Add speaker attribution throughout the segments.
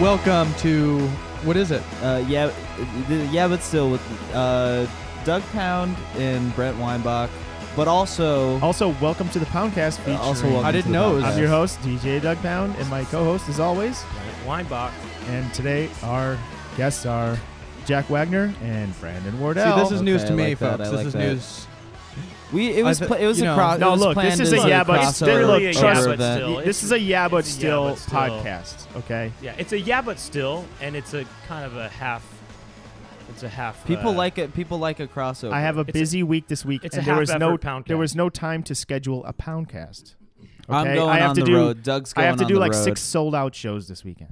Speaker 1: welcome to what is it?
Speaker 2: Uh, yeah, th- yeah, but still with uh, Doug Pound and Brent Weinbach, but also
Speaker 3: Also, welcome to the Poundcast featuring.
Speaker 2: also welcome
Speaker 1: I
Speaker 2: to
Speaker 1: didn't
Speaker 2: the
Speaker 1: know it was-
Speaker 3: I'm
Speaker 2: podcast.
Speaker 3: your host, DJ Doug Pound, and my co-host, as always.
Speaker 4: Weinbach.
Speaker 3: And today, our guests are Jack Wagner and Brandon Wardell.
Speaker 1: See, this is news
Speaker 2: Okay,
Speaker 1: to
Speaker 2: I
Speaker 1: me,
Speaker 2: like that,
Speaker 1: folks.
Speaker 2: I
Speaker 1: this
Speaker 2: like
Speaker 1: is
Speaker 2: that.
Speaker 1: news.
Speaker 2: We it was
Speaker 1: thi-
Speaker 2: pla- it was
Speaker 1: you
Speaker 2: a
Speaker 1: know.
Speaker 2: cro- it
Speaker 3: No,
Speaker 2: was
Speaker 3: look,
Speaker 2: planned
Speaker 3: this is
Speaker 2: as
Speaker 3: a yeah, but
Speaker 4: it's
Speaker 2: crossover
Speaker 4: literally a yeah,
Speaker 2: crossover
Speaker 4: but
Speaker 2: event.
Speaker 4: still.
Speaker 3: this is a yeah but
Speaker 4: it's a yeah,
Speaker 3: still
Speaker 4: but still.
Speaker 3: podcast. Okay,
Speaker 4: Yeah, it's a yeah, but still, and it's a kind of a half. It's a half.
Speaker 2: People
Speaker 4: uh,
Speaker 2: like it. People like a crossover.
Speaker 3: I have a
Speaker 4: It's a-
Speaker 3: busy week this week,
Speaker 4: it's
Speaker 3: and
Speaker 4: a
Speaker 3: there
Speaker 4: half
Speaker 3: was no
Speaker 4: effort Poundcast.
Speaker 3: there was no time to schedule a Poundcast. Okay,
Speaker 2: I'm going
Speaker 3: I have
Speaker 2: on
Speaker 3: to
Speaker 2: the
Speaker 3: do
Speaker 2: road. Doug's
Speaker 3: I
Speaker 2: going
Speaker 3: have to
Speaker 2: on
Speaker 3: do
Speaker 2: the
Speaker 3: like
Speaker 2: road.
Speaker 3: six sold out shows this weekend.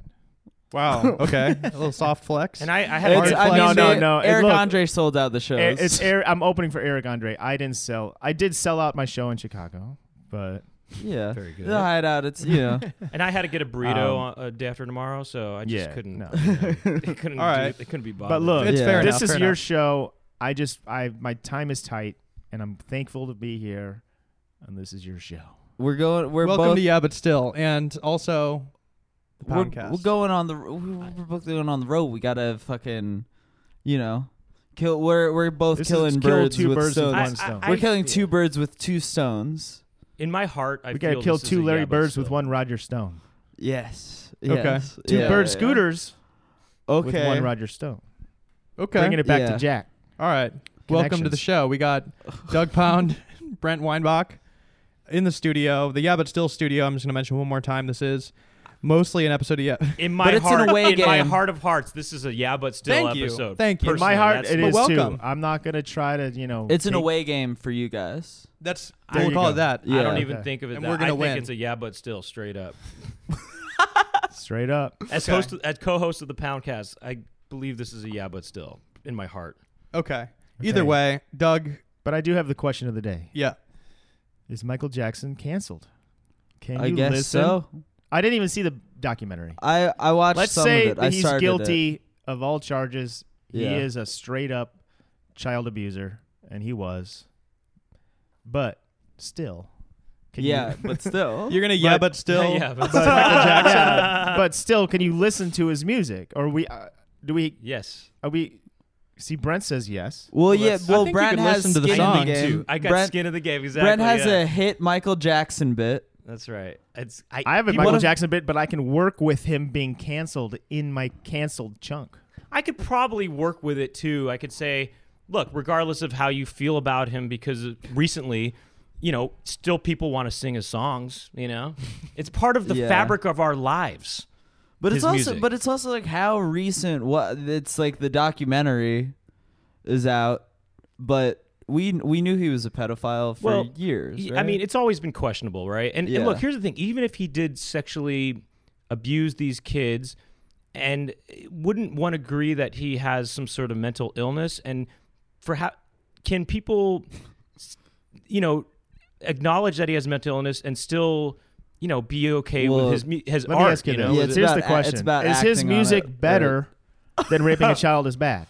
Speaker 1: Wow. Okay. a little soft flex.
Speaker 4: And I, I had.
Speaker 2: It's,
Speaker 4: a
Speaker 2: I mean,
Speaker 3: No, no,
Speaker 2: they-
Speaker 3: no, it-
Speaker 2: Eric
Speaker 3: look.
Speaker 2: Andre sold out the shows.
Speaker 3: Eh, It's Eric, I'm opening for Eric Andre. I didn't sell. I did sell out my show in Chicago, but
Speaker 2: yeah,
Speaker 1: Very good.
Speaker 2: the hideout. It's you know.
Speaker 4: and I had to get a burrito
Speaker 3: Um,
Speaker 4: on, uh, day after tomorrow, so I just
Speaker 3: yeah,
Speaker 4: couldn't.
Speaker 3: no.
Speaker 4: it couldn't.
Speaker 1: All
Speaker 4: do-
Speaker 1: right.
Speaker 4: it couldn't be bothered.
Speaker 3: But look,
Speaker 1: it's
Speaker 2: Yeah.
Speaker 1: fair
Speaker 3: this
Speaker 1: enough,
Speaker 3: is
Speaker 1: fair
Speaker 3: your
Speaker 1: enough.
Speaker 3: show. I just I my time is tight, and I'm thankful to be here. And this is your show.
Speaker 2: We're going. We're
Speaker 1: welcome
Speaker 2: both.
Speaker 1: to yeah, but still, and also the
Speaker 2: we're,
Speaker 1: podcast.
Speaker 2: we're going on the. We're both going on the road. We gotta fucking, you know, kill. We're we're both
Speaker 3: This is
Speaker 2: killing
Speaker 3: kill
Speaker 2: birds
Speaker 3: two
Speaker 2: with
Speaker 3: birds with
Speaker 2: stones.
Speaker 3: one stone.
Speaker 2: we're killing
Speaker 4: feel-
Speaker 2: two birds with two stones.
Speaker 4: In my heart, I
Speaker 3: we gotta
Speaker 4: feel
Speaker 3: kill
Speaker 4: this is
Speaker 3: two
Speaker 4: a
Speaker 3: Larry
Speaker 4: yeah, but
Speaker 3: Birds with
Speaker 4: still.
Speaker 3: one Roger Stone.
Speaker 2: Yes.
Speaker 1: Okay.
Speaker 2: yes,
Speaker 3: Two
Speaker 2: yeah,
Speaker 3: bird
Speaker 2: yeah.
Speaker 3: scooters
Speaker 2: Okay.
Speaker 3: with one Roger Stone.
Speaker 1: okay.
Speaker 3: Bringing it back
Speaker 2: Yeah.
Speaker 3: to Jack.
Speaker 1: All right. Welcome to the
Speaker 3: Connections.
Speaker 1: show. We got Doug Pound, Brent Weinbach in the studio, the Yeah But Still studio. I'm just going to mention one more time this is mostly an episode of Yeah.
Speaker 4: In my
Speaker 2: But it's an
Speaker 4: heart,
Speaker 2: away
Speaker 4: in my
Speaker 2: game.
Speaker 4: heart of hearts, this is a yeah, but still
Speaker 1: Thank you.
Speaker 4: episode.
Speaker 1: Thank you.
Speaker 3: In my
Speaker 4: Personally,
Speaker 3: heart,
Speaker 4: that's-
Speaker 3: it
Speaker 1: But
Speaker 3: is
Speaker 1: welcome.
Speaker 3: too. I'm not gonna try to you know.
Speaker 2: It's an
Speaker 3: take-
Speaker 2: away game for you guys.
Speaker 1: That's,
Speaker 4: There
Speaker 1: we'll
Speaker 3: you
Speaker 1: call
Speaker 3: go.
Speaker 1: it that.
Speaker 2: Yeah.
Speaker 4: I don't even
Speaker 3: Okay.
Speaker 4: think of it.
Speaker 1: And
Speaker 4: that.
Speaker 1: we're gonna
Speaker 4: I think
Speaker 1: win.
Speaker 4: it's a yeah, but still straight up.
Speaker 3: straight up.
Speaker 4: As
Speaker 1: Okay.
Speaker 4: host, as co-host of the Poundcast, I believe this is a yeah, but still in my heart.
Speaker 1: Okay. Either
Speaker 3: Okay.
Speaker 1: way, Doug,
Speaker 3: But I do have the question of the day:
Speaker 1: yeah.
Speaker 3: Is Michael Jackson canceled? Can
Speaker 2: I
Speaker 3: you
Speaker 2: guess
Speaker 3: listen?
Speaker 2: so.
Speaker 3: I didn't even see the documentary.
Speaker 2: I I watched.
Speaker 3: Let's
Speaker 2: some
Speaker 3: say
Speaker 2: of it. I
Speaker 3: that he's
Speaker 2: started It.
Speaker 3: guilty of all charges.
Speaker 2: Yeah.
Speaker 3: He is a straight up child abuser, and he was. But still, can
Speaker 2: Yeah,
Speaker 3: You,
Speaker 2: but still.
Speaker 1: You're going to Yeah
Speaker 3: But-
Speaker 1: But Still.
Speaker 4: yeah, but
Speaker 3: but, Michael Jackson, but still, can you listen to his music? Or we uh, do we
Speaker 4: yes.
Speaker 3: are we? See, Brent says yes.
Speaker 2: well, yeah.
Speaker 1: that's- I
Speaker 2: Well,
Speaker 1: think you
Speaker 2: Brent
Speaker 1: could
Speaker 2: has
Speaker 1: listen to the
Speaker 2: skin
Speaker 1: song,
Speaker 2: in the game.
Speaker 1: too.
Speaker 4: I got
Speaker 2: Brent,
Speaker 4: skin in the game. Exactly.
Speaker 2: Brent has
Speaker 4: yeah.
Speaker 2: a hit Michael Jackson bit.
Speaker 4: That's right. It's I,
Speaker 3: I have a
Speaker 4: people-
Speaker 3: Michael
Speaker 2: if-
Speaker 3: Jackson bit, but I can work with him being canceled in my canceled chunk.
Speaker 4: I could probably work with it too. I could say, look, regardless of how you feel about him, because recently, you know, still people want to sing his songs. You know, it's part of the
Speaker 2: Yeah.
Speaker 4: fabric of our lives.
Speaker 2: But it's
Speaker 4: His
Speaker 2: also
Speaker 4: music.
Speaker 2: but it's also like how recent what it's like the documentary is out, but we we knew he was a pedophile for
Speaker 4: Well,
Speaker 2: years.
Speaker 4: Y-
Speaker 2: Right?
Speaker 4: I mean, it's always been questionable, right? And, and
Speaker 2: Yeah.
Speaker 4: look, here's the thing: even if he did sexually abuse these kids, and wouldn't one agree that he has some sort of mental illness? And for how can people, s- you know, acknowledge that he has mental illness and still, you know, be okay
Speaker 2: Well,
Speaker 4: with his mu- his
Speaker 3: Let
Speaker 4: art?
Speaker 3: me ask you
Speaker 4: know,
Speaker 3: this.
Speaker 2: Yeah,
Speaker 4: with
Speaker 2: it's
Speaker 4: it?
Speaker 3: Here's
Speaker 2: about
Speaker 3: the
Speaker 2: a-
Speaker 3: question:
Speaker 2: it's about
Speaker 3: Is his
Speaker 2: acting on
Speaker 3: music
Speaker 2: it, right?
Speaker 3: better than raping a child is bad?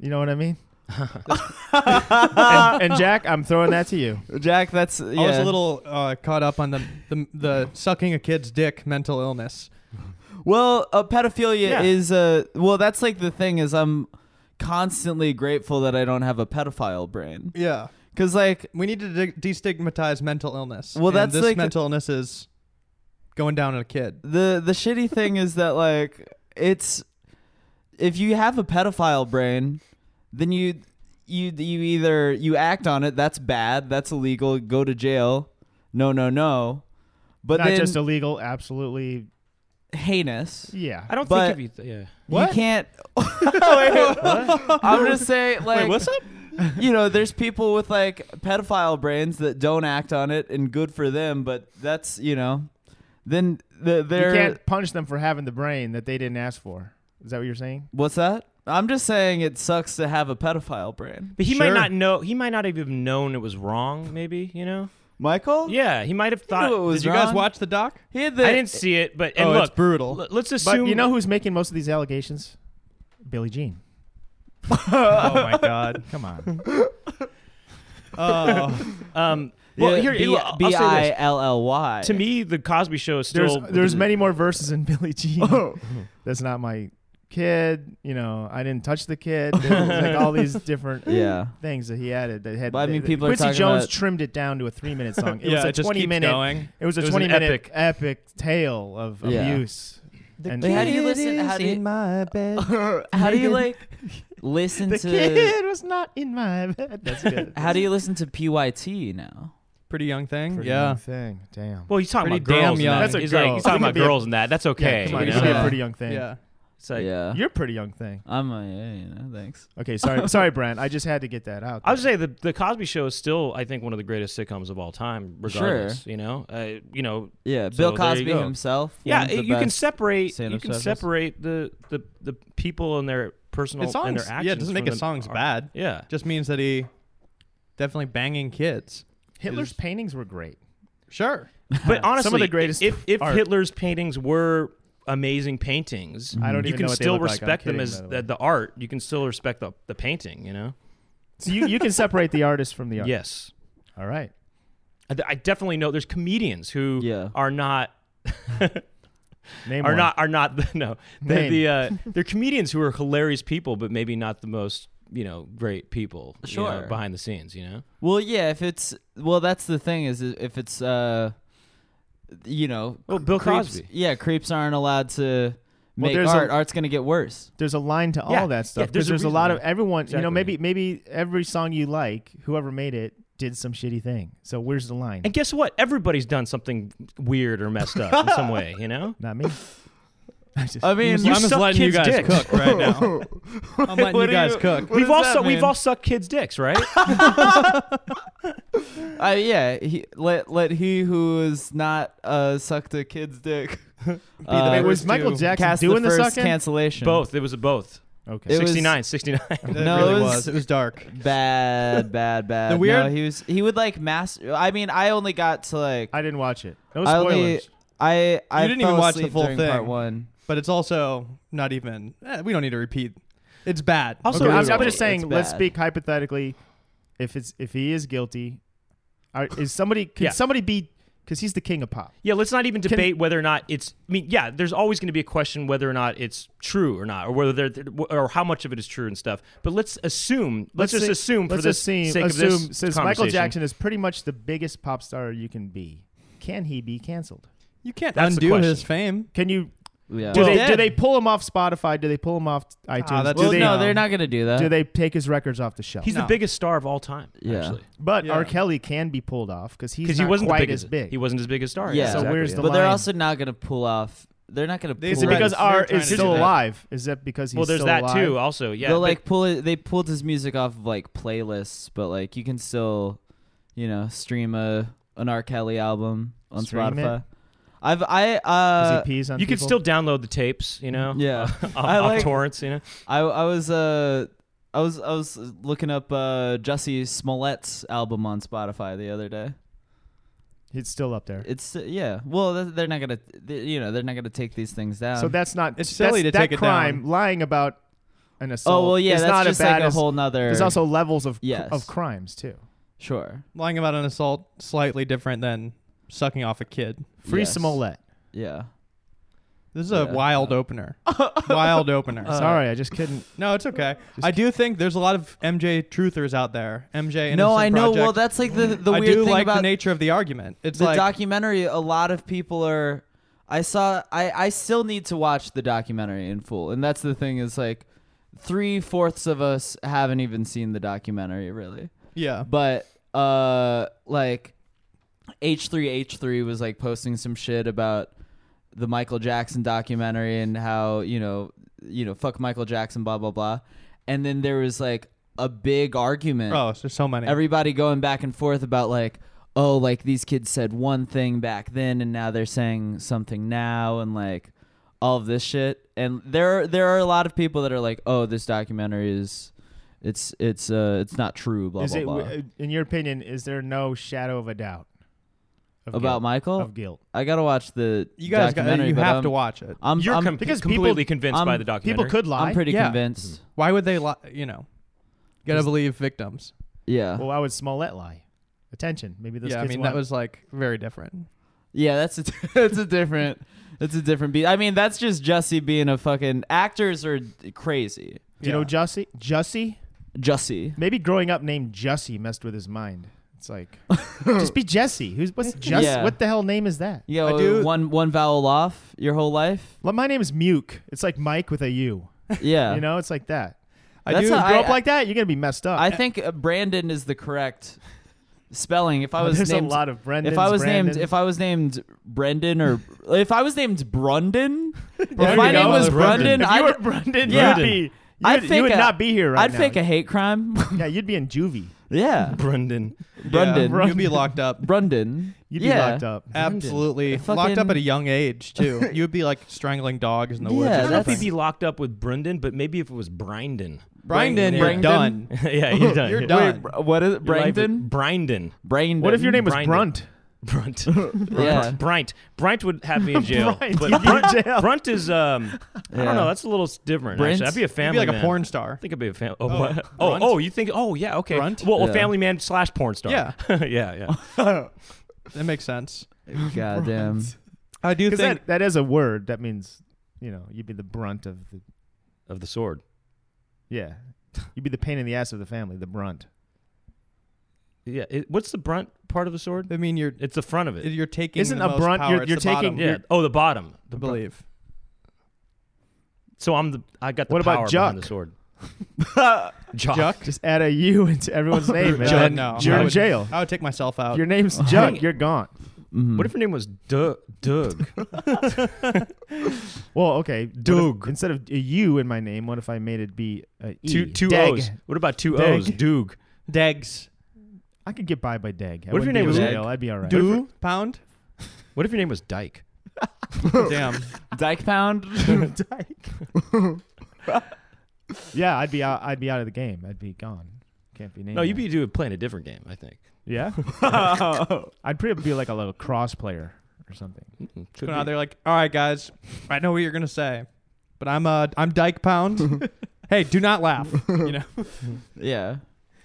Speaker 3: You know what I mean? and, and Jack, I'm throwing that to you.
Speaker 2: Jack, that's yeah.
Speaker 1: I was a little uh, caught up on the, the the sucking a kid's dick mental illness.
Speaker 2: Well, uh, pedophilia
Speaker 4: Yeah.
Speaker 2: is a well. That's like the thing is I'm constantly grateful that I don't have a pedophile brain
Speaker 1: Yeah.
Speaker 2: because like
Speaker 1: We need to de- destigmatize mental illness.
Speaker 2: Well,
Speaker 1: And
Speaker 2: that's
Speaker 1: this
Speaker 2: like-
Speaker 1: mental illness is going down on a kid.
Speaker 2: the the shitty thing is that like it's if you have a pedophile brain, then you you you either you act on it. That's bad. That's illegal. Go to jail. No, no, no. But
Speaker 3: Not
Speaker 2: then
Speaker 3: just illegal, absolutly.
Speaker 2: heinous.
Speaker 3: Yeah.
Speaker 4: I don't
Speaker 2: But-
Speaker 4: think of you. Th- yeah.
Speaker 1: What?
Speaker 2: You can't. I'm just saying, like,
Speaker 1: up?
Speaker 2: you know, there's people with like pedophile brains that don't act on it, and good for them. But that's you know, then the,
Speaker 3: You
Speaker 2: they're
Speaker 3: can't punish them for having the brain that they didn't ask for. Is that what you're saying?
Speaker 2: what's that? I'm just saying it sucks to have a pedophile brain.
Speaker 4: But he
Speaker 1: Sure.
Speaker 4: might not know. He might not have even known it was wrong. Maybe you know.
Speaker 2: Michael,
Speaker 4: Yeah, he might have thought.
Speaker 2: knew it was
Speaker 1: Did you guys
Speaker 2: wrong.
Speaker 1: watch the doc?
Speaker 2: He had the
Speaker 4: I didn't see it, but and
Speaker 1: oh,
Speaker 4: look,
Speaker 1: it's brutal.
Speaker 4: l- let's
Speaker 3: But
Speaker 4: assume
Speaker 3: you know who's making most of these allegations? Billie Jean.
Speaker 1: oh my god.
Speaker 3: Come on.
Speaker 1: Oh.
Speaker 4: Um, Well,
Speaker 2: Yeah,
Speaker 4: here,
Speaker 2: B-
Speaker 4: I'll- I'll say
Speaker 2: B
Speaker 4: this.
Speaker 2: i l l y.
Speaker 4: To me, the Cosby Show is
Speaker 3: There's
Speaker 4: still
Speaker 3: there's many more verses in Billie Jean.
Speaker 2: Oh.
Speaker 3: That's not my kid. You know, I didn't touch the kid. There's like all these different
Speaker 2: yeah.
Speaker 3: things that he added that had.
Speaker 2: But, I mean,
Speaker 3: that-
Speaker 2: people are
Speaker 3: Quincy
Speaker 2: talking
Speaker 3: Jones
Speaker 2: about-
Speaker 3: trimmed it down to a three minute song. It
Speaker 1: yeah,
Speaker 3: was a
Speaker 1: it just
Speaker 3: twenty
Speaker 1: keeps
Speaker 3: minute.
Speaker 1: going.
Speaker 3: It was a
Speaker 1: It was an
Speaker 3: twenty minute
Speaker 1: epic.
Speaker 3: epic, tale of
Speaker 2: Yeah.
Speaker 3: abuse. and
Speaker 2: Wait, how do you listen- how do you-
Speaker 1: my bed.
Speaker 2: how do you like listen
Speaker 3: the
Speaker 2: to?
Speaker 3: kid was not in my bed. That's good.
Speaker 2: How do you listen to PYT now?
Speaker 1: Pretty young thing.
Speaker 3: Pretty
Speaker 1: yeah.
Speaker 3: young thing. Damn.
Speaker 4: Well, he's talking
Speaker 1: Pretty
Speaker 4: about girls.
Speaker 1: damn
Speaker 4: and that.
Speaker 1: young.
Speaker 3: That's a
Speaker 4: he's
Speaker 3: girl.
Speaker 4: like he's talking
Speaker 3: You can
Speaker 4: about
Speaker 3: be a-
Speaker 4: girls and that. That's okay.
Speaker 3: Yeah, come on,
Speaker 4: you
Speaker 3: you
Speaker 4: know?
Speaker 3: should be a
Speaker 2: Yeah.
Speaker 3: pretty young thing.
Speaker 1: Yeah.
Speaker 4: It's like-
Speaker 2: yeah,
Speaker 3: You're a pretty young thing.
Speaker 2: I'm a yeah, you know, thanks.
Speaker 3: Okay, sorry, sorry, Brent. I just had to get that out.
Speaker 4: I would say the the Cosby Show is still, I think, one of the greatest sitcoms of all time. Regardless, you know, uh, you know,
Speaker 2: Yeah,
Speaker 4: So
Speaker 2: Bill
Speaker 4: there you
Speaker 2: Cosby
Speaker 4: go.
Speaker 2: himself.
Speaker 4: yeah,
Speaker 2: one of the
Speaker 4: it- you can
Speaker 2: best.
Speaker 4: separate, you
Speaker 2: stand-up
Speaker 4: can
Speaker 2: specials.
Speaker 4: separate the, the the people and their personal
Speaker 1: His songs,
Speaker 4: and their actions.
Speaker 1: yeah, it doesn't make
Speaker 4: from
Speaker 1: his
Speaker 4: the
Speaker 1: songs
Speaker 4: art.
Speaker 1: bad.
Speaker 4: Yeah,
Speaker 1: Just means that he definitely banging kids.
Speaker 3: Hitler's
Speaker 1: is-
Speaker 3: paintings were great.
Speaker 1: Sure.
Speaker 4: but honestly,
Speaker 3: Some of the greatest
Speaker 4: If if
Speaker 3: art.
Speaker 4: Hitler's paintings were amazing paintings,
Speaker 2: Mm-hmm.
Speaker 3: I don't
Speaker 4: you
Speaker 3: even
Speaker 4: can
Speaker 3: know what they
Speaker 4: still
Speaker 3: look like. I'm
Speaker 4: respect them
Speaker 3: kidding,
Speaker 4: as
Speaker 3: by the
Speaker 4: the,
Speaker 3: way.
Speaker 4: the art. You can still respect the the painting. You know.
Speaker 3: So you, you can separate the artist from the art.
Speaker 4: Yes,
Speaker 3: All right.
Speaker 4: I, I definitely know. There's comedians who
Speaker 2: Yeah.
Speaker 4: are not.
Speaker 3: Name
Speaker 4: are
Speaker 3: one.
Speaker 4: not are not the, no the,
Speaker 3: Name.
Speaker 4: the uh, they're comedians who are hilarious people but maybe not the most you know great people you know,
Speaker 2: Sure.
Speaker 4: behind the scenes you know
Speaker 2: Well, yeah, if it's well, that's the thing is if it's uh, you know,
Speaker 4: Well, Bill
Speaker 2: creeps-
Speaker 4: Cosby.
Speaker 2: Yeah, creeps aren't allowed to
Speaker 3: Well,
Speaker 2: make
Speaker 3: there's a-
Speaker 2: art. Art's gonna get worse.
Speaker 3: There's a line to all
Speaker 4: Yeah,
Speaker 3: that
Speaker 4: yeah,
Speaker 3: stuff
Speaker 4: there's
Speaker 3: because there's,
Speaker 4: a
Speaker 3: a
Speaker 4: reason
Speaker 3: lot
Speaker 4: why.
Speaker 3: of everyone. You know,
Speaker 4: Exactly.
Speaker 3: maybe maybe every song you like, whoever made it did some shitty thing. So where's the line?
Speaker 4: and guess what everybody's done something weird or messed up in some way you know
Speaker 3: Not me. I'm just-
Speaker 2: I mean,
Speaker 1: I'm just
Speaker 4: suck
Speaker 1: letting you
Speaker 4: kids'
Speaker 1: guys
Speaker 4: dicks.
Speaker 1: cook right now. I'm letting you
Speaker 2: What are
Speaker 1: guys
Speaker 2: you-
Speaker 1: cook.
Speaker 4: we've
Speaker 2: does
Speaker 4: all
Speaker 2: that
Speaker 4: su- we've
Speaker 2: mean?
Speaker 4: all sucked kids dicks right
Speaker 2: uh, yeah, he, let let he who is not uh sucked a kid's dick. uh,
Speaker 3: Wait, was Michael
Speaker 1: to
Speaker 3: Jackson
Speaker 2: cast
Speaker 3: doing
Speaker 2: the
Speaker 3: the,
Speaker 2: first
Speaker 3: sucking?
Speaker 2: cancellation.
Speaker 4: both it was a both
Speaker 3: Okay.
Speaker 2: It was-
Speaker 4: 69 69
Speaker 1: It
Speaker 2: No,
Speaker 1: really
Speaker 2: it was-
Speaker 1: was. It was dark.
Speaker 2: Bad, bad, bad.
Speaker 1: The weird-
Speaker 2: no, he was he would like mass. I mean, I only got to like
Speaker 3: I didn't watch it. No
Speaker 2: I
Speaker 3: spoilers.
Speaker 2: only I I
Speaker 1: You didn't
Speaker 2: fell
Speaker 1: even watch the
Speaker 2: asleep
Speaker 1: full
Speaker 2: during Part
Speaker 1: thing.
Speaker 2: one.
Speaker 1: But it's also not even. eh, we don't need to repeat. It's bad.
Speaker 4: Also,
Speaker 3: okay, I'm,
Speaker 4: it's-
Speaker 3: I'm just saying.
Speaker 2: it's
Speaker 3: Let's
Speaker 2: bad.
Speaker 3: speak hypothetically. If it's if he is guilty, are, is somebody can
Speaker 4: Yeah.
Speaker 3: somebody be? Because he's the king of pop.
Speaker 4: yeah let's not even
Speaker 3: Can-
Speaker 4: debate whether or not it's i mean yeah there's always going to be a question whether or not it's true or not or whether they're or how much of it is true and stuff but let's assume let's, just
Speaker 3: say-
Speaker 4: assume for
Speaker 3: let's
Speaker 4: the
Speaker 3: assume,
Speaker 4: sake
Speaker 3: assume,
Speaker 4: of this
Speaker 3: since Michael
Speaker 4: conversation.
Speaker 3: Jackson is pretty much the biggest pop star you can be, can he be canceled?
Speaker 1: you can't
Speaker 4: That's the
Speaker 1: undo
Speaker 4: question.
Speaker 1: his fame.
Speaker 3: Can you
Speaker 2: Yeah.
Speaker 3: do
Speaker 1: Well,
Speaker 3: they
Speaker 1: dead.
Speaker 3: do they pull him off Spotify? Do they pull him off iTunes?
Speaker 1: that's-
Speaker 3: do
Speaker 2: well,
Speaker 3: they
Speaker 2: no, they're not gonna do that.
Speaker 3: do they take his records off the shelf?
Speaker 4: He's
Speaker 1: No.
Speaker 4: the biggest star of all time,
Speaker 2: Yeah.
Speaker 4: actually.
Speaker 3: but
Speaker 1: Yeah.
Speaker 3: R. Kelly can be pulled off because he's
Speaker 4: Because he
Speaker 3: not
Speaker 4: wasn't
Speaker 3: quite
Speaker 4: the biggest,
Speaker 3: as big.
Speaker 4: He wasn't as big a star.
Speaker 2: Yeah.
Speaker 4: yeah.
Speaker 2: So
Speaker 3: where's the
Speaker 2: but they're
Speaker 3: line?
Speaker 2: also not gonna pull off. They're not gonna. Pull
Speaker 1: They
Speaker 3: is
Speaker 1: Right.
Speaker 3: it because
Speaker 1: They're
Speaker 3: R
Speaker 1: trying
Speaker 3: is
Speaker 1: to
Speaker 3: still
Speaker 1: do that.
Speaker 3: alive? Is that because he's
Speaker 4: well, there's
Speaker 3: still
Speaker 4: that
Speaker 3: alive?
Speaker 4: too. Also, yeah.
Speaker 2: they'll
Speaker 4: but-
Speaker 2: like pull it. They pulled his music off of like playlists, but like you can still, you know, stream a an R. Kelly album on
Speaker 3: Stream it?
Speaker 2: Spotify. I've I uh
Speaker 3: Does he pees on
Speaker 4: you can
Speaker 3: people?
Speaker 4: still download the tapes, you know.
Speaker 2: Yeah.
Speaker 4: off,
Speaker 2: I
Speaker 4: off
Speaker 2: like-
Speaker 4: torrents, you know.
Speaker 2: I I was uh I was I was looking up uh Jussie Smollett's album on Spotify the other day.
Speaker 3: It's still up there.
Speaker 2: It's yeah. Well, th- they're not gonna they, you know they're not gonna take these things down.
Speaker 3: so that's not.
Speaker 1: It's silly
Speaker 3: that's,
Speaker 1: to
Speaker 3: that
Speaker 1: take it
Speaker 3: crime,
Speaker 1: down.
Speaker 3: lying about an assault.
Speaker 2: oh well yeah
Speaker 3: is
Speaker 2: that's
Speaker 3: not
Speaker 2: just
Speaker 3: as bad
Speaker 2: like a
Speaker 3: as-
Speaker 2: whole nother.
Speaker 3: There's also levels of
Speaker 2: Yes.
Speaker 3: of crimes too.
Speaker 2: sure
Speaker 1: Lying about an assault slightly different than sucking off a kid.
Speaker 3: Free
Speaker 2: Yes.
Speaker 3: Smollett.
Speaker 2: yeah.
Speaker 1: This is a
Speaker 2: Yeah.
Speaker 1: wild opener. wild opener.
Speaker 3: Sorry, I just couldn't.
Speaker 1: No, it's okay. I do think there's a lot of MJ truthers out there. MJ. Innocent
Speaker 2: No, I know.
Speaker 1: Project.
Speaker 2: Well, that's like the the
Speaker 1: I
Speaker 2: weird
Speaker 1: do
Speaker 2: thing
Speaker 1: like
Speaker 2: about
Speaker 1: the nature of the argument. It's
Speaker 2: the
Speaker 1: like
Speaker 2: documentary a lot of people are i saw I, I still need to watch the documentary in full and that's the thing is like three-fourths of us haven't even seen the documentary really
Speaker 1: yeah,
Speaker 2: but uh like h3h3 was like posting some shit about the michael jackson documentary and how you know you know fuck michael jackson blah blah blah and then there was like a big argument
Speaker 1: oh, there's so many.
Speaker 2: everybody going back and forth about like oh like these kids said one thing back then and now they're saying something now and like all of this shit and there are, there are a lot of people that are like oh this documentary is it's it's uh it's not true blah
Speaker 3: is
Speaker 2: blah
Speaker 3: it,
Speaker 2: blah
Speaker 3: w- uh, in your opinion, is there no shadow of a doubt of
Speaker 2: about
Speaker 3: guilt,
Speaker 2: Michael
Speaker 3: of guilt?
Speaker 2: I gotta watch the
Speaker 1: you guys, got,
Speaker 2: documentary
Speaker 1: you
Speaker 2: but um,
Speaker 1: have
Speaker 2: I'm,
Speaker 1: to watch it.
Speaker 2: I'm
Speaker 4: You're
Speaker 2: I'm,
Speaker 4: com-
Speaker 3: because people-
Speaker 4: completely convinced
Speaker 2: I'm-
Speaker 4: by the documentary.
Speaker 3: People could lie.
Speaker 2: I'm pretty
Speaker 1: Yeah. Mm-hmm.
Speaker 2: convinced
Speaker 1: Why would they? Li- you know, gotta believe victims.
Speaker 2: yeah
Speaker 3: Well, why would Smollett lie? attention. Maybe those
Speaker 1: yeah, I
Speaker 3: kids
Speaker 1: mean
Speaker 3: want
Speaker 1: that was like very different.
Speaker 2: Yeah, that's a that's a different that's a different beat. I mean, that's just Jussie being a fucking actors are crazy.
Speaker 3: Do you know
Speaker 1: Yeah.
Speaker 3: Jussie? Jussie?
Speaker 2: Jussie.
Speaker 3: Maybe growing up named Jussie messed with his mind. It's like just be Jesse. Who's what's Jess?
Speaker 2: Yeah.
Speaker 3: What the hell name is that?
Speaker 2: You
Speaker 1: I
Speaker 2: go
Speaker 1: do-
Speaker 2: one one vowel off your whole life.
Speaker 3: Well, my name is Muke. It's like Mike with a U.
Speaker 2: Yeah.
Speaker 3: You know, it's like that.
Speaker 1: I
Speaker 2: That's
Speaker 1: do.
Speaker 2: how
Speaker 3: Grow up
Speaker 2: I-
Speaker 3: like that, you're gonna be messed up.
Speaker 2: I think uh, Brandon is the correct spelling. If I
Speaker 3: Well,
Speaker 2: was
Speaker 3: there's
Speaker 2: named
Speaker 3: a lot of Brendan.
Speaker 2: if I was named if I was named Brendan or if I was named Brundon, if
Speaker 3: There
Speaker 2: my
Speaker 3: you
Speaker 2: name
Speaker 3: go.
Speaker 2: was
Speaker 3: If
Speaker 2: Brundon,
Speaker 3: you were
Speaker 2: I'd,
Speaker 3: Brendan,
Speaker 2: Yeah.
Speaker 3: you'd be.
Speaker 2: I'd
Speaker 3: You'd, you
Speaker 2: fake
Speaker 3: would
Speaker 2: a-
Speaker 3: not be here right
Speaker 2: I'd
Speaker 3: now.
Speaker 2: fake a hate crime.
Speaker 3: Yeah, you'd be in juvie.
Speaker 2: yeah,
Speaker 4: Brendan.
Speaker 2: Brendan.
Speaker 1: Yeah, you'd be locked up.
Speaker 2: Brundon.
Speaker 3: You'd be
Speaker 2: yeah.
Speaker 3: locked up.
Speaker 1: Absolutely,
Speaker 2: Fucking-
Speaker 1: locked up at a young age too. You'd be like strangling dogs in the woods.
Speaker 2: Yeah,
Speaker 4: I
Speaker 1: or
Speaker 4: don't know if
Speaker 2: that's-
Speaker 4: he'd
Speaker 1: something.
Speaker 4: be locked up with Brendan, but maybe if it was Brynden.
Speaker 1: Brandon, you're
Speaker 2: Brandon.
Speaker 1: done.
Speaker 4: yeah, you're done.
Speaker 1: You're
Speaker 4: Your
Speaker 1: done.
Speaker 2: Wait, br- what is it?
Speaker 4: life-
Speaker 2: Brandon?
Speaker 4: Brynden.
Speaker 2: Brandon.
Speaker 3: What if your name was
Speaker 4: Brynden.
Speaker 3: Brunt?
Speaker 4: Brunt.
Speaker 2: Yeah.
Speaker 4: Brynt. Brynt would have me in jail.
Speaker 3: Brynt,
Speaker 4: But
Speaker 3: you'd be in
Speaker 4: Brunt,
Speaker 3: jail.
Speaker 4: Brunt is, um, I
Speaker 2: Yeah.
Speaker 4: don't know, that's a little s- different.
Speaker 2: Brynt?
Speaker 4: Actually. I'd be a
Speaker 1: You'd
Speaker 4: family
Speaker 1: be like
Speaker 4: man.
Speaker 1: a porn star.
Speaker 4: I think I'd be a fan. Oh,
Speaker 1: Oh,
Speaker 4: what? oh,
Speaker 1: Brunt?
Speaker 4: oh, you think? Oh, yeah, okay.
Speaker 1: Brunt?
Speaker 4: Well,
Speaker 2: Yeah.
Speaker 4: a family man slash porn star.
Speaker 1: Yeah.
Speaker 4: yeah, yeah.
Speaker 1: That makes sense.
Speaker 2: God damn.
Speaker 1: I do
Speaker 3: Because
Speaker 1: think
Speaker 3: that, that is a word. That means, you know, you'd be the brunt of the.
Speaker 4: Of the sword.
Speaker 3: Yeah. You'd be the pain in the ass of the family, the brunt.
Speaker 4: Yeah. It, what's the brunt part of the sword?
Speaker 1: I mean you're
Speaker 4: It's the front of it.
Speaker 1: you're taking
Speaker 3: Isn't
Speaker 1: the
Speaker 3: a
Speaker 1: most
Speaker 3: brunt-
Speaker 1: power.
Speaker 3: you're-
Speaker 1: It's
Speaker 3: you're
Speaker 1: the bottom,
Speaker 3: taking-
Speaker 4: yeah. oh, the bottom. The
Speaker 1: I
Speaker 4: bru-
Speaker 1: believe.
Speaker 4: So I'm the. I got the
Speaker 3: What about
Speaker 4: power behind
Speaker 3: Juck?
Speaker 4: the sword. Jock.
Speaker 1: Juck?
Speaker 3: Just add a U into everyone's name, and
Speaker 1: Judd,
Speaker 3: then
Speaker 1: no.
Speaker 3: you're
Speaker 1: I
Speaker 3: in
Speaker 1: would-
Speaker 3: jail.
Speaker 1: I would take myself out.
Speaker 3: If your name's Jug, you're gone.
Speaker 2: Mhm.
Speaker 4: What if your name was Doug? Doug.
Speaker 3: Well, okay. what if-
Speaker 4: Doug.
Speaker 3: instead of a U in my name, what if I made it be a E?
Speaker 4: two two
Speaker 3: Deg.
Speaker 4: O's. What about two
Speaker 3: Deg.
Speaker 4: O's? Doug.
Speaker 1: Degs.
Speaker 3: I could get by by Deg. I
Speaker 4: What if your
Speaker 3: wouldn't
Speaker 4: name
Speaker 3: be
Speaker 4: was
Speaker 3: in
Speaker 4: Deg?
Speaker 3: jail. I'd be all right.
Speaker 1: Do pound?
Speaker 4: What if your name was Dyke?
Speaker 1: Damn.
Speaker 2: Mm-hmm. Dyke Pound?
Speaker 3: Yeah, I'd be out. I'd be out of the game. I'd be gone. Can't be named.
Speaker 4: No, you'd
Speaker 3: that.
Speaker 4: be doing playing a different game. I think.
Speaker 3: Yeah, I'd probably be like a little cross player or something.
Speaker 4: Mm, could
Speaker 1: Going out
Speaker 4: be.
Speaker 1: there like, all right, guys, I know what you're gonna say, but I'm uh I'm Dyke Pound. hey, do not laugh. You know,
Speaker 2: yeah.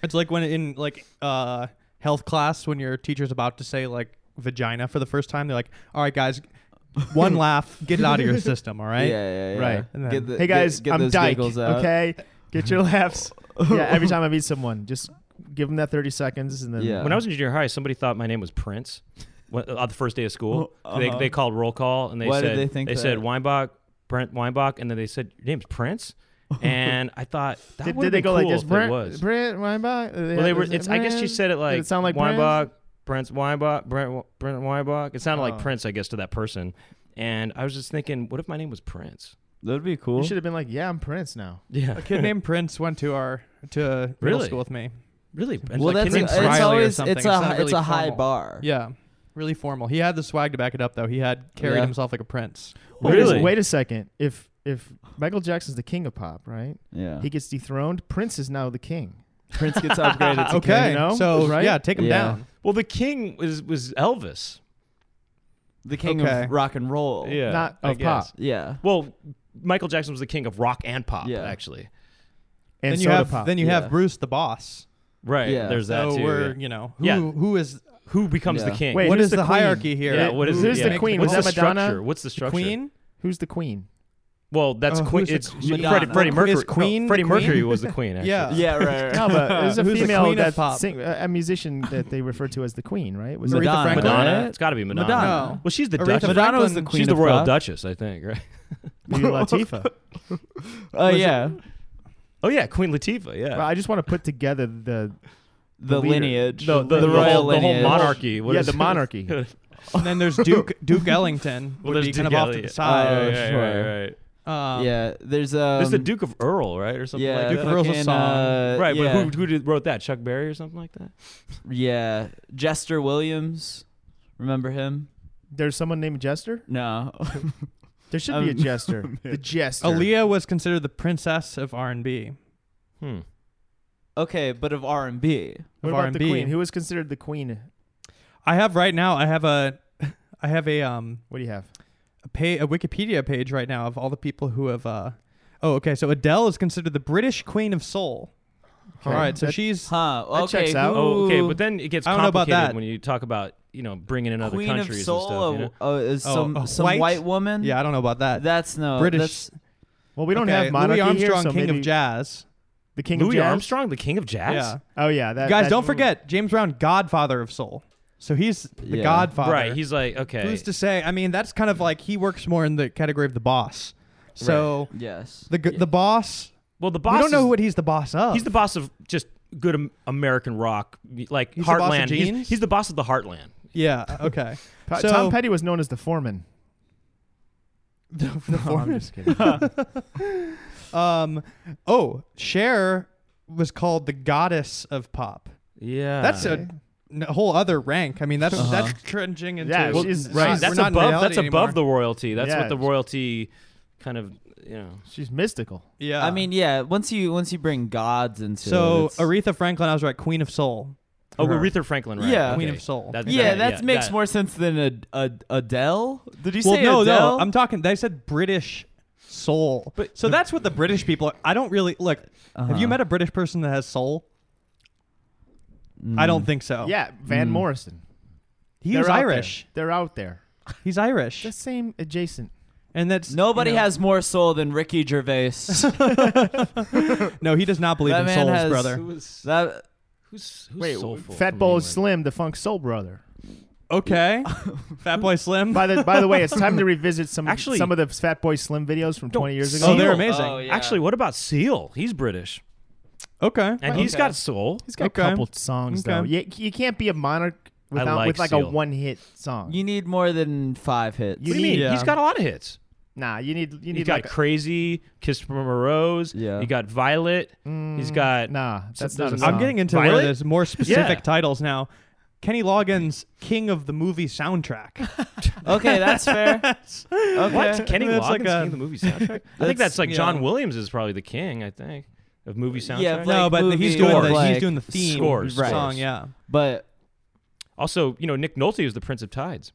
Speaker 1: it's like when in like uh health class when your teacher's about to say like vagina for the first time, they're like, all right, guys, one laugh, get it out of your system, all right?
Speaker 2: Yeah, yeah, yeah.
Speaker 3: Right.
Speaker 1: And then-
Speaker 2: Get the-
Speaker 3: Hey guys,
Speaker 2: get, get
Speaker 3: I'm
Speaker 2: those
Speaker 3: Dyke.
Speaker 2: giggles out.
Speaker 3: Okay, get your laughs. yeah, every time I meet someone, just give them that 30 seconds, and then
Speaker 2: Yeah.
Speaker 4: When I was in junior high, somebody thought my name was Prince. When- On the first day of school,
Speaker 2: Oh,
Speaker 4: they,
Speaker 2: uh-huh.
Speaker 4: they called roll call and they
Speaker 2: Why did
Speaker 4: said
Speaker 2: they think that?
Speaker 4: said Weinbach, Brent Weinbach, and then they said your name's Prince. and I thought that
Speaker 3: did,
Speaker 4: would
Speaker 3: did they go
Speaker 4: cool
Speaker 3: like this?
Speaker 4: if it
Speaker 3: Brent,
Speaker 4: was.
Speaker 3: Brent Weinbach.
Speaker 4: well, they were. It's, I guess she said it like
Speaker 3: Did it sound like Prince?
Speaker 4: Weinbach, Prince Weinbach, Brent Brent Weinbach. It sounded
Speaker 3: Oh.
Speaker 4: like Prince, I guess, to that person. And I was just thinking, what if my name was Prince?
Speaker 2: That would be
Speaker 3: You
Speaker 2: cool.
Speaker 3: should have been like, "Yeah, I'm Prince now."
Speaker 4: Yeah,
Speaker 1: A kid named Prince went to our to middle
Speaker 4: Really?
Speaker 1: school with me.
Speaker 4: really. Prince,
Speaker 2: Well,
Speaker 4: like,
Speaker 2: that's
Speaker 4: kid named
Speaker 1: Prince
Speaker 2: a, it's
Speaker 1: Riley
Speaker 4: Prince.
Speaker 1: or
Speaker 2: always
Speaker 1: something.
Speaker 2: it's
Speaker 1: It's
Speaker 2: a
Speaker 1: not
Speaker 2: hi-
Speaker 1: really
Speaker 2: it's a high
Speaker 1: formal.
Speaker 2: bar.
Speaker 1: Yeah, really formal. He had the swag to back it up though. He had carried
Speaker 2: Yeah.
Speaker 1: himself like a prince.
Speaker 3: Wait a-
Speaker 4: Oh, Really?
Speaker 3: Wait a second. If if Michael Jackson's the king of pop, right?
Speaker 2: yeah.
Speaker 3: He gets dethroned. Prince is now the king.
Speaker 2: Prince gets upgraded. to
Speaker 1: Okay,
Speaker 3: you know?
Speaker 1: so
Speaker 3: Right?
Speaker 1: yeah, take him
Speaker 2: Yeah.
Speaker 1: down.
Speaker 4: Well, the king was was Elvis.
Speaker 2: the king
Speaker 1: Okay.
Speaker 2: of rock and roll.
Speaker 4: Yeah,
Speaker 3: Not
Speaker 4: I
Speaker 3: of
Speaker 4: guess.
Speaker 3: pop.
Speaker 2: yeah.
Speaker 4: Well, Michael Jackson was the king of rock and pop.
Speaker 2: Yeah.
Speaker 4: actually,
Speaker 3: And
Speaker 1: then you
Speaker 3: soda
Speaker 1: have
Speaker 3: pop.
Speaker 1: then you
Speaker 2: Yeah.
Speaker 1: have Bruce the boss.
Speaker 4: right.
Speaker 2: Yeah.
Speaker 4: There's that
Speaker 1: so
Speaker 4: too.
Speaker 1: we're
Speaker 4: yeah.
Speaker 1: you know who
Speaker 4: Yeah.
Speaker 1: who is
Speaker 4: Who becomes
Speaker 2: Yeah.
Speaker 4: the king?
Speaker 3: Wait,
Speaker 1: what
Speaker 3: who's
Speaker 1: is
Speaker 3: the
Speaker 1: the,
Speaker 3: queen?
Speaker 1: hierarchy here?
Speaker 4: yeah. What is
Speaker 1: Who
Speaker 3: Who's
Speaker 4: yeah.
Speaker 3: the
Speaker 1: makes
Speaker 3: queen?
Speaker 1: the
Speaker 4: What's
Speaker 3: Was that
Speaker 4: the
Speaker 3: Madonna?
Speaker 4: structure? What's the structure?
Speaker 1: Queen?
Speaker 3: Who's the queen?
Speaker 4: Well, that's
Speaker 1: Oh,
Speaker 4: Queen.
Speaker 1: who's the
Speaker 4: It's
Speaker 1: queen?
Speaker 4: Freddie,
Speaker 2: Madonna.
Speaker 4: Freddie
Speaker 1: Who is
Speaker 4: Mercury. no,
Speaker 1: queen?
Speaker 4: Freddie
Speaker 1: The
Speaker 4: Mercury
Speaker 1: queen?
Speaker 4: was the queen. Actually.
Speaker 1: Yeah.
Speaker 2: Yeah, right. right.
Speaker 3: No, but there's a
Speaker 1: Who's the
Speaker 3: female
Speaker 1: queen of
Speaker 3: that
Speaker 1: pop?
Speaker 3: sing, uh, a musician that they refer to as the queen, right? Was
Speaker 1: Aretha
Speaker 3: it
Speaker 2: Madonna.
Speaker 1: Franklin?
Speaker 4: Madonna.
Speaker 2: right?
Speaker 4: It's got to be Madonna.
Speaker 2: Madonna.
Speaker 1: No.
Speaker 4: Well, she's the
Speaker 1: Aretha
Speaker 4: Duchess.
Speaker 2: Madonna was the
Speaker 1: Franklin-
Speaker 2: queen
Speaker 4: she's the
Speaker 2: of
Speaker 4: royal
Speaker 2: pop.
Speaker 4: Duchess, I think. Right.
Speaker 3: Queen Latifah?
Speaker 2: Oh yeah,
Speaker 4: Oh yeah, Queen Latifah. Yeah.
Speaker 3: Well, I just want to put together the
Speaker 2: the
Speaker 3: leader.
Speaker 2: lineage,
Speaker 4: The, the,
Speaker 2: the
Speaker 4: whole-
Speaker 2: royal
Speaker 4: the whole
Speaker 2: lineage.
Speaker 4: monarchy. What
Speaker 3: yeah
Speaker 4: is
Speaker 3: the
Speaker 4: it?
Speaker 3: monarchy.
Speaker 1: And then there's Duke Duke Ellington
Speaker 4: Well,
Speaker 1: would
Speaker 4: there's
Speaker 1: be
Speaker 4: Duke
Speaker 1: kind of off to the
Speaker 4: Elliott.
Speaker 1: side.
Speaker 2: Oh,
Speaker 4: right,
Speaker 2: sure.
Speaker 4: right, right.
Speaker 1: Um,
Speaker 2: yeah, there's um,
Speaker 4: There's the Duke of Earl, right, or something
Speaker 2: yeah,
Speaker 4: like
Speaker 1: Duke
Speaker 4: that.
Speaker 1: of Earl's a
Speaker 2: fucking,
Speaker 1: song.
Speaker 2: uh,
Speaker 4: Right,
Speaker 2: yeah,
Speaker 4: but who, who did, wrote that? Chuck Berry or something like that?
Speaker 2: Yeah, Jester Williams, remember him?
Speaker 3: There's someone named Jester.
Speaker 2: No,
Speaker 3: There should be a
Speaker 2: Um,
Speaker 3: Jester. the Jester.
Speaker 1: Aaliyah was considered the princess of R and B.
Speaker 4: Hmm.
Speaker 2: okay, but of R and B.
Speaker 3: What
Speaker 1: of
Speaker 3: about the
Speaker 1: R&B.
Speaker 3: queen? Who was considered the queen?
Speaker 1: I have right now. I have a I have a um
Speaker 3: What do you have?
Speaker 1: a, pay, a Wikipedia page right now of all the people who have. uh Oh, okay. So Adele is considered the British Queen of Soul. All right, so
Speaker 3: That-
Speaker 1: she's
Speaker 2: Huh. Okay.
Speaker 3: That checks out.
Speaker 4: Oh, okay,
Speaker 2: who-
Speaker 4: but then it gets
Speaker 1: I don't know about
Speaker 4: complicated
Speaker 1: that.
Speaker 4: when you talk about you know bringing in other
Speaker 2: Queen of
Speaker 4: countries
Speaker 2: Soul
Speaker 4: and stuff. You know?
Speaker 2: uh, is
Speaker 1: Oh,
Speaker 2: some
Speaker 1: a
Speaker 2: some
Speaker 1: white-
Speaker 2: white, woman.
Speaker 1: yeah, I don't know about that.
Speaker 2: That's no
Speaker 1: British-
Speaker 2: that's-
Speaker 3: Well, we don't
Speaker 1: Okay,
Speaker 3: have monarchy
Speaker 1: Louis Armstrong,
Speaker 3: here, so
Speaker 1: king
Speaker 3: maybe
Speaker 1: of jazz.
Speaker 3: the king
Speaker 4: Louis
Speaker 3: of jazz.
Speaker 4: Armstrong, the king of jazz.
Speaker 1: Yeah,
Speaker 3: Oh yeah, that,
Speaker 1: guys,
Speaker 3: that-
Speaker 1: don't forget James Brown, godfather of soul. So he's the
Speaker 2: Yeah.
Speaker 1: godfather.
Speaker 4: Right. He's like, okay.
Speaker 1: Who's to say? I mean, that's kind of like he works more in the category of the boss. So
Speaker 2: yes.
Speaker 1: the g the boss.
Speaker 4: well, the boss.
Speaker 1: we don't know
Speaker 4: is-
Speaker 1: what he's the boss of.
Speaker 4: he's the boss of just good Am- American rock, like
Speaker 1: He's the boss of
Speaker 4: Heartland.
Speaker 1: jeans?
Speaker 4: he's, he's the boss of the Heartland.
Speaker 1: Yeah. Okay.
Speaker 3: Pa-
Speaker 1: so
Speaker 3: Tom Petty was known as the foreman.
Speaker 1: the, the
Speaker 3: No,
Speaker 1: foreman-
Speaker 3: I'm just kidding.
Speaker 1: Um. Oh, Cher was called the goddess of pop.
Speaker 4: Yeah.
Speaker 1: That's a n- whole other rank. I mean, that's
Speaker 4: Uh-huh.
Speaker 1: that's trending into
Speaker 3: Yeah,
Speaker 1: Well,
Speaker 3: she's-
Speaker 4: right.
Speaker 3: she's-
Speaker 1: we're
Speaker 4: that's
Speaker 1: not in
Speaker 4: above.
Speaker 1: reality
Speaker 4: That's
Speaker 1: anymore.
Speaker 4: above the royalty. That's
Speaker 3: Yeah.
Speaker 4: what the royalty kind of you know.
Speaker 3: She's mystical.
Speaker 1: Yeah.
Speaker 2: I mean, yeah. Once you once you bring gods into
Speaker 1: so
Speaker 2: it, it's-
Speaker 1: Aretha Franklin, I was right, Queen of Soul.
Speaker 4: Oh,
Speaker 1: Her.
Speaker 4: Aretha Franklin, right?
Speaker 2: Yeah.
Speaker 1: Queen of Soul.
Speaker 4: That-
Speaker 2: yeah,
Speaker 4: that-
Speaker 2: that
Speaker 4: yeah,
Speaker 2: makes
Speaker 4: that-
Speaker 2: more sense than a, a Adele. Did you
Speaker 1: well,
Speaker 2: say
Speaker 1: no,
Speaker 2: Adele?
Speaker 1: no, I'm talking. They said British soul.
Speaker 4: But-
Speaker 1: so that's what the British people. Are, I don't really look. Have you
Speaker 2: Uh-huh.
Speaker 1: met a British person that has soul? I don't think
Speaker 4: Oh.
Speaker 1: so.
Speaker 3: Yeah, Van
Speaker 4: Hmm.
Speaker 2: Mm.
Speaker 3: Morrison.
Speaker 1: he's
Speaker 3: They're out there.
Speaker 1: Irish.
Speaker 3: They're out there.
Speaker 1: He's Irish,
Speaker 3: The same adjacent.
Speaker 1: and that's
Speaker 2: Nobody
Speaker 1: you know-
Speaker 2: has more soul than Ricky Gervais.
Speaker 1: No, he does not believe
Speaker 2: That
Speaker 1: in
Speaker 2: man
Speaker 1: souls,
Speaker 2: has-
Speaker 1: brother.
Speaker 2: that
Speaker 4: Who's, who's
Speaker 3: Wait,
Speaker 4: soulful
Speaker 3: Fat
Speaker 4: from
Speaker 3: Boy
Speaker 4: England?
Speaker 3: Slim, the Funk Soul Brother.
Speaker 1: Okay, Fat Boy Slim.
Speaker 3: By the by the way, it's time to revisit some
Speaker 4: Actually-
Speaker 3: some of the Fat Boy Slim videos from
Speaker 4: Don't
Speaker 3: 20 years ago.
Speaker 1: Oh, they're
Speaker 4: Seal.
Speaker 1: amazing.
Speaker 2: Oh, yeah.
Speaker 4: Actually, what about Seal? He's British,
Speaker 1: Okay,
Speaker 4: and
Speaker 2: Right.
Speaker 4: he's
Speaker 2: Okay.
Speaker 4: got soul.
Speaker 3: He's got
Speaker 1: Okay.
Speaker 3: a couple songs though.
Speaker 1: Okay.
Speaker 3: You, you can't be a monarch without
Speaker 4: like
Speaker 3: with like a
Speaker 4: Seal.
Speaker 3: one hit song.
Speaker 2: you need more than five hits.
Speaker 4: What do you mean?
Speaker 1: Yeah.
Speaker 4: He's got a lot of hits.
Speaker 3: nah, you need you
Speaker 4: He's
Speaker 3: need
Speaker 4: got
Speaker 3: like a,
Speaker 4: Crazy, Kiss from a Rose.
Speaker 2: Yeah.
Speaker 4: You got Violet. he's
Speaker 3: Mm,
Speaker 4: got.
Speaker 3: nah.
Speaker 4: so
Speaker 3: That's not.
Speaker 4: there's a
Speaker 3: A
Speaker 4: song.
Speaker 1: I'm getting into where
Speaker 4: Violet?
Speaker 1: there's more specific
Speaker 4: Yeah.
Speaker 1: titles now. Kenny Loggins, king of the movie soundtrack.
Speaker 2: Okay, that's fair. okay.
Speaker 4: What? Kenny
Speaker 1: That's
Speaker 4: Loggins
Speaker 1: like a-
Speaker 4: king of the movie soundtrack? I think
Speaker 2: That's-
Speaker 4: that's like
Speaker 1: yeah.
Speaker 4: John Williams is probably the king. I think of movie soundtrack.
Speaker 2: Yeah,
Speaker 1: no,
Speaker 2: Like
Speaker 1: but
Speaker 2: movie
Speaker 1: he's doing
Speaker 4: or
Speaker 1: the
Speaker 2: like
Speaker 1: he's doing the theme
Speaker 4: scores,
Speaker 1: song.
Speaker 2: Right.
Speaker 4: scores.
Speaker 1: Yeah.
Speaker 2: But
Speaker 4: Also, you know, Nick Nolte is the Prince of Tides.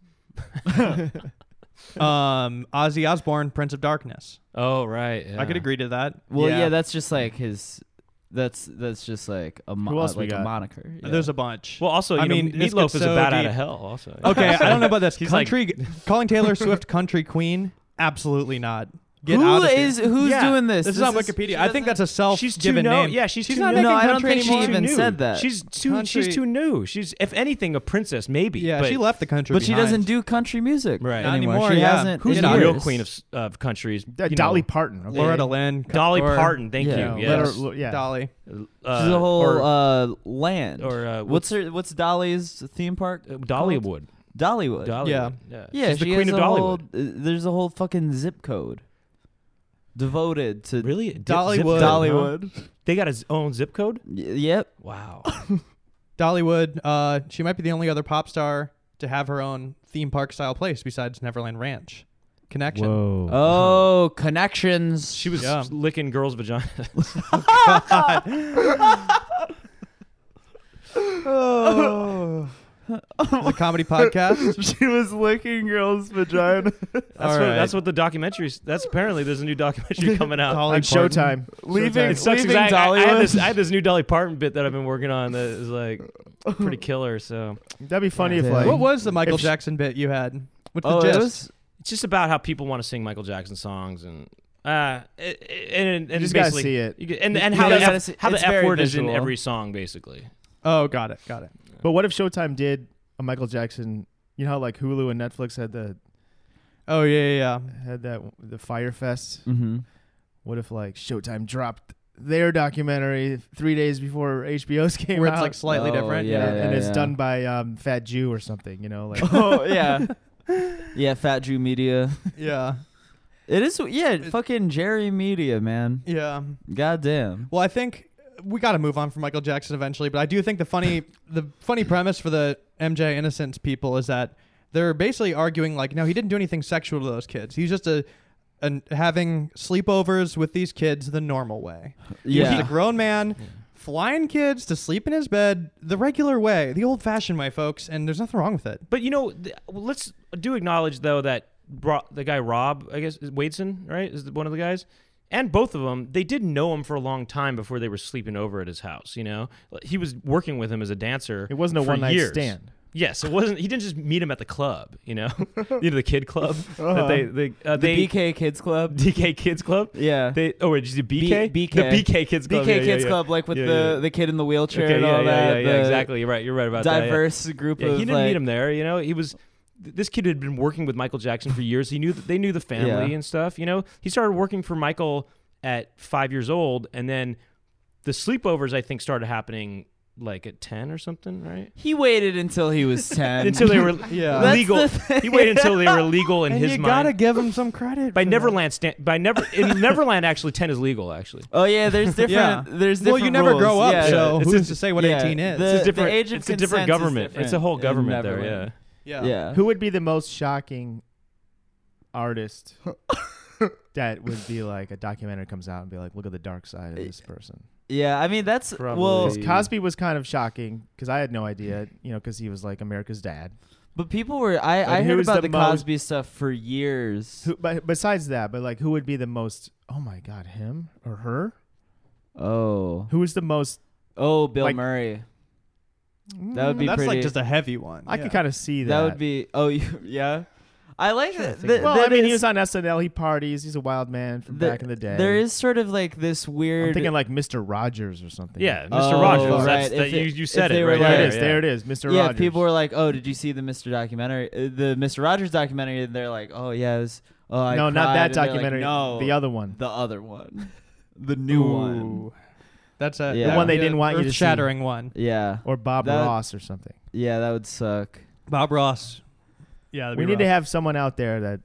Speaker 1: Um, Ozzy Osbourne, Prince of Darkness.
Speaker 4: Oh right,
Speaker 1: I could agree to that.
Speaker 2: well, yeah.
Speaker 3: Yeah.
Speaker 2: that's just like his. That's that's just like a mo-
Speaker 3: Who else
Speaker 2: uh,
Speaker 3: we
Speaker 2: like a
Speaker 3: got?
Speaker 2: moniker. yeah.
Speaker 1: There's a bunch.
Speaker 4: Well, also, you
Speaker 1: I
Speaker 4: know,
Speaker 1: mean, this
Speaker 4: Meatloaf
Speaker 1: gets
Speaker 4: is
Speaker 1: so
Speaker 4: a bat out
Speaker 1: deep.
Speaker 4: of hell. Also,
Speaker 1: okay, I don't know about this.
Speaker 4: He's like-
Speaker 1: country calling Taylor Swift country queen? Absolutely not. Get
Speaker 2: Who
Speaker 1: out of
Speaker 2: is
Speaker 1: here.
Speaker 2: who's
Speaker 4: Yeah,
Speaker 2: doing this?
Speaker 1: This, is on Wikipedia. I think that's a self
Speaker 4: she's too
Speaker 1: Oh, given
Speaker 4: no,
Speaker 1: name.
Speaker 4: Yeah, she's,
Speaker 1: She's
Speaker 4: too
Speaker 1: not
Speaker 4: new.
Speaker 1: making
Speaker 2: No, I don't
Speaker 1: country
Speaker 2: think she
Speaker 1: anymore.
Speaker 2: even
Speaker 4: She's too
Speaker 2: said
Speaker 4: new.
Speaker 2: that.
Speaker 4: She's too.
Speaker 1: Country-
Speaker 4: She's too new. She's if anything a princess maybe.
Speaker 1: yeah,
Speaker 4: but
Speaker 1: she left the country,
Speaker 2: But she
Speaker 1: behind.
Speaker 2: doesn't do country music
Speaker 4: Right. Not
Speaker 2: anymore.
Speaker 1: anymore,
Speaker 2: She
Speaker 1: yeah.
Speaker 2: hasn't.
Speaker 4: Who's
Speaker 1: in
Speaker 4: the
Speaker 1: years.
Speaker 4: real queen of s- of countries?
Speaker 3: Uh,
Speaker 4: you
Speaker 3: Dolly
Speaker 4: know,
Speaker 3: Parton. Okay.
Speaker 1: Loretta Lynn,
Speaker 4: Dolly
Speaker 1: or-
Speaker 4: Parton. Thank
Speaker 2: Yeah.
Speaker 4: you.
Speaker 3: Yeah,
Speaker 4: Yes.
Speaker 3: Loretta- yeah.
Speaker 1: Dolly.
Speaker 4: Uh,
Speaker 2: She's a whole
Speaker 4: or,
Speaker 2: uh, land.
Speaker 4: or, uh,
Speaker 2: what's her? What's Dolly's theme park?
Speaker 4: uh, Dollywood.
Speaker 2: Dollywood.
Speaker 4: Dollywood.
Speaker 1: Yeah.
Speaker 2: yeah,
Speaker 4: she's
Speaker 2: she
Speaker 4: the queen
Speaker 2: has
Speaker 4: of
Speaker 2: a
Speaker 4: Dollywood.
Speaker 2: whole- uh, there's a whole fucking zip code devoted to
Speaker 4: Really, Dip- zip
Speaker 1: Dollywood.
Speaker 4: code, huh?
Speaker 2: Dollywood.
Speaker 4: They got his own zip code.
Speaker 2: Y- yep.
Speaker 4: Wow.
Speaker 1: Dollywood. Uh, she might be the only other pop star to have her own theme park style place besides Neverland Ranch. Connection.
Speaker 3: Whoa.
Speaker 2: Oh, connections.
Speaker 4: She was
Speaker 1: Yeah.
Speaker 4: licking girls' vaginas.
Speaker 2: Oh.
Speaker 1: The comedy podcast.
Speaker 2: she was licking girls' vagina.
Speaker 4: That's,
Speaker 1: All
Speaker 4: what,
Speaker 1: right.
Speaker 4: that's what the documentaries. That's apparently there's a new documentary coming out.
Speaker 1: Dolly
Speaker 3: On
Speaker 1: Parton.
Speaker 3: Showtime.
Speaker 2: leaving,
Speaker 4: It sucks. 'cause
Speaker 2: leaving
Speaker 4: I, I, I, had
Speaker 2: Dollywood.
Speaker 4: this, I had this new Dolly Parton bit that I've been working on that is like pretty killer. So
Speaker 3: That'd be funny
Speaker 2: Yeah.
Speaker 3: if like
Speaker 1: What was the Michael
Speaker 3: If sh-
Speaker 1: Jackson bit you had? What's
Speaker 2: oh,
Speaker 1: the
Speaker 2: it
Speaker 1: gist?
Speaker 2: was.
Speaker 4: it's just about how people want to sing Michael Jackson songs and uh and and, and
Speaker 3: just gotta
Speaker 4: basically
Speaker 3: see it.
Speaker 4: you get- and
Speaker 2: You
Speaker 4: and how
Speaker 2: gotta
Speaker 4: the
Speaker 2: gotta see-
Speaker 4: F, how
Speaker 2: it's
Speaker 4: the F
Speaker 2: very
Speaker 4: word is in
Speaker 2: visual.
Speaker 4: every song basically.
Speaker 1: Oh, got it, got it.
Speaker 3: But what if Showtime did a Michael Jackson? You know how like Hulu and Netflix had the
Speaker 1: Oh yeah, yeah. yeah.
Speaker 3: had that the Fire Fest.
Speaker 2: Mm-hmm.
Speaker 3: What if like Showtime dropped their documentary three days before HBO's came
Speaker 1: Where
Speaker 3: out?
Speaker 1: it's like slightly
Speaker 2: Oh,
Speaker 1: different.
Speaker 2: yeah,
Speaker 3: and it's
Speaker 2: yeah.
Speaker 3: done by um, Fat Jew or something. You know, like
Speaker 2: Oh yeah, yeah. Fat Jew Media.
Speaker 1: yeah,
Speaker 2: It is. Yeah, fucking Jerry Media, man.
Speaker 1: yeah.
Speaker 2: Goddamn.
Speaker 1: Well, I think we got to move on from Michael Jackson eventually, but I do think the funny the funny premise for the MJ Innocence people is that they're basically arguing like, no, he didn't do anything sexual to those kids. He's just a and having sleepovers with these kids the normal way. He's a
Speaker 2: Yeah.
Speaker 1: grown man flying kids to sleep in his bed the regular way, the old fashioned way, folks, and there's nothing wrong with it.
Speaker 4: But you know, th- well, let's do acknowledge though that Ro- the guy Rob, I guess is Wadeson, right, is the, one of the guys. and both of them, they did know him for a long time before they were sleeping over at his house. You know, he was working with him as a dancer.
Speaker 3: It wasn't a
Speaker 4: for
Speaker 3: one night
Speaker 4: years.
Speaker 3: stand.
Speaker 4: Yes, it wasn't. He didn't just meet him at the club. You know, you know the kid club
Speaker 2: Uh-huh.
Speaker 4: that they they, uh,
Speaker 2: The
Speaker 4: they
Speaker 2: BK Kids Club.
Speaker 4: DK Kids Club.
Speaker 2: Yeah.
Speaker 4: They oh wait, did you do BK?
Speaker 2: B- BK.
Speaker 4: the BK Kids Club.
Speaker 2: BK
Speaker 4: yeah, yeah,
Speaker 2: Kids
Speaker 4: yeah.
Speaker 2: Club, like with
Speaker 4: Yeah,
Speaker 2: the,
Speaker 4: yeah.
Speaker 2: the kid in the wheelchair
Speaker 4: Okay,
Speaker 2: and
Speaker 4: yeah,
Speaker 2: all
Speaker 4: yeah,
Speaker 2: that.
Speaker 4: yeah,
Speaker 2: the
Speaker 4: yeah, exactly. You're right. You're right about that. yeah.
Speaker 2: Diverse group
Speaker 4: Yeah,
Speaker 2: of
Speaker 4: he didn't
Speaker 2: like,
Speaker 4: meet him there. You know, he was th- this kid had been working with Michael Jackson for years. He knew that they knew the family
Speaker 2: Yeah.
Speaker 4: and stuff. You know, he started working for Michael at five years old, and then the sleepovers I think started happening like at ten or something, right?
Speaker 2: He waited until he was ten.
Speaker 4: Until they were
Speaker 1: Yeah.
Speaker 2: That's
Speaker 4: legal.
Speaker 2: the thing.
Speaker 4: He waited until they were legal in
Speaker 1: and
Speaker 4: his
Speaker 1: you
Speaker 4: mind.
Speaker 1: gotta give him some credit.
Speaker 4: by
Speaker 1: for that.
Speaker 4: Neverland, stan by never in Neverland, actually ten is legal. Actually,
Speaker 2: Oh yeah, there's different.
Speaker 1: Yeah.
Speaker 2: There's different.
Speaker 1: Well, you never
Speaker 2: rules.
Speaker 1: grow up,
Speaker 2: Yeah.
Speaker 1: so
Speaker 4: It's
Speaker 1: who's
Speaker 4: a-
Speaker 1: to say what
Speaker 2: yeah,
Speaker 1: 18 is?
Speaker 2: the-
Speaker 4: it's a different.
Speaker 2: age of
Speaker 4: it's a different
Speaker 2: consent is
Speaker 4: government. It's a
Speaker 2: different
Speaker 4: whole
Speaker 2: in
Speaker 4: government there. Yeah.
Speaker 2: Neverland.
Speaker 1: yeah.
Speaker 2: yeah.
Speaker 3: Who would be the most shocking artist that would be like a documentary comes out and be like, look at the dark side of this person?
Speaker 2: Yeah, I mean that's well,
Speaker 4: Probably.
Speaker 3: Because Cosby was kind of shocking because I had no idea, you know, because he was like America's dad.
Speaker 2: but people were. I I
Speaker 3: who
Speaker 2: heard
Speaker 3: is
Speaker 2: about
Speaker 3: the
Speaker 2: the,
Speaker 3: most-
Speaker 2: Cosby stuff for years.
Speaker 3: Who, but besides that, but like, who would be the most? Oh my God, him or her?
Speaker 2: Oh,
Speaker 3: Who is the most?
Speaker 2: oh, Bill
Speaker 3: Like-
Speaker 2: Murray. That would be
Speaker 1: That's
Speaker 2: pretty.
Speaker 1: like just a heavy one.
Speaker 3: I could kind of see
Speaker 2: that.
Speaker 3: that.
Speaker 2: would be. Oh, you, yeah. I like
Speaker 1: Trying to
Speaker 2: that.
Speaker 1: think
Speaker 2: that-
Speaker 1: of-
Speaker 3: Well, I
Speaker 2: that
Speaker 3: mean, he
Speaker 2: is-
Speaker 3: was on SNL. He parties. He's a wild man from
Speaker 2: the-
Speaker 3: back in the day.
Speaker 2: There is sort of like this
Speaker 3: I'm
Speaker 2: weird.
Speaker 3: thinking like Mr. Rogers or something.
Speaker 4: Yeah, Mr.
Speaker 2: Oh,
Speaker 4: Rogers.
Speaker 2: right.
Speaker 4: That's,
Speaker 2: If
Speaker 4: that,
Speaker 2: it-
Speaker 4: you, you
Speaker 2: if
Speaker 4: said
Speaker 2: they
Speaker 4: it
Speaker 2: were
Speaker 4: right
Speaker 2: like-
Speaker 3: there it
Speaker 4: there.
Speaker 3: is.
Speaker 4: yeah.
Speaker 3: There it is, Mr.
Speaker 2: yeah,
Speaker 3: Rogers.
Speaker 2: people were like, "Oh, did you see the Mr. documentary? Uh, the Mr. Rogers documentary?" And they're like, "Oh yeah, it was, oh I
Speaker 3: no,
Speaker 2: cried,"
Speaker 3: not that
Speaker 2: and they're like,
Speaker 3: documentary.
Speaker 2: no,
Speaker 3: the other one.
Speaker 2: the other one, the new one.
Speaker 1: That's a
Speaker 2: Yeah. The
Speaker 1: that
Speaker 2: one
Speaker 1: would
Speaker 3: they
Speaker 1: be
Speaker 3: didn't
Speaker 1: a
Speaker 3: want you to see.
Speaker 1: earth-shattering one.
Speaker 2: Yeah,
Speaker 3: Or Bob
Speaker 2: That-
Speaker 3: Ross or something.
Speaker 2: yeah, that would suck.
Speaker 1: Bob Ross. Yeah,
Speaker 3: We need to have someone out there that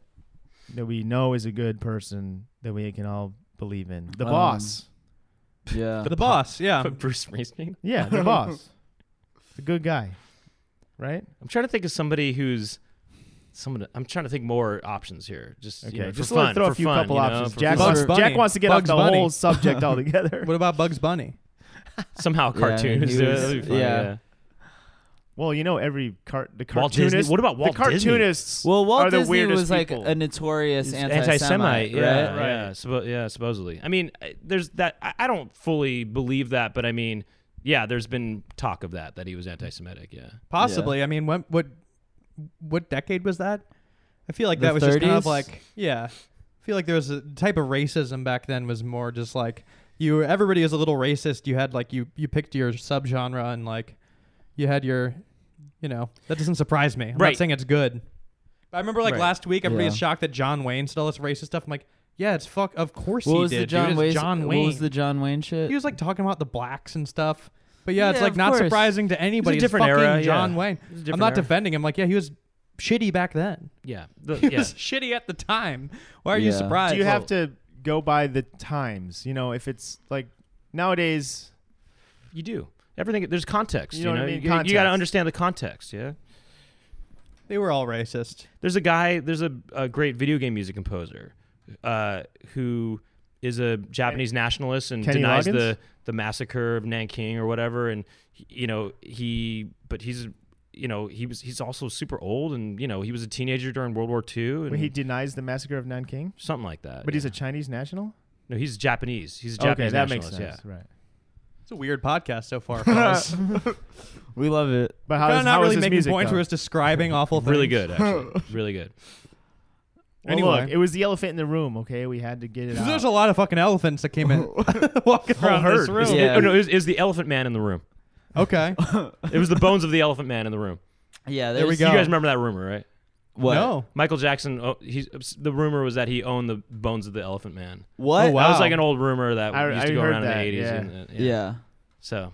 Speaker 3: that we know is a good person that we can all believe in. The
Speaker 2: Um,
Speaker 3: boss.
Speaker 2: Yeah,
Speaker 1: the, boss. Yeah,
Speaker 4: But Bruce Springsteen.
Speaker 3: Yeah, the boss. The good guy. Right?
Speaker 4: I'm trying to think of somebody who's someone. I'm trying to think more options here. Just
Speaker 3: Okay.
Speaker 4: you know,
Speaker 3: Just
Speaker 4: for
Speaker 3: like
Speaker 4: fun,
Speaker 3: throw
Speaker 4: for
Speaker 3: a few
Speaker 4: fun,
Speaker 3: couple
Speaker 4: you know,
Speaker 3: options.
Speaker 4: for
Speaker 3: Jack
Speaker 4: fun.
Speaker 3: wants,
Speaker 1: Bugs Bunny.
Speaker 3: Jack wants to get off
Speaker 1: Bugs
Speaker 3: the
Speaker 1: Bunny.
Speaker 3: whole subject altogether.
Speaker 1: What about Bugs Bunny?
Speaker 4: somehow
Speaker 2: Yeah,
Speaker 4: cartoons.
Speaker 2: he
Speaker 4: do it.
Speaker 2: was-
Speaker 4: That'd be fun,
Speaker 2: yeah.
Speaker 4: yeah.
Speaker 3: well, you know every cart the
Speaker 4: Walt Disney-
Speaker 3: cartoonists.
Speaker 4: what about Walt
Speaker 3: the
Speaker 4: Disney?
Speaker 3: cartoonists?
Speaker 2: Well, Walt
Speaker 3: are the
Speaker 2: Disney
Speaker 3: weirdest
Speaker 2: was like
Speaker 3: people.
Speaker 2: a notorious
Speaker 4: He's
Speaker 2: anti-Semite,
Speaker 4: yeah,
Speaker 2: right?
Speaker 4: yeah,
Speaker 3: Right.
Speaker 4: suppo- yeah, supposedly. I mean, I- there's that. I, I don't fully believe that, but I mean, yeah, there's been talk of that that he was anti-Semitic. Yeah,
Speaker 1: Possibly. I mean, when, what what decade was that? I feel like
Speaker 2: The
Speaker 1: that was just kind of
Speaker 2: 30s?
Speaker 1: like yeah. I feel like there was a type of racism back then was more just like you everybody was a little racist. You had like you you picked your subgenre and like you had your you know that doesn't surprise me. I'm
Speaker 4: Right.
Speaker 1: not saying it's good. I remember like
Speaker 4: Right.
Speaker 1: last week everybody
Speaker 2: Yeah.
Speaker 1: was shocked that John Wayne said all this racist stuff. I'm like, yeah, it's fuck. Of course
Speaker 2: What
Speaker 1: he
Speaker 2: was
Speaker 1: did.
Speaker 2: the John
Speaker 1: dude.
Speaker 2: Wayne?
Speaker 1: It's John Wayne.
Speaker 2: What was the John Wayne shit?
Speaker 1: he was like talking about the blacks and stuff. But yeah, it's
Speaker 2: Yeah,
Speaker 1: like
Speaker 2: of
Speaker 1: not
Speaker 2: course.
Speaker 1: surprising to anybody. It's
Speaker 4: different
Speaker 1: fucking
Speaker 4: era, yeah.
Speaker 1: John Wayne.
Speaker 4: It was a
Speaker 1: I'm
Speaker 4: different
Speaker 1: not
Speaker 4: era.
Speaker 1: defending him. Like, yeah, he was shitty back then.
Speaker 4: yeah, The-
Speaker 1: He
Speaker 4: yeah.
Speaker 1: was shitty at the time. Why are you
Speaker 2: Yeah.
Speaker 1: surprised?
Speaker 3: Do you have to go by the times? You know, if it's like nowadays
Speaker 4: You do everything. There's context.
Speaker 3: You
Speaker 4: You
Speaker 3: know
Speaker 4: know,
Speaker 3: what I mean?
Speaker 4: you, got to
Speaker 3: Context.
Speaker 4: understand the context. Yeah.
Speaker 1: They were all racist.
Speaker 4: There's a guy. There's a, a great video game music composer, uh, who is a Japanese nationalist and
Speaker 3: Kenny
Speaker 4: denies
Speaker 3: Loggins?
Speaker 4: the the massacre of Nanking or whatever. And he- you know he, but he's you know he was he's also super old and you know he was a teenager during World War II and
Speaker 3: when he denies the massacre of Nanking,
Speaker 4: something like that.
Speaker 3: but he's
Speaker 4: Uh, yeah.
Speaker 3: a Chinese national.
Speaker 4: no, he's Japanese. He's a Japanese
Speaker 3: okay, that makes
Speaker 4: nationalist.
Speaker 3: sense.
Speaker 4: Yeah.
Speaker 3: Right.
Speaker 1: It's a weird podcast so far. fellas. We're
Speaker 2: we love it.
Speaker 3: But how
Speaker 1: kinda
Speaker 3: is,
Speaker 1: not
Speaker 3: how is
Speaker 1: really
Speaker 3: his
Speaker 1: making
Speaker 3: music?
Speaker 1: points.
Speaker 3: though?
Speaker 1: We're just describing awful things.
Speaker 4: Really good, actually. really good.
Speaker 3: Well,
Speaker 1: Anyway.
Speaker 3: look, it was the elephant in the room. Okay, we had to get it out.
Speaker 1: There's a lot of fucking elephants that came in walking
Speaker 3: Whole
Speaker 1: around this
Speaker 3: herd.
Speaker 1: room.
Speaker 4: Is-
Speaker 2: Yeah.
Speaker 4: oh, no, is, is the Elephant Man in the room?
Speaker 1: Okay.
Speaker 4: It was the bones of the Elephant Man in the room.
Speaker 2: Yeah,
Speaker 1: There we
Speaker 2: there's-
Speaker 1: go.
Speaker 4: You guys remember that rumor, right?
Speaker 2: What?
Speaker 1: No.
Speaker 4: Michael Jackson. Oh, he's the rumor was that he owned the bones of the Elephant Man.
Speaker 2: What?
Speaker 1: Oh, wow.
Speaker 4: That was like an old rumor that
Speaker 3: I-
Speaker 4: used
Speaker 3: I
Speaker 4: to go
Speaker 3: heard
Speaker 4: around
Speaker 3: that,
Speaker 4: in the eighties.
Speaker 3: yeah.
Speaker 4: And, uh,
Speaker 2: Yeah.
Speaker 4: So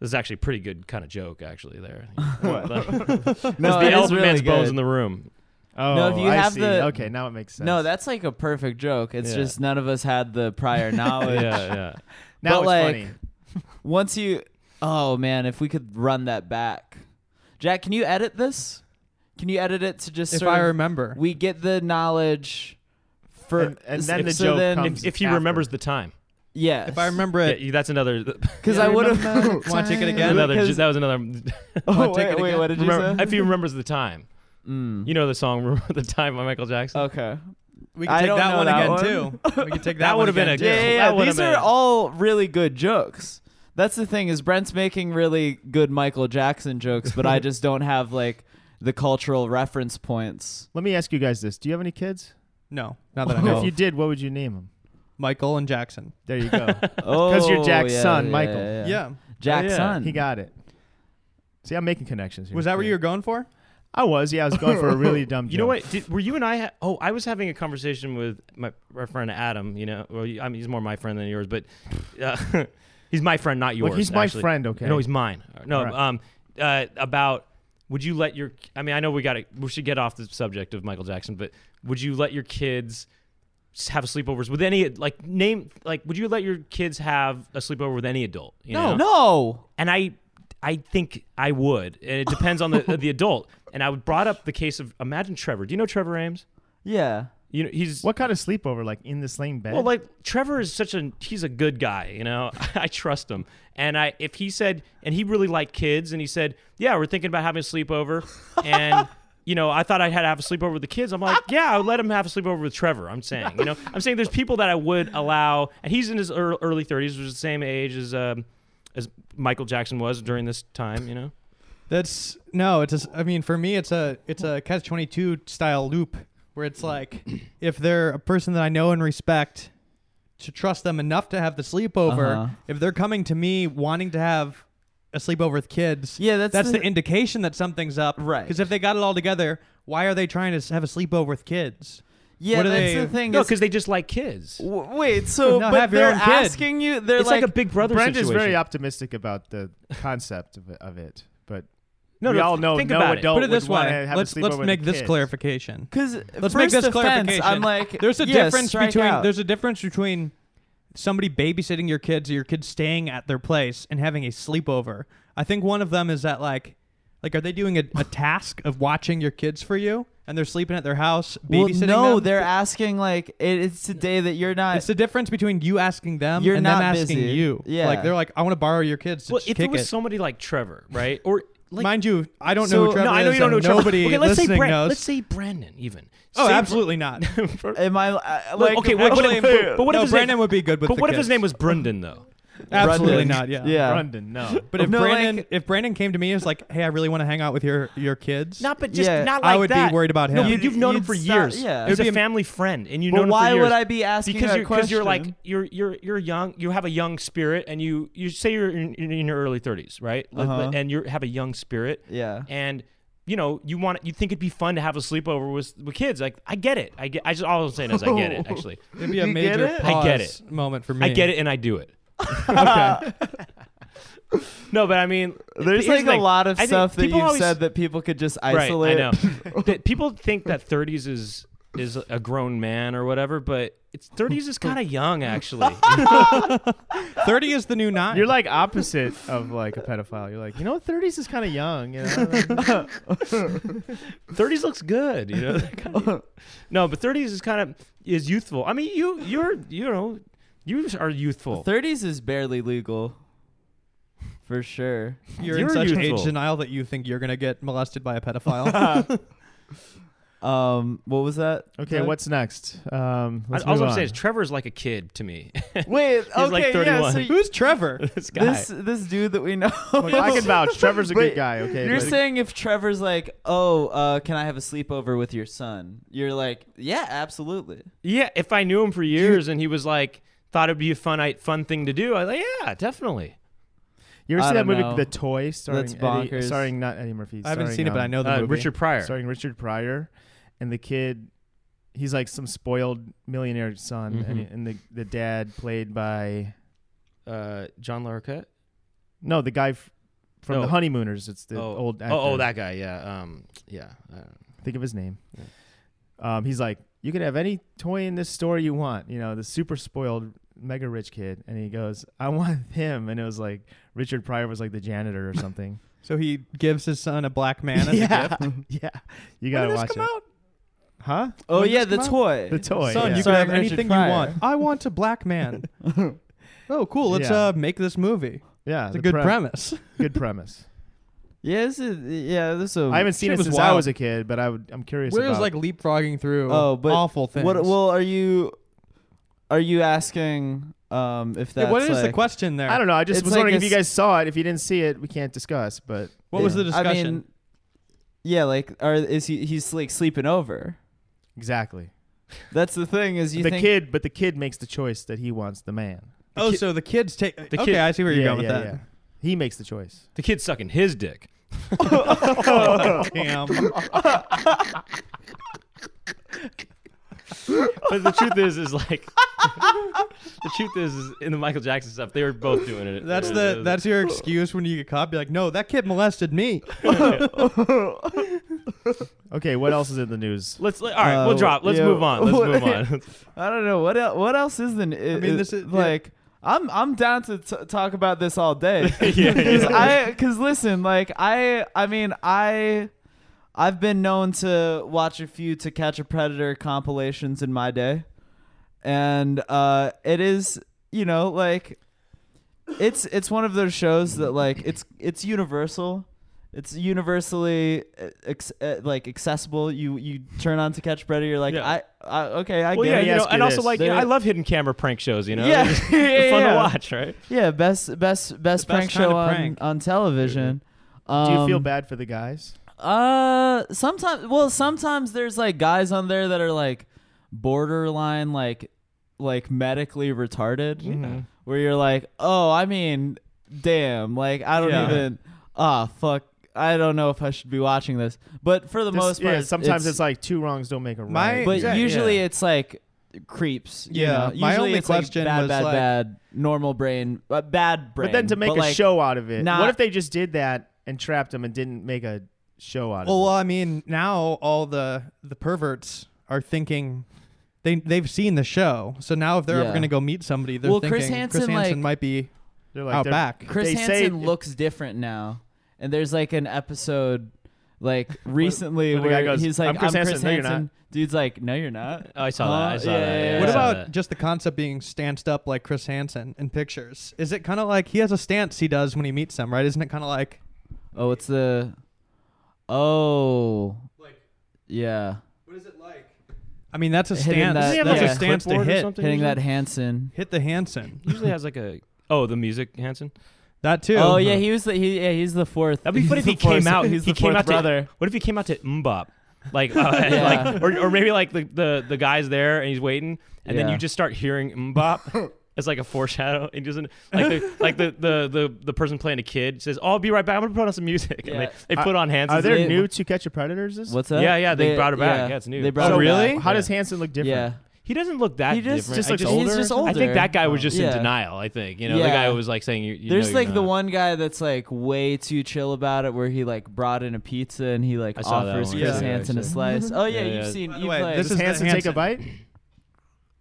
Speaker 4: this is actually a pretty good kind of joke, actually. There.
Speaker 3: What?
Speaker 4: But-
Speaker 2: No,
Speaker 4: the
Speaker 2: it is
Speaker 4: Elephant
Speaker 2: really
Speaker 4: Man's bones
Speaker 2: good.
Speaker 4: in the room.
Speaker 3: oh,
Speaker 2: No, if you
Speaker 3: I
Speaker 2: have
Speaker 3: see.
Speaker 2: the-
Speaker 3: okay, now it makes sense.
Speaker 2: No, that's like a perfect joke. It's
Speaker 4: Yeah.
Speaker 2: just none of us had the prior
Speaker 4: Yeah,
Speaker 2: knowledge.
Speaker 4: yeah.
Speaker 3: now
Speaker 2: but
Speaker 3: it's
Speaker 2: like-
Speaker 3: funny.
Speaker 2: Once you, oh man, if we could run that back, Jack, can you edit this? Can you edit it to just
Speaker 1: If
Speaker 2: sort
Speaker 1: I
Speaker 2: of-
Speaker 1: remember.
Speaker 2: we get the knowledge for
Speaker 3: And- and then the
Speaker 2: so
Speaker 3: joke
Speaker 2: then,
Speaker 3: comes-
Speaker 4: If, if he
Speaker 3: After.
Speaker 4: remembers the time,
Speaker 2: Yes.
Speaker 1: If I remember
Speaker 4: yeah,
Speaker 1: it,
Speaker 4: you- that's another.
Speaker 2: because I would have.
Speaker 1: want to take it again?
Speaker 4: another.
Speaker 2: because-
Speaker 4: That was another.
Speaker 2: oh wait,
Speaker 1: take it
Speaker 2: wait,
Speaker 1: again?
Speaker 2: what did you
Speaker 4: remember-
Speaker 2: say?
Speaker 4: if he remembers the time,
Speaker 2: Mm.
Speaker 4: you know the song "Remember the Time" by Michael Jackson.
Speaker 2: Okay.
Speaker 1: We
Speaker 2: I
Speaker 1: can take
Speaker 2: don't
Speaker 1: that
Speaker 2: know
Speaker 1: one
Speaker 2: that
Speaker 1: again
Speaker 2: one.
Speaker 1: too. We can take that.
Speaker 4: That
Speaker 1: one
Speaker 4: would've been
Speaker 1: again,
Speaker 2: yeah,
Speaker 4: a-
Speaker 1: too.
Speaker 4: That
Speaker 2: yeah, yeah.
Speaker 4: would've
Speaker 2: These
Speaker 4: been
Speaker 2: are
Speaker 4: it.
Speaker 2: all really good jokes. That's the thing is Brent's making really good Michael Jackson jokes, but I just don't have like the cultural reference points.
Speaker 3: Let me ask you guys this: Do you have any kids?
Speaker 1: No, not that I
Speaker 3: And
Speaker 1: know.
Speaker 3: If you did, what would you name them?
Speaker 1: Michael and Jackson.
Speaker 3: There you go.
Speaker 2: Oh,
Speaker 3: you're Jack's
Speaker 2: yeah,
Speaker 3: son,
Speaker 2: yeah,
Speaker 3: Michael.
Speaker 1: Yeah.
Speaker 2: Yeah, Jack's
Speaker 4: Yeah.
Speaker 2: son.
Speaker 3: he got it. See, I'm making connections. Here.
Speaker 1: Was that where you were going for?
Speaker 3: I was. Yeah, I was going for a really dumb. Joke.
Speaker 4: You know what? Did, were you and I? Ha- oh, I was having a conversation with my our friend Adam. You know, well, I mean, he's more my friend than yours, but uh, he's my friend, not yours.
Speaker 3: Look, he's my
Speaker 4: actually.
Speaker 3: friend. Okay.
Speaker 4: No, he's mine. No,
Speaker 3: Right.
Speaker 4: um, uh, about would you let your? I mean, I know we got to We should get off the subject of Michael Jackson, but would you let your kids s- have sleepovers with any like name? Like, would you let your kids have a sleepover with any adult? You know?
Speaker 2: no.
Speaker 4: and I I think I would. And it depends on the the adult. And I would brought up the case of imagine Trevor. Do you know Trevor Ames?
Speaker 2: Yeah.
Speaker 4: You know he's
Speaker 3: What kind of sleepover? Like in the same bed?
Speaker 4: well like Trevor is such a he's a good guy, you know. I trust him. And I if he said and he really liked kids and he said, "Yeah, we're thinking about having a sleepover." And You know, I thought I had to have a sleepover with the kids. I'm like, yeah, I would let him have a sleepover with Trevor. I'm saying, you know, I'm saying there's people that I would allow, and he's in his ear- early 30s, which is the same age as um, as Michael Jackson was during this time. You know,
Speaker 1: That's no. It's. A, s- I mean, for me, it's a it's a catch twenty two style loop where it's like if they're a person that I know and respect, to trust them enough to have the sleepover.
Speaker 2: Uh-huh.
Speaker 1: If they're coming to me wanting to have a sleepover with kids,
Speaker 2: Yeah, that's
Speaker 1: that's the,
Speaker 2: the-
Speaker 1: indication that something's up.
Speaker 2: Right.
Speaker 1: Because if they got it all together, why are they trying to s- have a sleepover with kids?
Speaker 2: Yeah,
Speaker 1: What are
Speaker 2: that's
Speaker 1: they-
Speaker 2: the thing.
Speaker 4: No,
Speaker 2: is-
Speaker 4: because they just like kids.
Speaker 2: w- wait, so
Speaker 1: No,
Speaker 2: but
Speaker 1: have your
Speaker 2: they're
Speaker 1: own kid.
Speaker 2: asking you. They're
Speaker 4: it's like, a big brother
Speaker 3: Brent
Speaker 4: situation.
Speaker 3: is very optimistic about the concept of it, of it but
Speaker 4: No,
Speaker 3: we
Speaker 4: no,
Speaker 3: all
Speaker 4: th-
Speaker 3: know
Speaker 4: think
Speaker 3: no
Speaker 4: about it.
Speaker 3: adult
Speaker 1: Put it this
Speaker 3: Oh, would want to
Speaker 1: way.
Speaker 3: have
Speaker 1: Let's
Speaker 3: a sleepover
Speaker 1: let's
Speaker 3: with
Speaker 1: make
Speaker 3: the
Speaker 1: this
Speaker 3: kids.
Speaker 1: clarification.
Speaker 2: Because
Speaker 1: Let's make this clarification.
Speaker 2: I'm like,
Speaker 1: There's a
Speaker 2: yes,
Speaker 1: difference
Speaker 2: strike
Speaker 1: between
Speaker 2: out.
Speaker 1: there's a difference between somebody babysitting your kids or your kids staying at their place and having a sleepover. I think one of them is that like like are they doing a, a task of watching your kids for you and they're sleeping at their house
Speaker 2: well,
Speaker 1: babysitting
Speaker 2: no,
Speaker 1: them?
Speaker 2: they're asking like it, it's a day that you're not.
Speaker 1: It's the difference between you asking them
Speaker 2: You're
Speaker 1: and them
Speaker 2: not
Speaker 1: asking
Speaker 2: busy.
Speaker 1: you.
Speaker 2: Yeah.
Speaker 1: like they're like, I want to borrow your kids to
Speaker 4: Well,
Speaker 1: ch-
Speaker 4: if
Speaker 1: kick
Speaker 4: it was
Speaker 1: it.
Speaker 4: somebody like Trevor, right? Or like,
Speaker 1: Mind you, I don't
Speaker 2: So-
Speaker 1: know who Trevor
Speaker 4: no, I know
Speaker 1: is,
Speaker 4: you don't know
Speaker 1: and
Speaker 4: Trevor.
Speaker 1: nobody
Speaker 4: Okay, let's say
Speaker 1: listening
Speaker 4: Brand-
Speaker 1: knows.
Speaker 4: Let's say Brandon, even.
Speaker 1: oh,
Speaker 4: Say-
Speaker 1: absolutely not.
Speaker 2: Am I uh,
Speaker 4: Look,
Speaker 2: like?
Speaker 4: okay, what, what if, but what
Speaker 1: no,
Speaker 4: if his
Speaker 1: Brandon
Speaker 4: name,
Speaker 1: would be good with
Speaker 4: But
Speaker 1: the
Speaker 4: what if his
Speaker 1: kids.
Speaker 4: name was Brendan though?
Speaker 1: Absolutely
Speaker 2: Brendan.
Speaker 1: not. Yeah.
Speaker 2: Yeah.
Speaker 3: Brendan, no.
Speaker 1: But if
Speaker 2: No,
Speaker 1: Brandon,
Speaker 2: like-
Speaker 1: if Brandon came to me and was like, "Hey, I really want to hang out with your your kids,"
Speaker 4: Not, but just
Speaker 2: Yeah,
Speaker 4: not like
Speaker 1: I would
Speaker 4: that.
Speaker 1: be worried about him.
Speaker 4: No, but
Speaker 2: You'd-
Speaker 4: you've known him
Speaker 2: you'd
Speaker 4: for
Speaker 2: stop-
Speaker 4: years.
Speaker 2: yeah.
Speaker 4: He's
Speaker 1: It would
Speaker 4: a
Speaker 1: be a-
Speaker 4: family friend, and you know
Speaker 2: But
Speaker 4: him for
Speaker 2: why
Speaker 4: years.
Speaker 2: would I be asking
Speaker 4: because
Speaker 2: her
Speaker 4: you're
Speaker 2: a
Speaker 4: because you're like
Speaker 2: question?
Speaker 4: you're you're you're young you have a young spirit and you you say you're in, in in your early 30s right Let-
Speaker 2: Uh-huh.
Speaker 4: and you have a young spirit
Speaker 2: Yeah.
Speaker 4: and you know you want you think it'd be fun to have a sleepover with with kids like I get it I get I just all I'm saying is I get it actually
Speaker 1: it'd be a
Speaker 2: You get
Speaker 1: major
Speaker 2: it?
Speaker 1: pause
Speaker 4: I get it.
Speaker 1: moment for me.
Speaker 4: I get it and I do it
Speaker 1: okay.
Speaker 4: no but I mean
Speaker 2: There's
Speaker 4: here's the
Speaker 2: like a
Speaker 4: thing.
Speaker 2: lot of
Speaker 4: I think
Speaker 2: stuff that
Speaker 4: people
Speaker 2: you've
Speaker 4: always-
Speaker 2: said that people could just
Speaker 4: right I
Speaker 2: isolate.
Speaker 4: know That people think that 30s is is a grown man or whatever but it's 30s is kind of young actually
Speaker 1: Thirty is the new 9
Speaker 3: You're like opposite of like a pedophile. You're like, you know, 30s is kind of young. You know,
Speaker 4: 30s looks good, you know. that kind of- no, but 30s is kind of is youthful. I mean, you you're you know you are youthful.
Speaker 2: 30s is barely legal, for sure.
Speaker 1: You're
Speaker 4: You're
Speaker 1: in such
Speaker 4: youthful.
Speaker 1: age denial that you think you're gonna get molested by a pedophile.
Speaker 2: Um, what was that?
Speaker 3: okay,
Speaker 2: Doug?
Speaker 3: what's next? Um,
Speaker 4: I,
Speaker 3: let's
Speaker 4: all
Speaker 3: move
Speaker 4: I'm
Speaker 3: on.
Speaker 4: saying is Trevor's like a kid to me.
Speaker 2: Wait, okay,
Speaker 4: like
Speaker 2: yeah.
Speaker 4: 31.
Speaker 2: So
Speaker 1: Who's Trevor?
Speaker 4: this guy.
Speaker 2: this this dude that we know.
Speaker 3: Oh, I can vouch. Trevor's a
Speaker 2: Wait,
Speaker 3: good guy. Okay,
Speaker 2: You're
Speaker 3: but-
Speaker 2: saying if Trevor's like, oh, uh, can I have a sleepover with your son? You're like, yeah, absolutely.
Speaker 4: yeah, if I knew him for years and he was like thought it'd be a fun I, fun thing to do, I like yeah, definitely.
Speaker 3: you ever
Speaker 2: I
Speaker 3: see that
Speaker 2: don't
Speaker 3: movie,
Speaker 2: know.
Speaker 3: The Toy, starring
Speaker 2: That's
Speaker 3: Eddie,
Speaker 2: bonkers.
Speaker 3: starring not Eddie Murphy.
Speaker 1: I haven't
Speaker 3: starring,
Speaker 1: seen it, but I
Speaker 3: um,
Speaker 1: know the
Speaker 4: Uh,
Speaker 1: movie.
Speaker 4: Richard Pryor.
Speaker 3: starring Richard Pryor, and the kid, he's like some spoiled millionaire son, and,
Speaker 4: Mhm.
Speaker 3: and the the dad played by
Speaker 4: Uh, John Larroquette.
Speaker 3: no the guy f- from
Speaker 4: No.
Speaker 3: the Honeymooners. It's the
Speaker 4: oh.
Speaker 3: old. Actor.
Speaker 4: oh, oh, that guy. Yeah. Um. Yeah. I don't know.
Speaker 3: Think of his name. Um, he's like, you can have any toy in this store you want. You know, the super spoiled, mega rich kid, and he goes, I want him, and it was like Richard Pryor was like the janitor or something.
Speaker 1: So he gives his son a black man as a
Speaker 3: yeah,
Speaker 1: gift.
Speaker 3: yeah, you
Speaker 1: When
Speaker 3: gotta
Speaker 1: did this
Speaker 3: watch
Speaker 1: come
Speaker 3: it,
Speaker 1: out?
Speaker 3: huh?
Speaker 2: Oh
Speaker 1: When
Speaker 2: yeah,
Speaker 1: does
Speaker 2: the
Speaker 1: come out?
Speaker 2: toy.
Speaker 3: The toy. Oh,
Speaker 1: Son,
Speaker 3: yeah.
Speaker 1: you can
Speaker 2: Starring
Speaker 1: have
Speaker 2: Richard
Speaker 1: anything
Speaker 2: Pryor.
Speaker 1: you want. I want a black man. oh, cool. Let's
Speaker 3: Yeah.
Speaker 1: uh, make this movie.
Speaker 3: yeah,
Speaker 1: It's
Speaker 3: the
Speaker 1: a good
Speaker 3: prem-
Speaker 1: premise.
Speaker 3: Good premise.
Speaker 2: Yeah, this is yeah, this is a
Speaker 3: I haven't seen
Speaker 1: Shit
Speaker 3: it
Speaker 1: was
Speaker 3: since I
Speaker 1: wild.
Speaker 3: was a kid, but I would, I'm curious.
Speaker 1: We're just
Speaker 3: about-
Speaker 1: like leapfrogging through
Speaker 2: Oh, but
Speaker 1: awful things.
Speaker 2: What well are you are you asking um if
Speaker 1: Yeah,
Speaker 2: that's
Speaker 1: what is
Speaker 2: like,
Speaker 1: the question there?
Speaker 3: I don't know. I just
Speaker 2: It's
Speaker 3: was
Speaker 2: like a
Speaker 3: wondering if you
Speaker 2: s-
Speaker 3: guys saw it. If you didn't see it, we can't discuss. But
Speaker 1: What was the
Speaker 2: I
Speaker 1: discussion?
Speaker 2: mean, yeah, like are is he he's like sleeping over?
Speaker 3: exactly
Speaker 2: That's the thing is you
Speaker 3: the
Speaker 2: think
Speaker 3: kid, but the kid makes the choice that he wants the man.
Speaker 1: oh, so the kids take.
Speaker 2: uh,
Speaker 4: the
Speaker 1: okay,
Speaker 4: kid-
Speaker 1: I see where you're
Speaker 3: Yeah,
Speaker 1: going with
Speaker 3: yeah,
Speaker 1: that.
Speaker 3: yeah. He makes the choice.
Speaker 4: The kid's sucking his dick.
Speaker 1: Damn.
Speaker 4: But the truth is, is like the truth is, is in the Michael Jackson stuff, they were both doing it.
Speaker 1: That's
Speaker 4: It was- it
Speaker 1: the
Speaker 4: was-
Speaker 1: that's your excuse when you get caught. Be like, no, that kid molested me.
Speaker 3: Okay, what else is in the news?
Speaker 4: Let's let, all right.
Speaker 2: Uh,
Speaker 4: we'll drop. Let's
Speaker 2: yeah.
Speaker 4: move on. Let's
Speaker 2: What-
Speaker 4: move on.
Speaker 2: I don't know what el- what else is the I
Speaker 1: mean, this is- yeah.
Speaker 2: like I'm I'm down to t- talk about this all day.
Speaker 4: Yeah,
Speaker 2: Cause
Speaker 4: yeah.
Speaker 2: I cuz listen, like I I mean, I I've been known to watch a few to catch a predator compilations in my day. And uh it is, you know, like it's it's one of those shows that like it's it's universal. It's universally uh, ex- uh, like accessible. You you turn on to catch a predator, you're like
Speaker 4: Yeah.
Speaker 2: I, I okay, I
Speaker 4: well,
Speaker 2: get
Speaker 4: yeah,
Speaker 2: it.
Speaker 3: me
Speaker 4: you know,
Speaker 3: ask you
Speaker 4: and also
Speaker 3: this.
Speaker 4: like you know,
Speaker 2: They-
Speaker 4: I love hidden camera prank shows. You know,
Speaker 2: Yeah.
Speaker 4: They're
Speaker 2: Yeah,
Speaker 4: fun
Speaker 2: yeah.
Speaker 4: to watch, right?
Speaker 2: Yeah, best best best
Speaker 1: best
Speaker 2: prank
Speaker 1: kind
Speaker 2: show
Speaker 1: of
Speaker 2: on,
Speaker 1: prank.
Speaker 2: on television.
Speaker 3: Do you feel
Speaker 2: Um,
Speaker 3: bad for the guys?
Speaker 2: Uh, sometimes. Well, sometimes there's like guys on there that are like borderline, like like medically retarded, where you're like, oh, I mean, damn, like I don't
Speaker 1: Yeah.
Speaker 2: even. Ah, fuck. I don't know if I should be watching this, but for the
Speaker 3: This-
Speaker 2: most
Speaker 3: yeah,
Speaker 2: part,
Speaker 3: sometimes it's, like two wrongs don't make a
Speaker 1: My-
Speaker 3: right.
Speaker 2: But
Speaker 1: Exact-
Speaker 2: usually
Speaker 1: yeah.
Speaker 2: it's like creeps. you
Speaker 1: Yeah,
Speaker 2: know?
Speaker 1: my
Speaker 2: Usually
Speaker 1: only
Speaker 2: it's like
Speaker 1: question
Speaker 2: bad,
Speaker 1: was,
Speaker 2: bad,
Speaker 1: like-
Speaker 2: bad, normal brain, uh, bad brain.
Speaker 3: but then to make a
Speaker 2: like,
Speaker 3: show out of it,
Speaker 2: not-
Speaker 3: what if they just did that and trapped him and didn't make a show out of
Speaker 1: Well, uh,
Speaker 3: it?
Speaker 1: I mean, now all the the perverts are thinking they they've seen the show, so now if they're
Speaker 2: Yeah.
Speaker 1: ever gonna go meet somebody, they're
Speaker 2: Well,
Speaker 1: thinking
Speaker 2: Chris Hansen, like-
Speaker 1: might be
Speaker 3: They're like,
Speaker 1: out
Speaker 3: they're-
Speaker 1: back.
Speaker 2: Chris
Speaker 3: They say
Speaker 2: Hansen
Speaker 3: it-
Speaker 2: looks different now, and there's like an episode like recently
Speaker 3: where
Speaker 2: where,
Speaker 3: the guy goes,
Speaker 2: he's like,
Speaker 3: "I'm Chris Hansen, no, you're not."
Speaker 2: Dude's like, "No, you're not."
Speaker 4: Oh, I saw that. I
Speaker 2: Huh?
Speaker 4: saw
Speaker 2: Yeah,
Speaker 4: that.
Speaker 2: yeah,
Speaker 4: Yeah,
Speaker 2: yeah.
Speaker 4: I
Speaker 1: What
Speaker 4: saw
Speaker 1: about
Speaker 4: that.
Speaker 1: just the concept being stanced up like Chris Hansen in pictures? Is it kind of like he has a stance he does when he meets them, right? Isn't it kind of like
Speaker 2: Oh, it's the oh
Speaker 1: like
Speaker 2: yeah,
Speaker 1: what is it like? I mean, that's a
Speaker 2: Hitting that-
Speaker 1: stance. that's
Speaker 2: Doesn't he have, like,
Speaker 1: a
Speaker 2: a
Speaker 1: stance to
Speaker 4: clipboard or
Speaker 1: hit.
Speaker 4: something?
Speaker 2: hitting that Hansen.
Speaker 1: Hit the Hansen.
Speaker 4: usually has like a oh the music Hanson.
Speaker 1: That too.
Speaker 2: Oh yeah, he was the he yeah he's the fourth.
Speaker 4: That'd be
Speaker 2: he's
Speaker 4: funny if
Speaker 2: the
Speaker 4: he came
Speaker 2: fourth-
Speaker 4: out.
Speaker 2: He's
Speaker 4: he
Speaker 2: the
Speaker 4: came
Speaker 2: fourth
Speaker 4: out
Speaker 2: brother.
Speaker 4: To, what if he came out to Mbop? Like, uh,
Speaker 2: Yeah.
Speaker 4: like or, or maybe like the, the, the guy's there and he's waiting, and then
Speaker 2: Yeah.
Speaker 4: you just start hearing Mbop. It's like a foreshadow. It doesn't like the, like the, the, the, the person playing a kid says, "Oh, I'll be right back. I'm gonna put on some music." And
Speaker 2: Yeah.
Speaker 4: they, they put on Hanson.
Speaker 3: Are there
Speaker 2: They-
Speaker 3: new To Catch a Predators? This?
Speaker 2: What's that?
Speaker 4: Yeah, yeah, they brought her back. Yeah, it's new.
Speaker 2: They brought
Speaker 1: Oh,
Speaker 2: her
Speaker 1: really?
Speaker 2: back.
Speaker 3: How does Hanson look different?
Speaker 2: Yeah.
Speaker 4: He doesn't look that
Speaker 2: He just-
Speaker 4: different.
Speaker 3: just
Speaker 4: I
Speaker 3: looks
Speaker 2: He's
Speaker 3: older?
Speaker 2: just
Speaker 4: I
Speaker 2: older.
Speaker 4: think that guy was
Speaker 3: Oh.
Speaker 4: just
Speaker 2: Yeah.
Speaker 4: in denial. I think you know the
Speaker 2: Yeah.
Speaker 4: guy who was like saying, you, you
Speaker 2: There's
Speaker 4: know,
Speaker 2: like
Speaker 4: you're
Speaker 2: the
Speaker 4: not.
Speaker 2: one guy that's like way too chill about it, where he like brought in a pizza and he like
Speaker 4: I saw that
Speaker 2: offers
Speaker 4: one,
Speaker 2: Chris
Speaker 1: yeah,
Speaker 2: Hansen a
Speaker 4: actually.
Speaker 2: slice. Oh yeah,
Speaker 4: Yeah,
Speaker 2: you've
Speaker 4: yeah.
Speaker 2: seen.
Speaker 1: By the
Speaker 2: you
Speaker 1: way,
Speaker 2: played.
Speaker 1: this
Speaker 3: Does
Speaker 1: is the
Speaker 3: Hanson take a
Speaker 1: Hanson.
Speaker 3: bite?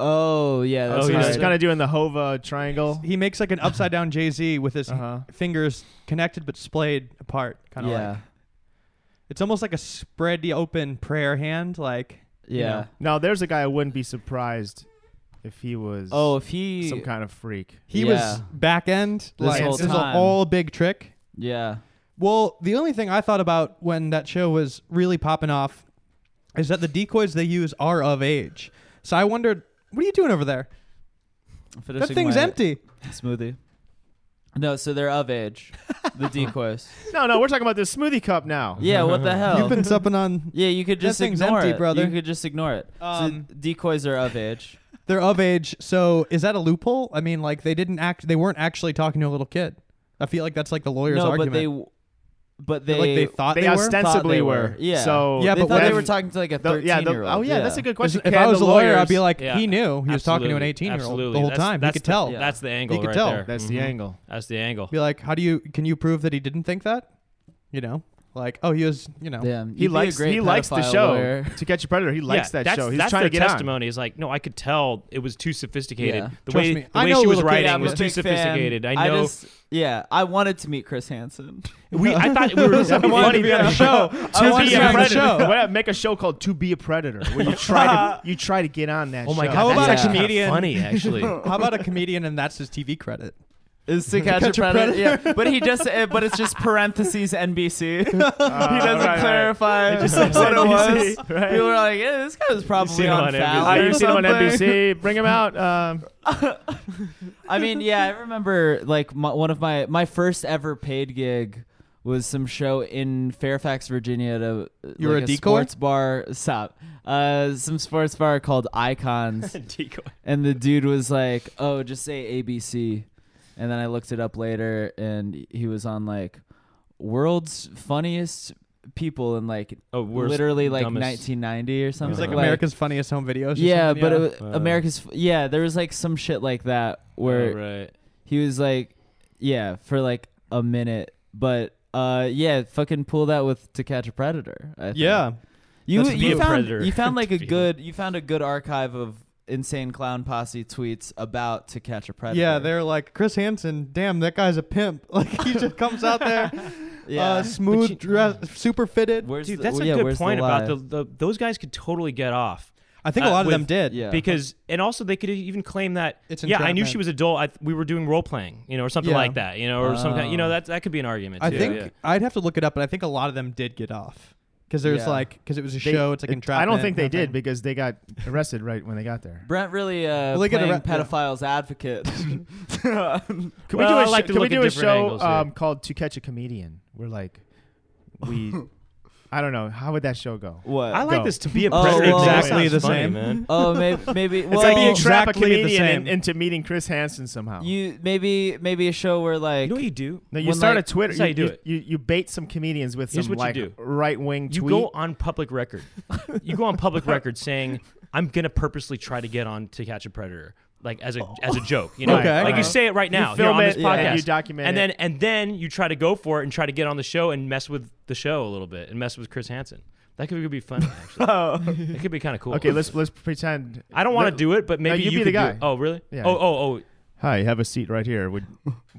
Speaker 2: oh yeah, that's
Speaker 4: Oh,
Speaker 3: He's
Speaker 4: yeah.
Speaker 2: right.
Speaker 3: just kind of doing the Hova triangle.
Speaker 1: He makes like an upside down Jay Z with his
Speaker 3: Uh-huh.
Speaker 1: fingers connected but splayed apart. Kind of
Speaker 2: yeah,
Speaker 1: like it's almost like a spread open prayer hand. Like
Speaker 2: yeah.
Speaker 1: you know.
Speaker 3: Now there's a guy I wouldn't be surprised if he was
Speaker 2: Oh, if he,
Speaker 3: some kind of freak.
Speaker 1: he was
Speaker 2: Yeah.
Speaker 1: back end.
Speaker 2: This
Speaker 1: like,
Speaker 2: whole
Speaker 1: this is
Speaker 2: time.
Speaker 1: all a big trick.
Speaker 2: yeah,
Speaker 1: Well, the only thing I thought about when that show was really popping off is that the decoys they use are of age. So I wondered, what are you doing over there? That
Speaker 2: Finishing
Speaker 1: thing's
Speaker 2: my
Speaker 1: empty.
Speaker 2: Smoothie. No, so they're of age, the decoys.
Speaker 3: No, no, we're talking about this smoothie cup now.
Speaker 2: yeah, what the hell?
Speaker 1: You've been supping on.
Speaker 2: yeah, you could
Speaker 1: That
Speaker 2: just
Speaker 1: thing's
Speaker 2: ignore
Speaker 1: empty,
Speaker 2: it.
Speaker 1: brother.
Speaker 2: You could just ignore it. So
Speaker 1: Um,
Speaker 2: decoys are of age.
Speaker 1: They're of age. So is that a loophole? I mean, like they didn't act. They weren't actually talking to a little kid. I feel like that's like the lawyer's
Speaker 2: no,
Speaker 1: argument.
Speaker 2: but they, but they,
Speaker 1: That, like they thought
Speaker 3: they,
Speaker 1: they, were.
Speaker 2: thought
Speaker 3: ostensibly
Speaker 2: they
Speaker 3: were.
Speaker 2: were. Yeah.
Speaker 3: So
Speaker 1: Yeah,
Speaker 2: they
Speaker 1: but
Speaker 2: thought
Speaker 1: what
Speaker 2: they
Speaker 1: if-
Speaker 2: were talking to like a
Speaker 3: the-
Speaker 2: thirteen
Speaker 3: yeah, the-
Speaker 2: year
Speaker 3: oh
Speaker 2: old.
Speaker 3: yeah, that's a good
Speaker 1: Is-
Speaker 3: question.
Speaker 1: if
Speaker 3: Can
Speaker 1: I was
Speaker 3: the
Speaker 1: a lawyer, I'd
Speaker 3: lawyers-
Speaker 1: be like,
Speaker 4: Yeah.
Speaker 1: he knew he was talking to an
Speaker 4: Absolutely.
Speaker 1: 18 year old the
Speaker 4: Absolutely.
Speaker 1: whole
Speaker 4: That's-
Speaker 1: time. He
Speaker 4: that's
Speaker 1: could
Speaker 4: the-
Speaker 1: tell.
Speaker 2: yeah.
Speaker 4: That's the angle
Speaker 1: could
Speaker 4: right
Speaker 1: tell.
Speaker 4: there.
Speaker 3: That's
Speaker 4: Mhm.
Speaker 3: the angle.
Speaker 4: That's the angle.
Speaker 1: Be like, how do you? Can you prove that he didn't think that? You know, like, oh, he was. You know,
Speaker 2: Damn,
Speaker 3: He likes he likes the show. To catch a predator, he likes
Speaker 4: Yeah,
Speaker 3: that
Speaker 4: that's-
Speaker 3: show. He's
Speaker 4: that's
Speaker 3: trying
Speaker 4: their
Speaker 3: to get on.
Speaker 4: testimony. Is like, no, I could tell it was too sophisticated.
Speaker 2: Yeah.
Speaker 4: The
Speaker 1: Trust
Speaker 4: way,
Speaker 1: me.
Speaker 4: the
Speaker 1: I
Speaker 4: way
Speaker 1: know
Speaker 4: she was
Speaker 1: little kid,
Speaker 4: writing
Speaker 1: I'm
Speaker 4: was
Speaker 1: a
Speaker 4: too sophisticated. I know.
Speaker 2: just, yeah, I wanted to meet Chris Hansen.
Speaker 4: we, I thought we were just having
Speaker 1: wanted
Speaker 4: fun
Speaker 1: to be on
Speaker 4: here.
Speaker 1: the show.
Speaker 2: I
Speaker 3: To
Speaker 2: wanted
Speaker 3: be
Speaker 2: to
Speaker 3: a
Speaker 2: be on the
Speaker 3: predator.
Speaker 1: show.
Speaker 3: Why not make a show called To Be a Predator, where you try to you try to get on that.
Speaker 4: Oh my
Speaker 3: show.
Speaker 4: god,
Speaker 1: How
Speaker 4: that's
Speaker 1: about a
Speaker 4: actually kinda
Speaker 1: comedian-
Speaker 4: Funny, actually.
Speaker 1: How about a comedian and that's his TV credit?
Speaker 2: is to catch, a predator. Yeah, but he just uh, but it's just parentheses NBC. he doesn't
Speaker 3: right, right.
Speaker 2: clarify
Speaker 3: It just
Speaker 2: what
Speaker 3: says
Speaker 2: it was.
Speaker 3: NBC, right.
Speaker 2: People were like, eh, "This guy was probably
Speaker 3: seen him
Speaker 2: on,
Speaker 3: on
Speaker 2: Fallon
Speaker 3: NBC. Ah,
Speaker 2: or
Speaker 3: you've seen him on
Speaker 2: something.
Speaker 3: NBC. Bring him out. Um,
Speaker 2: I mean, yeah, I remember like my, one of my my first ever paid gig was some show in Fairfax, Virginia. To
Speaker 1: You were
Speaker 2: like
Speaker 1: a decoy?
Speaker 2: sports bar. Stop. Uh, some sports bar called Icons,
Speaker 4: Decoy.
Speaker 2: and the dude was like, "Oh, just say ABC," and then I looked it up later, and he was on like world's funniest people in like
Speaker 4: Oh, we're
Speaker 2: literally like
Speaker 4: dumbest.
Speaker 2: 1990 or
Speaker 1: It
Speaker 2: something.
Speaker 1: was like,
Speaker 4: Like-
Speaker 1: America's funniest home videos. or
Speaker 2: Yeah,
Speaker 1: something,
Speaker 2: but
Speaker 1: yeah.
Speaker 2: It was
Speaker 4: Wow.
Speaker 2: America's. f- Yeah, there was like some shit like that where
Speaker 4: Oh, right.
Speaker 2: he was like, yeah, for like a minute, but uh, yeah, fucking pull that with To Catch a Predator. I think.
Speaker 1: yeah,
Speaker 2: you
Speaker 4: That's to be
Speaker 2: you
Speaker 4: a
Speaker 2: found
Speaker 4: predator.
Speaker 2: you found like a
Speaker 4: To be a-
Speaker 2: good you found a good archive of insane clown posse tweets about To Catch a Predator.
Speaker 1: yeah. They're like Chris Hansen. Damn, that guy's a pimp. Like he just comes out there,
Speaker 2: yeah.
Speaker 1: uh, smooth,
Speaker 4: you-
Speaker 1: dress, super fitted.
Speaker 2: Where's
Speaker 4: Dude,
Speaker 2: the-
Speaker 4: that's
Speaker 2: well,
Speaker 4: a
Speaker 2: yeah,
Speaker 4: good
Speaker 2: where's
Speaker 4: point about the,
Speaker 2: live?
Speaker 4: the those guys could totally get off
Speaker 1: I think a
Speaker 4: uh,
Speaker 1: lot of them
Speaker 4: with-
Speaker 1: did.
Speaker 2: yeah.
Speaker 4: because and also they could even claim that
Speaker 1: It's
Speaker 4: yeah I knew
Speaker 1: entrapment.
Speaker 4: she was a doll I, we were doing role playing you know or something
Speaker 1: Yeah.
Speaker 4: like that you know or some kind you
Speaker 2: Oh.
Speaker 4: know that that could be an argument
Speaker 1: I
Speaker 4: too,
Speaker 1: think
Speaker 4: yeah.
Speaker 1: I'd have to look it up, but I think a lot of them did get off because there's
Speaker 2: Yeah.
Speaker 1: like because it was a
Speaker 3: They-
Speaker 1: show. It's like
Speaker 3: it-
Speaker 1: entrapment.
Speaker 3: I don't think they did
Speaker 1: nothing.
Speaker 3: because they got arrested right when they got there.
Speaker 2: Brent really uh,
Speaker 1: Well, they get
Speaker 2: playing
Speaker 1: arre- yeah.
Speaker 2: pedophiles advocate.
Speaker 3: Could
Speaker 4: Well,
Speaker 3: we
Speaker 4: I
Speaker 3: do a,
Speaker 4: like
Speaker 3: sh-
Speaker 4: to
Speaker 3: could we
Speaker 4: look at
Speaker 3: do a
Speaker 4: different
Speaker 3: show
Speaker 4: angles here.
Speaker 3: um, called To Catch a Comedian? We're like, we, I don't know. How would that show go?
Speaker 2: what?
Speaker 4: I like
Speaker 3: Go.
Speaker 4: this to be a
Speaker 2: Oh,
Speaker 4: predator
Speaker 2: well,
Speaker 1: exactly
Speaker 4: sounds
Speaker 1: the
Speaker 4: funny,
Speaker 1: same.
Speaker 4: man
Speaker 2: oh, maybe maybe. Well,
Speaker 3: it's like you
Speaker 1: well,
Speaker 3: trap
Speaker 1: exactly
Speaker 3: a
Speaker 1: the
Speaker 3: comedian
Speaker 1: same.
Speaker 3: in- into meeting Chris Hansen somehow.
Speaker 2: you maybe maybe a show where like
Speaker 4: you know what you do
Speaker 3: no, you
Speaker 2: when,
Speaker 3: start
Speaker 2: like-
Speaker 3: a Twitter.
Speaker 4: That's how you do it.
Speaker 3: You, you bait some comedians with
Speaker 4: Here's
Speaker 3: some
Speaker 4: what
Speaker 3: like
Speaker 4: you do.
Speaker 3: right wing tweet.
Speaker 4: you go on public record you go on public record saying I'm gonna purposely try to get on to catch a predator like as a as a joke you know
Speaker 1: Okay.
Speaker 4: like you say it right now
Speaker 3: you
Speaker 4: here
Speaker 3: film
Speaker 4: on
Speaker 3: it
Speaker 4: this podcast
Speaker 3: and you document it.
Speaker 4: and then and then you try to go for it and try to get on the show and mess with the show a little bit and mess with Chris Hansen. That could, could be fun. Actually, it could be kind of cool.
Speaker 3: Oh. Okay, let's let's pretend.
Speaker 4: I don't want to
Speaker 3: Let-
Speaker 4: do it, but maybe
Speaker 3: you
Speaker 4: you
Speaker 3: be the
Speaker 4: could do
Speaker 3: guy.
Speaker 4: it. Oh, really?
Speaker 3: Yeah.
Speaker 4: Oh, oh,
Speaker 3: Hi, have a seat right here. Would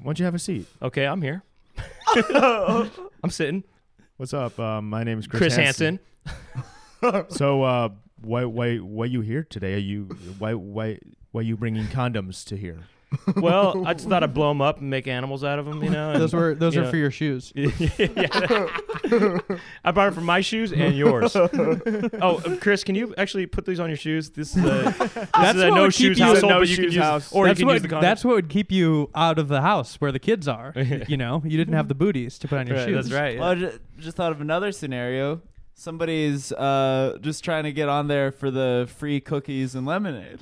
Speaker 3: won't you have a seat?
Speaker 4: oh. Okay, I'm here. I'm sitting.
Speaker 3: What's up? Um, my name is Chris,
Speaker 4: Chris, Hansen.
Speaker 3: So, uh, why why why you here today? Are you why why why you bringing condoms to here?
Speaker 4: well, I just thought I'd blow him up and make animals out of him. You know, and-
Speaker 1: Those were those
Speaker 4: you
Speaker 1: are
Speaker 4: know.
Speaker 1: for your shoes.
Speaker 4: yeah. I bought it for my shoes and yours. oh, uh, Chris, can you actually put these on your shoes? This is a, this
Speaker 1: That's
Speaker 4: is
Speaker 1: what
Speaker 4: a no
Speaker 1: would keep
Speaker 4: shoes
Speaker 1: you-
Speaker 4: household,
Speaker 3: No
Speaker 4: but you can
Speaker 3: shoes
Speaker 4: use,
Speaker 3: house.
Speaker 4: or
Speaker 1: that's
Speaker 4: you can
Speaker 1: what
Speaker 4: use the condom.
Speaker 1: that's what would keep you out of the house where the kids are. you know, you didn't have the booties to put on your
Speaker 4: right,
Speaker 1: shoes.
Speaker 4: that's right. yeah.
Speaker 2: Well, I ju- just thought of another scenario. Somebody's uh, just trying to get on there for the free cookies and lemonade.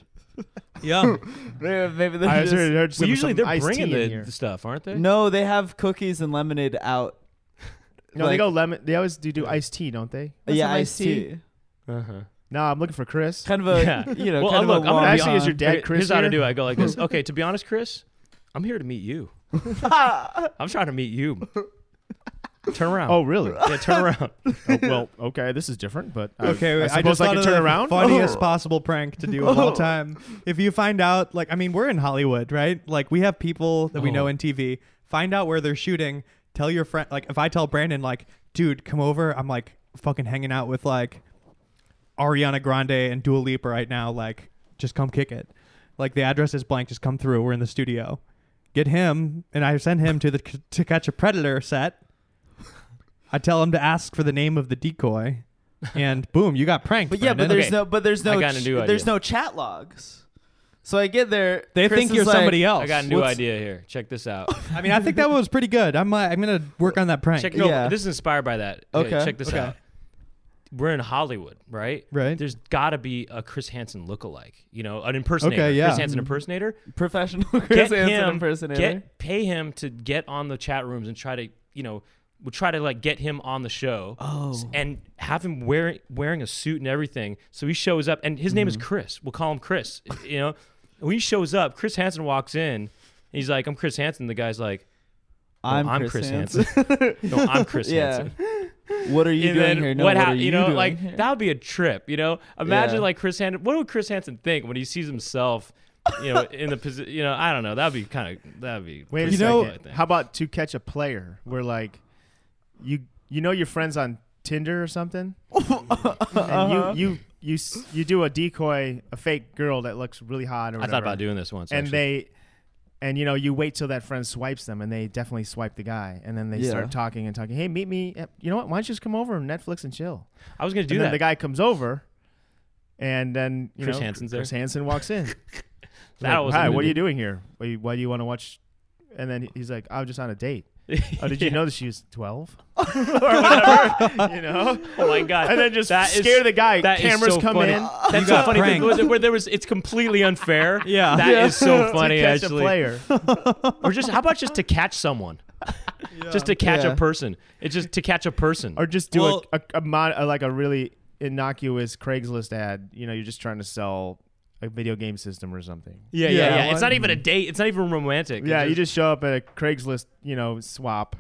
Speaker 1: Yeah.
Speaker 2: Maybe maybe they're
Speaker 3: I
Speaker 2: just-
Speaker 3: heard, heard
Speaker 4: Well,
Speaker 3: some,
Speaker 4: usually
Speaker 3: some
Speaker 4: they're
Speaker 3: iced
Speaker 4: bringing
Speaker 3: tea in
Speaker 4: the,
Speaker 3: here.
Speaker 4: the stuff, aren't they?
Speaker 2: no, they have cookies and lemonade out.
Speaker 3: No, they
Speaker 2: like-
Speaker 3: go lemon. They always do do iced tea, don't they? Want
Speaker 2: yeah,
Speaker 3: some
Speaker 2: iced tea.
Speaker 4: Uh-huh.
Speaker 3: No, I'm looking for Chris.
Speaker 2: Kind of a
Speaker 4: Yeah.
Speaker 2: you know.
Speaker 4: Well,
Speaker 2: kind
Speaker 4: I'll
Speaker 2: of
Speaker 4: look,
Speaker 2: a
Speaker 4: I'm
Speaker 2: walk
Speaker 4: gonna be
Speaker 3: Actually, is
Speaker 2: on.
Speaker 3: your dad
Speaker 4: Okay,
Speaker 3: Chris?
Speaker 4: Here's how to
Speaker 3: here?
Speaker 4: do it. I go like this. Okay, to be honest, Chris, I'm here to meet you. I'm trying to meet you. Turn around.
Speaker 3: Oh, really?
Speaker 4: yeah, turn around.
Speaker 3: Oh, well, okay, this is different, but I,
Speaker 1: Okay,
Speaker 3: I
Speaker 1: wait, I,
Speaker 3: suppose
Speaker 1: just
Speaker 3: I,
Speaker 1: thought
Speaker 3: can
Speaker 1: of
Speaker 3: turn
Speaker 1: the
Speaker 3: around. Oh.
Speaker 1: Funniest possible prank to do of all time. If you find out, like, I mean, we're in Hollywood, right? Like, we have people that we know
Speaker 4: Oh.
Speaker 1: in TV. Find out where they're shooting. Tell your friend. Like, if I tell Brandon, like, dude, come over. I'm like fucking hanging out with like Ariana Grande and Dua Lipa right now. Like, just come kick it. Like, the address is blank. Just come through. We're in the studio. Get him, and I send him to the to catch a predator set. I tell him to ask for the name of the decoy, and boom, you got pranked.
Speaker 2: But yeah, but
Speaker 1: Brandon.
Speaker 2: there's
Speaker 4: Okay.
Speaker 2: no. But there's
Speaker 4: I
Speaker 2: no.
Speaker 4: got a
Speaker 2: ch-
Speaker 4: new idea.
Speaker 2: there's no chat logs. So I get there.
Speaker 1: They
Speaker 2: Chris
Speaker 1: think
Speaker 2: is
Speaker 1: you're
Speaker 2: like,
Speaker 1: somebody else.
Speaker 4: I got a new
Speaker 2: What's-
Speaker 4: idea here. Check this out.
Speaker 1: I mean, I think that was pretty good. I'm uh, I'm gonna work on that prank.
Speaker 4: Check no,
Speaker 2: Yeah.
Speaker 4: this is inspired by that. Okay,
Speaker 2: Okay,
Speaker 4: check this
Speaker 1: okay.
Speaker 4: out. We're in Hollywood, right?
Speaker 1: Right.
Speaker 4: There's got to be a Chris Hansen lookalike, you know, an impersonator.
Speaker 1: Okay, yeah.
Speaker 4: Chris Hansen impersonator.
Speaker 2: Professional Chris
Speaker 4: get
Speaker 2: Hansen
Speaker 4: him,
Speaker 2: impersonator.
Speaker 4: Get, pay him to get on the chat rooms and try to, you know, we try to like get him on the show.
Speaker 2: Oh.
Speaker 4: And have him wearing wearing a suit and everything. So he shows up, and his name
Speaker 2: Mm-hmm.
Speaker 4: is Chris. We'll call him Chris. You know, when he shows up, Chris Hansen walks in. And he's like, "I'm Chris Hansen." The guy's like, "No,
Speaker 2: I'm, Chris, Hansen.
Speaker 4: no, I'm Chris
Speaker 2: Yeah.
Speaker 4: Hansen."
Speaker 2: What are you
Speaker 4: and
Speaker 2: doing
Speaker 4: then
Speaker 2: here? No,
Speaker 4: what,
Speaker 2: what
Speaker 4: hap-
Speaker 2: are
Speaker 4: you,
Speaker 2: you
Speaker 4: know
Speaker 2: doing
Speaker 4: like
Speaker 2: here?
Speaker 4: that would be a trip you know imagine
Speaker 2: Yeah.
Speaker 4: like chris hansen what would chris hansen think when he sees himself you know in the position you know i don't know that'd be kind of that'd be
Speaker 3: Wait a
Speaker 4: pretty
Speaker 1: You know-
Speaker 4: cool, I
Speaker 3: second.
Speaker 4: think.
Speaker 3: How about to catch a player? Where like you you know your friends on Tinder or something, and
Speaker 1: Uh-huh.
Speaker 3: you you you s- you do a decoy, a fake girl that looks really hot. Or
Speaker 4: i
Speaker 3: whatever,
Speaker 4: thought about doing this once
Speaker 3: And
Speaker 4: actually.
Speaker 3: they and you know you wait till that friend swipes them and they definitely swipe the guy and then they
Speaker 2: Yeah.
Speaker 3: start talking and talking hey meet me at, you know what why don't you just come over and netflix and chill
Speaker 4: I was gonna do
Speaker 3: and then
Speaker 4: that.
Speaker 3: the guy comes over and then you
Speaker 4: Chris
Speaker 3: know,
Speaker 4: Hansen's
Speaker 3: Chris Hansen walks in
Speaker 4: That
Speaker 3: Like,
Speaker 4: was
Speaker 3: hi
Speaker 4: a
Speaker 3: what are
Speaker 4: movie.
Speaker 3: you doing here why, you- why do you want to watch and then he's like i'm just on a date
Speaker 4: there.
Speaker 3: oh did you
Speaker 4: Yeah.
Speaker 3: know that she was 12 or whatever you know
Speaker 4: Oh my god!
Speaker 3: and then just
Speaker 4: That is-
Speaker 3: scare the guy
Speaker 4: that is
Speaker 3: cameras
Speaker 4: so
Speaker 3: come
Speaker 4: funny.
Speaker 3: in
Speaker 4: That's so
Speaker 1: got
Speaker 4: funny.
Speaker 1: pranked.
Speaker 4: Where, where there was, it's completely unfair.
Speaker 1: Yeah.
Speaker 4: that is
Speaker 3: Yeah.
Speaker 4: so funny.
Speaker 3: to catch a
Speaker 4: actually,
Speaker 3: player
Speaker 4: or just how about just to catch someone, just to catch
Speaker 2: Yeah.
Speaker 4: a person. It's just to catch a person.
Speaker 3: or just do
Speaker 1: Well-
Speaker 3: a, a, a mon- a- like a really innocuous Craigslist ad. You know, you're just trying to sell a video game system or something.
Speaker 4: yeah,
Speaker 1: yeah,
Speaker 4: yeah, yeah.
Speaker 1: that
Speaker 4: It's
Speaker 1: one.
Speaker 4: not even a date. It's not even romantic.
Speaker 3: yeah,
Speaker 4: It's
Speaker 3: you just show up at a Craigslist, you know, swap,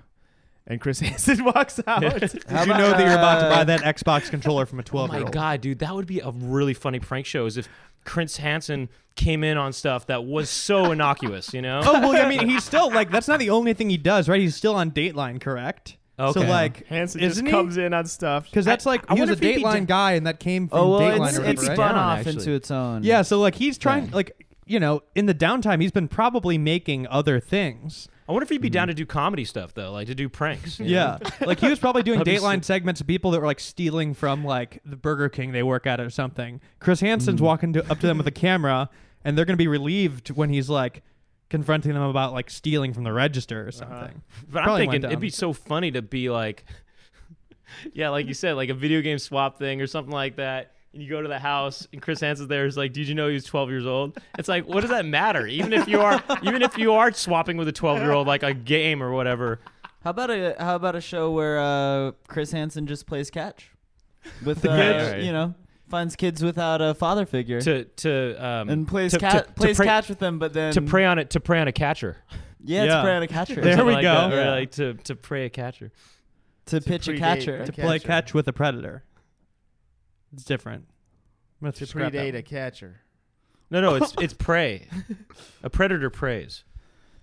Speaker 3: and Chris Hansen walks out.
Speaker 1: Did you know that you're about to buy that Xbox controller from a
Speaker 4: Oh
Speaker 1: 12
Speaker 4: my
Speaker 1: year old?
Speaker 4: god, dude, that would be a really funny prank show. Is if Prince Hansen came in on stuff that was so innocuous, you know?
Speaker 1: Oh well, I mean, he's still like that's not the only thing he does, right? He's still on Dateline, correct?
Speaker 4: Okay.
Speaker 1: So like,
Speaker 3: Hansen just
Speaker 1: Isn't he?
Speaker 3: comes in on stuff.
Speaker 1: because that's like
Speaker 4: I
Speaker 1: he was
Speaker 4: wonder
Speaker 1: a
Speaker 4: if he'd be
Speaker 1: Dateline
Speaker 4: da-
Speaker 1: guy, and that came from
Speaker 2: Oh well,
Speaker 1: Dateline
Speaker 2: it's,
Speaker 1: or
Speaker 2: it's
Speaker 1: whatever, right?
Speaker 2: spun
Speaker 4: Yeah.
Speaker 2: off
Speaker 4: Actually.
Speaker 2: into its own.
Speaker 1: Yeah, so like he's trying
Speaker 2: Mm-hmm. Yeah.
Speaker 1: like you know, in the downtime he's been probably making other things.
Speaker 4: I wonder if he'd be down to do comedy stuff though, like to do pranks. you know?
Speaker 1: Mm-hmm. Yeah. like he was probably doing
Speaker 4: That'd be
Speaker 1: Dateline segments of people that were like stealing from like the Burger King they work at or something. Chris Hansen's
Speaker 2: Mm.
Speaker 1: walking to, up to them with a camera and they're going to be relieved when he's like confronting them about like stealing from the
Speaker 2: Uh-huh.
Speaker 1: register or something.
Speaker 4: But
Speaker 1: Probably
Speaker 4: I'm
Speaker 1: went
Speaker 4: thinking it'd
Speaker 1: down.
Speaker 4: be so funny to be like, yeah, like you said, like a video game swap thing or something like that. And you go to the house, and Chris Hansen's there. Is like, did you know he was 12 years old? It's like, what does that matter? Even if you are, even if you are swapping with a 12 year old, like a game or whatever.
Speaker 2: How about a how about a show where uh, Chris Hansen just plays catch with uh,
Speaker 4: Yeah.
Speaker 2: you know finds kids without a father figure
Speaker 4: To to um
Speaker 2: and plays
Speaker 4: to,
Speaker 2: ca-
Speaker 4: to- to
Speaker 2: plays
Speaker 4: prey-
Speaker 2: catch with them, but then
Speaker 4: to prey on it to prey on a catcher.
Speaker 2: yeah,
Speaker 1: Yeah.
Speaker 2: to prey on a catcher
Speaker 1: There
Speaker 4: Something
Speaker 1: we
Speaker 4: like
Speaker 1: go.
Speaker 4: that, or
Speaker 2: Yeah.
Speaker 4: like to to prey a catcher.
Speaker 2: to pitch a
Speaker 3: predate
Speaker 2: catcher.
Speaker 3: a
Speaker 1: To
Speaker 3: Catcher.
Speaker 1: play catch with a predator. It's different. Let's
Speaker 3: to
Speaker 1: just scrap that
Speaker 3: predate
Speaker 1: one.
Speaker 3: a catcher.
Speaker 4: No, no, it's it's prey. A predator preys.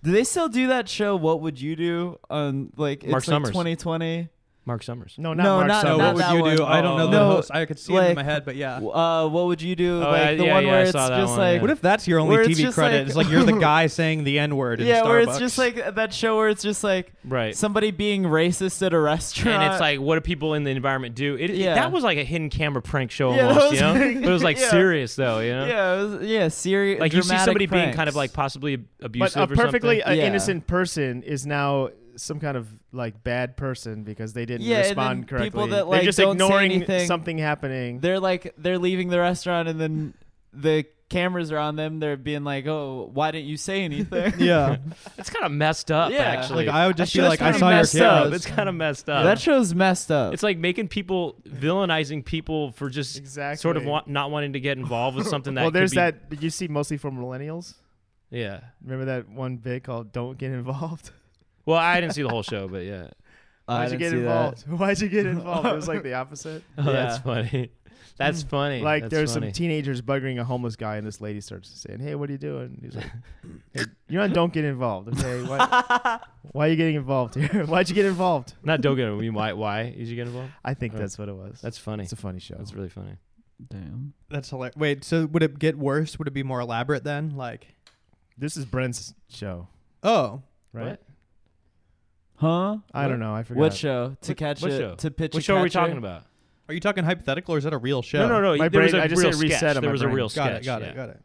Speaker 2: Do they still do that show? What would you do on like it's
Speaker 4: Mark
Speaker 2: like
Speaker 4: Summers.
Speaker 2: 2020?
Speaker 4: Mark Summers.
Speaker 3: No,
Speaker 2: No,
Speaker 3: Mark
Speaker 2: not-
Speaker 1: No,
Speaker 3: Summers.
Speaker 2: not
Speaker 1: what would
Speaker 2: that
Speaker 1: you
Speaker 2: one.
Speaker 1: do? I don't know the
Speaker 2: Oh.
Speaker 1: host. I could see it in
Speaker 2: Like-
Speaker 1: my head, but yeah.
Speaker 2: Uh, what would you do?
Speaker 4: Oh,
Speaker 2: like
Speaker 4: yeah,
Speaker 2: the
Speaker 4: yeah,
Speaker 2: one
Speaker 4: yeah, I
Speaker 2: where it's
Speaker 4: saw that
Speaker 2: just
Speaker 4: one,
Speaker 2: like
Speaker 4: yeah.
Speaker 1: What if that's your only
Speaker 2: Where it's
Speaker 1: TV
Speaker 2: just
Speaker 1: credit?
Speaker 2: like-
Speaker 1: it's like you're the guy saying the N word.
Speaker 2: yeah,
Speaker 1: Starbucks.
Speaker 2: where it's just like that show where it's just like
Speaker 4: Right.
Speaker 2: somebody being racist at a restaurant.
Speaker 4: and it's like, what do people in the environment do? It, it-
Speaker 2: Yeah.
Speaker 4: that was like a hidden camera prank show
Speaker 2: Yeah, that
Speaker 4: almost,
Speaker 2: was-
Speaker 4: you know. But it was like
Speaker 2: Yeah.
Speaker 4: serious though, you know.
Speaker 2: yeah, it was, yeah, serious.
Speaker 4: Like you see
Speaker 2: dramatic
Speaker 4: somebody being
Speaker 2: pranks.
Speaker 4: kind of like possibly
Speaker 3: But
Speaker 4: abusive
Speaker 3: a
Speaker 4: or
Speaker 3: perfectly
Speaker 4: something.
Speaker 3: uh,
Speaker 2: Yeah.
Speaker 3: innocent person is now some kind of like bad person because they didn't
Speaker 2: Yeah, and
Speaker 3: respond
Speaker 2: then
Speaker 3: correctly.
Speaker 2: people that,
Speaker 3: They're
Speaker 2: like,
Speaker 3: just
Speaker 2: don't say
Speaker 3: ignoring
Speaker 2: anything.
Speaker 3: something happening.
Speaker 2: they're like they're leaving the restaurant and then the cameras are on them they're being like oh why didn't you say anything
Speaker 1: yeah.
Speaker 4: It's kind of messed up
Speaker 2: Yeah.
Speaker 4: actually.
Speaker 1: Like I would just
Speaker 2: That
Speaker 1: be
Speaker 2: show's
Speaker 1: like, I
Speaker 2: pretty
Speaker 1: saw your
Speaker 2: messed up.
Speaker 1: cameras.
Speaker 4: it's kind of messed up.
Speaker 2: that show's messed up
Speaker 4: Uh, it's like making people villainizing people for just sort of
Speaker 3: Exactly.
Speaker 4: wa- not wanting to get involved with something that
Speaker 3: well,
Speaker 4: could
Speaker 3: there's
Speaker 4: be-
Speaker 3: that you see mostly for millennials.
Speaker 4: yeah
Speaker 3: Remember that one bit called "Don't Get Involved."
Speaker 4: well i didn't see the whole show but yeah
Speaker 2: I
Speaker 3: Why'd you
Speaker 2: didn't
Speaker 3: get
Speaker 2: see that.
Speaker 3: involved? Why'd you get involved? It was like the opposite.
Speaker 4: oh that's funny that's funny
Speaker 3: Like
Speaker 4: That's
Speaker 3: there's
Speaker 4: funny.
Speaker 3: some teenagers bugging a homeless guy, and this lady starts saying, "Hey, what are you doing?" He's like, hey, "You're on. Don't get involved. Okay, why, why are you getting involved here? Why'd you get involved?"
Speaker 4: not dogan we might why did you get involved
Speaker 3: I think
Speaker 4: Oh.
Speaker 3: that's what it was.
Speaker 4: that's funny
Speaker 3: it's a funny show.
Speaker 4: that's really funny
Speaker 2: damn
Speaker 1: That's hilarious. Wait, so would it get worse? Would it be more elaborate then? Like,
Speaker 3: This is Brent's show,
Speaker 1: oh,
Speaker 3: right?
Speaker 4: What?
Speaker 2: huh
Speaker 3: I don't know. I forgot.
Speaker 2: what show to catch
Speaker 4: what
Speaker 2: a
Speaker 4: show?
Speaker 2: to pitch
Speaker 4: what
Speaker 2: a
Speaker 4: show are we
Speaker 2: catcher?
Speaker 4: talking about
Speaker 1: are you talking hypothetical or is that a real show?
Speaker 4: no no no
Speaker 3: My
Speaker 4: there was
Speaker 3: brain-
Speaker 4: a
Speaker 3: I just
Speaker 4: real
Speaker 3: said reset
Speaker 4: sketch
Speaker 3: on
Speaker 4: there
Speaker 3: my
Speaker 4: was a
Speaker 3: brain.
Speaker 4: real
Speaker 1: Got
Speaker 4: sketch
Speaker 1: it. Got
Speaker 4: yeah.
Speaker 1: it. Got it.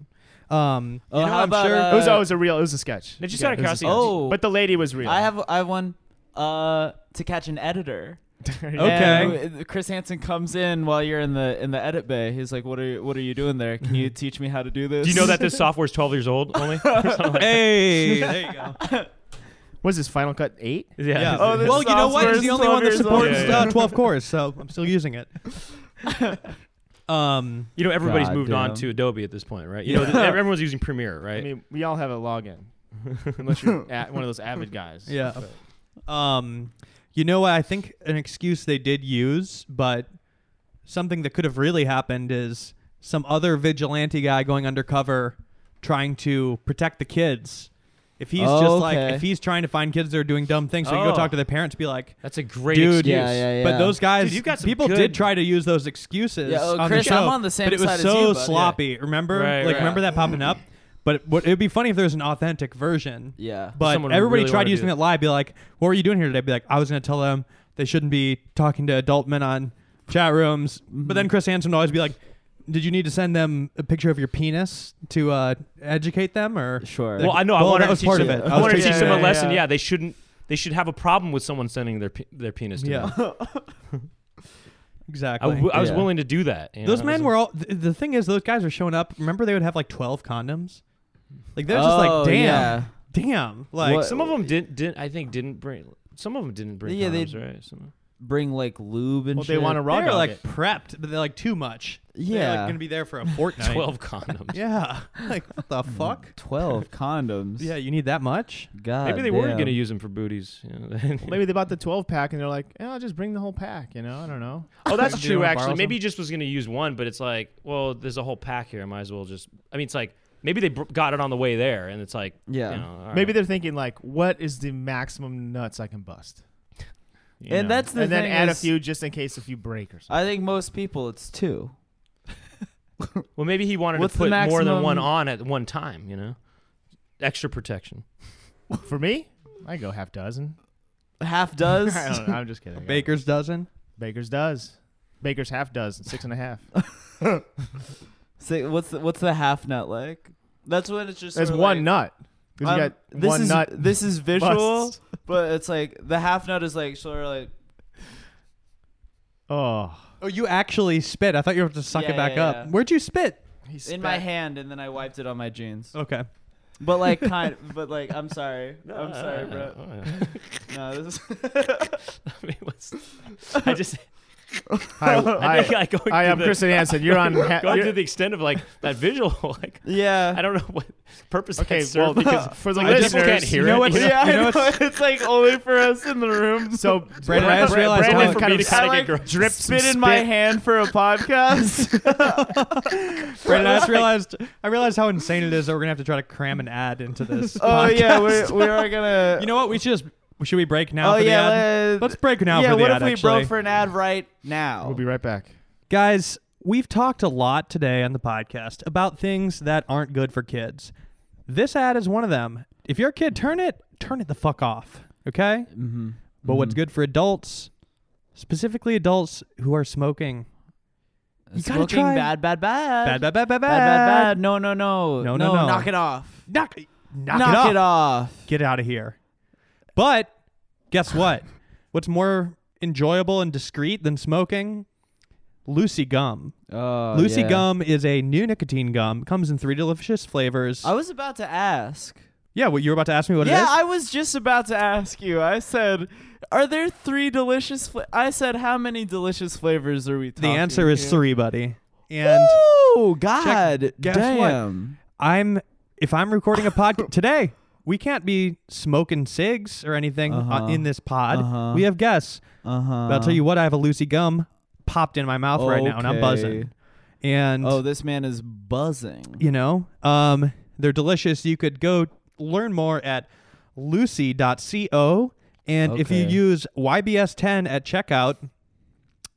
Speaker 1: Um,
Speaker 2: oh
Speaker 1: you know,
Speaker 2: how
Speaker 1: I'm
Speaker 2: about
Speaker 1: sure-
Speaker 2: uh,
Speaker 3: it was. Oh, it was a real. It was a sketch.
Speaker 4: Now, just
Speaker 3: Yeah,
Speaker 4: out of
Speaker 3: it was a
Speaker 4: curiosity,
Speaker 3: sketch.
Speaker 2: Oh.
Speaker 3: but the lady was real.
Speaker 2: i have i have one uh to catch an editor
Speaker 1: Okay.
Speaker 2: And, uh, Chris Hansen comes in while you're in the in the edit bay. He's like, "What are you, what are you doing there? Can you teach me how to do this?"
Speaker 4: do you know that this software's 12 years old only Or something like-
Speaker 1: hey, there you go.
Speaker 3: Was this Final Cut Eight?
Speaker 4: yeah,
Speaker 1: Yeah.
Speaker 2: Oh, this
Speaker 1: well, you know what?
Speaker 2: software
Speaker 1: It's
Speaker 2: is
Speaker 1: the only
Speaker 2: 12
Speaker 1: one that
Speaker 2: years old.
Speaker 1: supports
Speaker 4: Yeah, yeah.
Speaker 1: Uh, 12 cores, so I'm still using it. um,
Speaker 4: you know everybody's
Speaker 2: God
Speaker 4: moved on
Speaker 2: damn.
Speaker 4: to adobe at this point right you know
Speaker 1: Yeah.
Speaker 4: th- everyone's using premiere right
Speaker 3: I mean, we all have a login, unless you're at one of those avid guys.
Speaker 1: Yeah.
Speaker 3: But-
Speaker 1: Um, you know what? I think an excuse they did use, but something that could have really happened is some other vigilante guy going undercover trying to protect the kids. If he's just like,
Speaker 2: Okay.
Speaker 1: if he's trying to find kids that are doing dumb things, so you
Speaker 4: Oh.
Speaker 1: go talk to their parents, be like,
Speaker 4: that's a great
Speaker 1: Dude,
Speaker 4: excuse
Speaker 2: Yeah, yeah, yeah.
Speaker 1: but those guys,
Speaker 4: Dude, you've got some
Speaker 1: people
Speaker 4: good-
Speaker 1: did try to use those excuses.
Speaker 2: Yeah, oh,
Speaker 1: on
Speaker 2: Chris,
Speaker 1: the show,
Speaker 2: I'm on the same
Speaker 1: but it was
Speaker 2: side as
Speaker 1: so
Speaker 2: you, bud.
Speaker 1: sloppy. Remember,
Speaker 4: Right,
Speaker 1: like
Speaker 4: right.
Speaker 1: remember that popping up. But it would it'd be funny if there was an authentic version.
Speaker 2: Yeah.
Speaker 1: But
Speaker 4: Someone would
Speaker 1: everybody
Speaker 4: really
Speaker 1: tried
Speaker 4: wanna
Speaker 1: using
Speaker 4: do
Speaker 1: it live. Be like, what were you doing here today? Be like, I was going to tell them they shouldn't be talking to adult men on chat rooms. But
Speaker 2: Mm-hmm.
Speaker 1: then Chris Hansen would always be like, did you need to send them a picture of your penis to uh, educate them? Or
Speaker 2: Sure.
Speaker 4: Well, I know. I
Speaker 1: Well,
Speaker 4: wanted
Speaker 1: that was
Speaker 4: to teach
Speaker 1: part of
Speaker 4: them-
Speaker 1: it. I
Speaker 4: I
Speaker 1: was
Speaker 4: wanted to
Speaker 1: teaching
Speaker 4: teach them a
Speaker 1: them.
Speaker 4: lesson.
Speaker 3: Yeah.
Speaker 4: Yeah, they shouldn't. They should have a problem with someone sending their pe- their penis to
Speaker 1: yeah,
Speaker 4: them. I,
Speaker 1: exactly.
Speaker 4: w- I was
Speaker 2: Yeah.
Speaker 4: willing to do that. you
Speaker 1: those
Speaker 4: know, it
Speaker 1: men
Speaker 4: was-
Speaker 1: were all. Th- the thing is, those guys were showing up. Remember, they would have like twelve condoms. Like they're just
Speaker 2: Oh,
Speaker 1: like, damn,
Speaker 2: yeah.
Speaker 1: damn. Like
Speaker 2: What-
Speaker 4: Some of them didn't. Didn't I think didn't bring. Some of them didn't bring.
Speaker 2: Yeah,
Speaker 4: Yeah,
Speaker 2: they-
Speaker 4: they right. Some,
Speaker 2: Bring like lube and
Speaker 3: Well,
Speaker 2: shit.
Speaker 3: they want to raw
Speaker 1: they're
Speaker 3: dog
Speaker 1: like
Speaker 3: it.
Speaker 1: prepped, but they're like too much. they're
Speaker 2: Yeah.
Speaker 1: like, gonna be there for a fortnight.
Speaker 4: Twelve condoms.
Speaker 1: Yeah. Like what the fuck?
Speaker 2: 12 Mm, condoms.
Speaker 1: Yeah, you need that much.
Speaker 2: God.
Speaker 4: Maybe they were
Speaker 2: damn.
Speaker 4: going to use them for booties. you know.
Speaker 3: Maybe they bought the 12 pack and they're like, eh, I'll just bring the whole pack. You know, I don't know.
Speaker 4: oh, that's
Speaker 1: Do you
Speaker 4: true.
Speaker 1: wanna
Speaker 4: Actually,
Speaker 1: borrow
Speaker 4: maybe
Speaker 1: some?
Speaker 4: he just was going to use one, but it's like, well, there's a whole pack here. I might as well just. I mean, it's like maybe they br- got it on the way there, and it's like,
Speaker 2: Yeah.
Speaker 4: you know, all
Speaker 3: Maybe
Speaker 4: right.
Speaker 3: they're thinking like, what is the maximum nuts I can bust? You
Speaker 2: And that's the
Speaker 3: and then
Speaker 2: thing
Speaker 3: add
Speaker 2: is-
Speaker 3: a few just in case if you break or something.
Speaker 2: I think most people it's two.
Speaker 4: well, maybe he wanted
Speaker 2: What's
Speaker 4: to
Speaker 2: the
Speaker 4: put more than
Speaker 2: maximum-
Speaker 4: one on at one time. You know, extra protection.
Speaker 3: For me, I go half dozen.
Speaker 2: Half does.
Speaker 3: I don't know, I'm just kidding.
Speaker 1: Baker's dozen.
Speaker 3: Baker's does. Baker's half dozen, six and a half.
Speaker 2: Say, what's the, what's the half nut like? That's when it's just
Speaker 3: That's
Speaker 2: sorta
Speaker 3: one
Speaker 2: like-
Speaker 3: nut. 'Cause
Speaker 2: Um,
Speaker 3: you got
Speaker 2: this
Speaker 3: one
Speaker 2: is
Speaker 3: nut.
Speaker 2: this is visual,
Speaker 3: busts.
Speaker 2: but it's like the half nut is like sort of like
Speaker 3: Oh,
Speaker 1: Oh, you actually spit. I thought you were to suck
Speaker 2: Yeah,
Speaker 1: it back
Speaker 2: yeah,
Speaker 1: up.
Speaker 2: yeah.
Speaker 1: Where'd you spit?
Speaker 3: he
Speaker 2: in my hand, and then I wiped it on my jeans.
Speaker 1: Okay.
Speaker 2: But like kind, but like I'm sorry, I'm
Speaker 4: Uh,
Speaker 2: sorry,
Speaker 4: uh,
Speaker 2: bro.
Speaker 4: uh,
Speaker 2: No, this is
Speaker 4: I mean, what's- I just.
Speaker 3: Hi,
Speaker 4: I,
Speaker 3: I,
Speaker 4: think, like, going
Speaker 3: I
Speaker 4: to
Speaker 3: am
Speaker 4: the-
Speaker 3: Chris Hansen. You're on. Ha-
Speaker 4: Going
Speaker 3: you're-
Speaker 4: to the extent of like that visual, like I
Speaker 2: yeah.
Speaker 4: don't know what purpose.
Speaker 3: okay,
Speaker 4: that
Speaker 3: well,
Speaker 4: served,
Speaker 3: because for the
Speaker 4: I just
Speaker 3: listeners,
Speaker 4: can't hear
Speaker 1: you know
Speaker 4: it.
Speaker 1: what-
Speaker 4: you know?
Speaker 2: yeah,
Speaker 1: you know
Speaker 2: I know. It's like only for us in the room.
Speaker 3: So
Speaker 1: Brandon, I just realized
Speaker 3: Brandon
Speaker 1: how it-
Speaker 3: kind
Speaker 4: for me
Speaker 3: of
Speaker 4: to
Speaker 2: I
Speaker 4: kinda
Speaker 3: kind
Speaker 4: get
Speaker 2: like
Speaker 4: gross.
Speaker 3: drip some
Speaker 2: spit in my
Speaker 3: spit.
Speaker 2: hand for a podcast.
Speaker 1: Brandon, I just realized I realized how insane it is that we're gonna have to try to cram an ad into this.
Speaker 2: oh yeah, we
Speaker 1: podcast.
Speaker 2: we are gonna.
Speaker 1: You know what? We should just should we break now?
Speaker 2: oh
Speaker 1: for the
Speaker 2: yeah,
Speaker 1: ad?
Speaker 2: let-
Speaker 1: Let's break now
Speaker 2: yeah.
Speaker 1: for the
Speaker 2: what
Speaker 1: ad,
Speaker 2: if we
Speaker 1: actually.
Speaker 2: broke for an ad right now?
Speaker 3: We'll be right back.
Speaker 1: Guys, we've talked a lot today on the podcast about things that aren't good for kids. This ad is one of them. If you're a kid, turn it, turn it the fuck off. Okay?
Speaker 2: mm-hmm.
Speaker 1: But what's good for adults, specifically adults who are smoking. You gotta
Speaker 2: Smoking
Speaker 1: try-
Speaker 2: bad, bad, bad,
Speaker 1: Bad, bad, bad, bad,
Speaker 2: bad,
Speaker 1: bad.
Speaker 2: bad, bad. No, no, no,
Speaker 1: No, no, no.
Speaker 2: Knock it off.
Speaker 1: Knock, knock,
Speaker 2: Knock
Speaker 1: it, off.
Speaker 2: it off.
Speaker 1: Get out of here. But guess what? What's more enjoyable and discreet than smoking? Lucy gum.
Speaker 2: Oh,
Speaker 1: Lucy
Speaker 2: yeah.
Speaker 1: gum is a new nicotine gum. Comes in three delicious flavors.
Speaker 2: I was about to ask.
Speaker 1: yeah, what you were about to ask me what it
Speaker 2: Oh. yeah,
Speaker 1: is?
Speaker 2: I was just about to ask you. I said, "Are there three delicious?" Fla-? I said, "How many delicious flavors are we?"
Speaker 1: The
Speaker 2: Talking
Speaker 1: answer is
Speaker 2: here?
Speaker 1: three, buddy. And
Speaker 2: Oh God!
Speaker 1: guess what?
Speaker 2: damn.
Speaker 1: I'm if I'm recording a podcast today, we can't be smoking cigs or anything uh,
Speaker 2: Uh-huh.
Speaker 1: in this pod.
Speaker 2: Uh-huh.
Speaker 1: We have guests.
Speaker 2: Uh huh.
Speaker 1: But I'll tell you what, I have a Lucy gum popped in my mouth right now, and I'm
Speaker 2: Okay.
Speaker 1: buzzing. And
Speaker 2: Oh, this man is buzzing.
Speaker 1: you know, um, they're delicious. You could go learn more at lucy.co. And if you
Speaker 2: Okay.
Speaker 1: use YBS10 at checkout,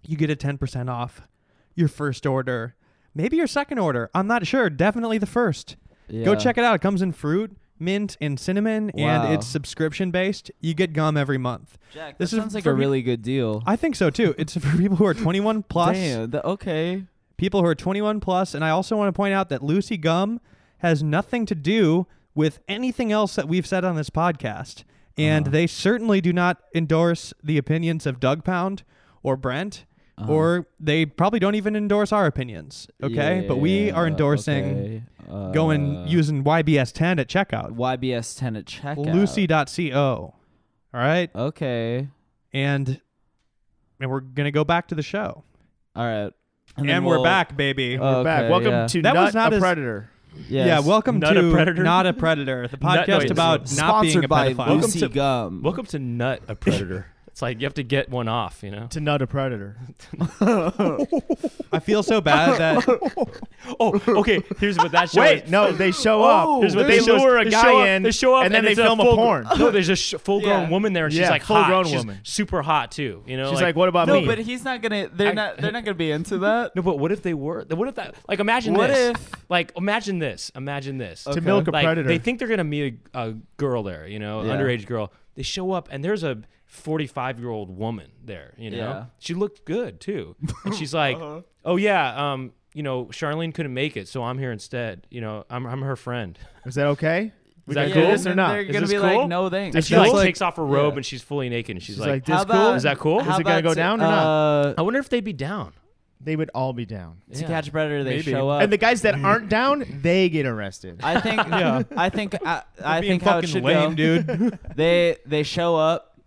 Speaker 1: you get a 10% off your first order. Maybe your second order. I'm not sure. Definitely the first. Go
Speaker 2: Yeah.
Speaker 1: check it out. It comes in fruit, mint, and cinnamon,
Speaker 2: Wow.
Speaker 1: and it's subscription based. You get gum every month.
Speaker 2: Jack,
Speaker 1: This
Speaker 2: this
Speaker 1: is
Speaker 2: sounds like
Speaker 1: for
Speaker 2: a
Speaker 1: me-
Speaker 2: really good deal.
Speaker 1: I think so too. It's for people who are 21 plus.
Speaker 2: Damn. th- okay.
Speaker 1: people who are 21 plus and i also want to point out that lucy gum has nothing to do with anything else that we've said on this podcast and
Speaker 2: Uh-huh.
Speaker 1: they certainly do not endorse the opinions of doug pound or brent
Speaker 2: Uh-huh.
Speaker 1: or they probably don't even endorse our opinions okay
Speaker 2: Yeah,
Speaker 1: but we are
Speaker 2: uh,
Speaker 1: endorsing
Speaker 2: okay. Uh,
Speaker 1: going using ybs10 at checkout
Speaker 2: YBS ten at checkout.
Speaker 1: lucy.co all right
Speaker 2: Okay.
Speaker 1: and and we're gonna go back to the show
Speaker 2: All right.
Speaker 1: and,
Speaker 2: then
Speaker 1: we're
Speaker 2: we'll-
Speaker 1: back baby
Speaker 2: Oh,
Speaker 3: We're back.
Speaker 2: okay,
Speaker 3: Welcome
Speaker 2: yeah.
Speaker 3: to
Speaker 1: That
Speaker 3: Nut
Speaker 1: was not
Speaker 3: a
Speaker 1: as-
Speaker 3: Predator.
Speaker 2: Yes.
Speaker 1: Yeah, welcome
Speaker 4: Not a
Speaker 1: to
Speaker 4: predator?
Speaker 1: Not a Predator, the
Speaker 4: Not- no,
Speaker 1: podcast
Speaker 4: it's
Speaker 1: about not
Speaker 2: Sponsored
Speaker 1: being a
Speaker 2: by
Speaker 1: pedophile.
Speaker 4: Welcome
Speaker 2: Lucy
Speaker 4: to-
Speaker 2: Gum.
Speaker 4: Welcome to Nut a Predator. It's like you have to get one off, you know.
Speaker 3: to nut a predator.
Speaker 1: I feel so bad that
Speaker 4: Oh, okay. Here's what that show
Speaker 3: Wait,
Speaker 4: is.
Speaker 3: no, they show
Speaker 2: Oh.
Speaker 3: up.
Speaker 4: Here's what they,
Speaker 3: show is
Speaker 4: lure a
Speaker 3: they
Speaker 4: guy
Speaker 3: show up-
Speaker 4: in.
Speaker 3: They show up, and then they
Speaker 4: it's
Speaker 3: film a,
Speaker 4: full-
Speaker 3: porn.
Speaker 4: No, there's a sh- full-grown
Speaker 2: Yeah.
Speaker 4: woman there, and she's
Speaker 3: Yeah,
Speaker 4: like hot.
Speaker 3: full-grown
Speaker 4: She's
Speaker 3: woman.
Speaker 4: super hot too. You know,
Speaker 3: She's like, "What about
Speaker 2: no,
Speaker 3: me?"
Speaker 2: but he's not gonna. They're
Speaker 4: I-
Speaker 2: not. They're not gonna be into that.
Speaker 4: No, but what if they were? What if that? Like, imagine
Speaker 2: What
Speaker 4: this.
Speaker 2: if-
Speaker 4: Like, imagine this. Imagine this.
Speaker 2: Okay.
Speaker 3: to milk a
Speaker 4: Like,
Speaker 3: predator.
Speaker 4: they think they're gonna meet a, a girl there, you know,
Speaker 2: Yeah.
Speaker 4: underage girl. They show up, and there's a 45 year old woman there. You know,
Speaker 2: Yeah.
Speaker 4: she looked good too, and she's like, "Oh yeah, um, you know, Charlene couldn't make it, so I'm here instead. You know, I'm I'm her friend."
Speaker 3: is that okay? We
Speaker 4: that
Speaker 3: got
Speaker 2: Yeah,
Speaker 4: cool?
Speaker 3: this
Speaker 2: then
Speaker 3: or not?
Speaker 2: They're
Speaker 4: Is
Speaker 2: gonna
Speaker 4: this
Speaker 2: be
Speaker 4: cool?
Speaker 2: like, no thanks.
Speaker 4: And
Speaker 3: Is
Speaker 4: she
Speaker 3: that
Speaker 4: like
Speaker 3: cool?
Speaker 4: takes off her robe
Speaker 2: Yeah.
Speaker 4: and she's fully naked, and she's,
Speaker 3: She's like,
Speaker 4: like,
Speaker 2: How
Speaker 3: "This
Speaker 2: about-
Speaker 3: cool?
Speaker 4: "Is that cool?"
Speaker 3: How- it gonna go
Speaker 2: to-
Speaker 3: down or not?
Speaker 2: Uh,
Speaker 4: I wonder if they'd be down.
Speaker 3: They would all be down.
Speaker 2: to
Speaker 4: Yeah.
Speaker 2: catch a predator, they
Speaker 1: Maybe.
Speaker 2: show up.
Speaker 3: and the guys that aren't down, they get arrested.
Speaker 2: I think. I think. I, I
Speaker 1: being
Speaker 2: think how it
Speaker 1: fucking
Speaker 2: should go.
Speaker 1: lame, dude.
Speaker 2: They they show up.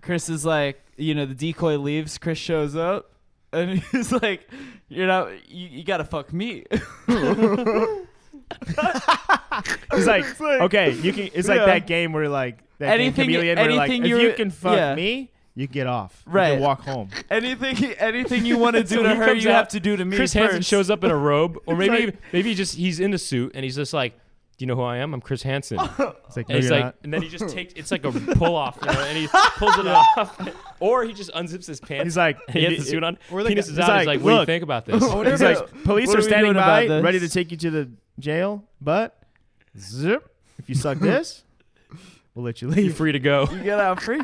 Speaker 2: Chris is like, you know, the decoy leaves. Chris shows up, and he's like, you know, you, you gotta fuck me.
Speaker 3: It's like, okay, you can. It's like
Speaker 2: Yeah.
Speaker 3: that game where like that
Speaker 2: Anything-
Speaker 3: game chameleon where like
Speaker 2: anything
Speaker 3: if
Speaker 2: you-
Speaker 3: you can fuck
Speaker 2: yeah.
Speaker 3: me, you get off. You
Speaker 2: Right.
Speaker 3: can walk home.
Speaker 2: anything, anything you want to do
Speaker 4: So
Speaker 2: to
Speaker 4: he
Speaker 2: her,
Speaker 4: comes
Speaker 2: you
Speaker 4: out,
Speaker 2: have to do to me.
Speaker 4: Chris
Speaker 2: first.
Speaker 4: Hansen shows up in a robe, or
Speaker 3: It's
Speaker 4: maybe
Speaker 3: like-
Speaker 4: maybe just he's in a suit and he's just like, "Do you know who I am? I'm Chris Hansen."
Speaker 3: It's like, no,
Speaker 4: And he's
Speaker 3: you're
Speaker 4: like,
Speaker 3: not.
Speaker 4: and then he just takes. It's like a pull off, you know, and he pulls it off, or he just unzips his pants.
Speaker 3: He's like,
Speaker 4: and he has the suit on.
Speaker 1: Or the
Speaker 4: Penis
Speaker 1: guy-
Speaker 4: is
Speaker 3: he's
Speaker 4: out.
Speaker 3: like,
Speaker 4: he's like, what do you
Speaker 3: "Look."
Speaker 4: think about this?
Speaker 3: He's like, police
Speaker 2: What
Speaker 3: are
Speaker 2: are we
Speaker 3: standing
Speaker 2: doing
Speaker 3: by,
Speaker 2: about this?"
Speaker 3: ready to take you to the jail, but zip. If you suck this, we'll let you
Speaker 4: You're
Speaker 3: leave.
Speaker 4: free to go.
Speaker 2: You get out free.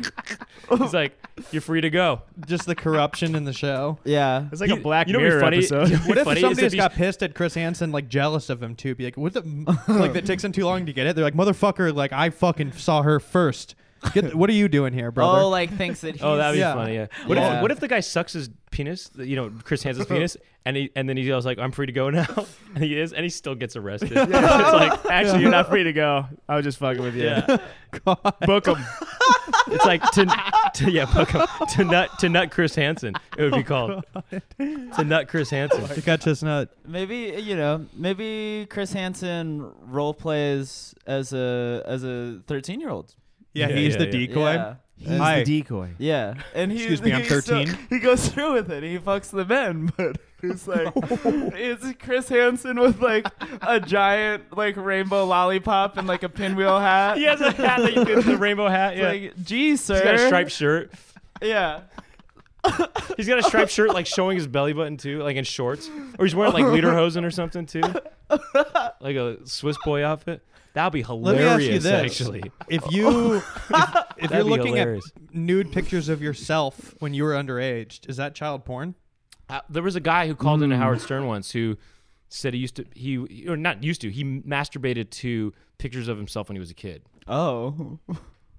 Speaker 4: He's like, you're free to go.
Speaker 1: Just the corruption in the show.
Speaker 2: Yeah.
Speaker 3: It's like a
Speaker 4: You-
Speaker 3: Black
Speaker 4: you know what'd be
Speaker 3: Mirror
Speaker 4: funny?
Speaker 3: episode.
Speaker 1: What if
Speaker 4: Funny is
Speaker 1: somebody
Speaker 4: if
Speaker 1: just
Speaker 4: he's-
Speaker 1: got pissed at Chris Hansen, like jealous of him too? Be like, what the like that takes him too long to get it. They're like, motherfucker, like I fucking saw her first. Get what are you doing here, brother?
Speaker 2: Oh, like thinks that. He's,
Speaker 4: Oh, that'd be
Speaker 1: Yeah.
Speaker 4: funny. Yeah. What
Speaker 2: Yeah.
Speaker 4: if what if the guy sucks his penis? You know, Chris Hansen's penis, and he and then he goes like, I'm free to go now, and he is, and he still gets arrested. it's like
Speaker 3: Actually,
Speaker 4: actually,
Speaker 3: you're not free to go. I was just fucking with you.
Speaker 4: Yeah.
Speaker 3: Book 'em.
Speaker 4: It's like to, to yeah, fuck him. to nut to nut Chris Hansen. It would be called to nut Chris Hansen.
Speaker 1: you got chestnut.
Speaker 2: Maybe you know. Maybe Chris Hansen role plays as a as a thirteen year old.
Speaker 1: Yeah,
Speaker 4: Yeah,
Speaker 1: he's
Speaker 4: yeah,
Speaker 1: the
Speaker 4: yeah.
Speaker 1: decoy.
Speaker 2: Yeah.
Speaker 3: He's
Speaker 1: Hi.
Speaker 3: the decoy.
Speaker 2: Yeah, and he,
Speaker 1: Excuse me, I'm
Speaker 2: he still-
Speaker 1: 13.
Speaker 2: he goes through with it. He fucks the men, but it's like it's Chris Hansen with like a giant like rainbow lollipop and like a pinwheel hat.
Speaker 4: He has a hat that you can, the rainbow hat.
Speaker 2: It's
Speaker 4: Yeah.
Speaker 2: like, gee, sir.
Speaker 4: He's got a striped shirt.
Speaker 2: Yeah,
Speaker 4: He's got a striped shirt, like showing his belly button too, like in shorts, or he's wearing like lederhosen or something too, like a Swiss boy outfit. That'd be
Speaker 1: me
Speaker 4: hilarious.
Speaker 1: ask you this.
Speaker 4: Actually,
Speaker 1: If you if, if you're
Speaker 4: be
Speaker 1: looking
Speaker 4: hilarious.
Speaker 1: at nude pictures of yourself when you were underage, is that child porn?
Speaker 4: Uh, there was a guy who called into Howard Stern once who said he used to he or not used to he masturbated to pictures of himself when he was a kid.
Speaker 2: Oh,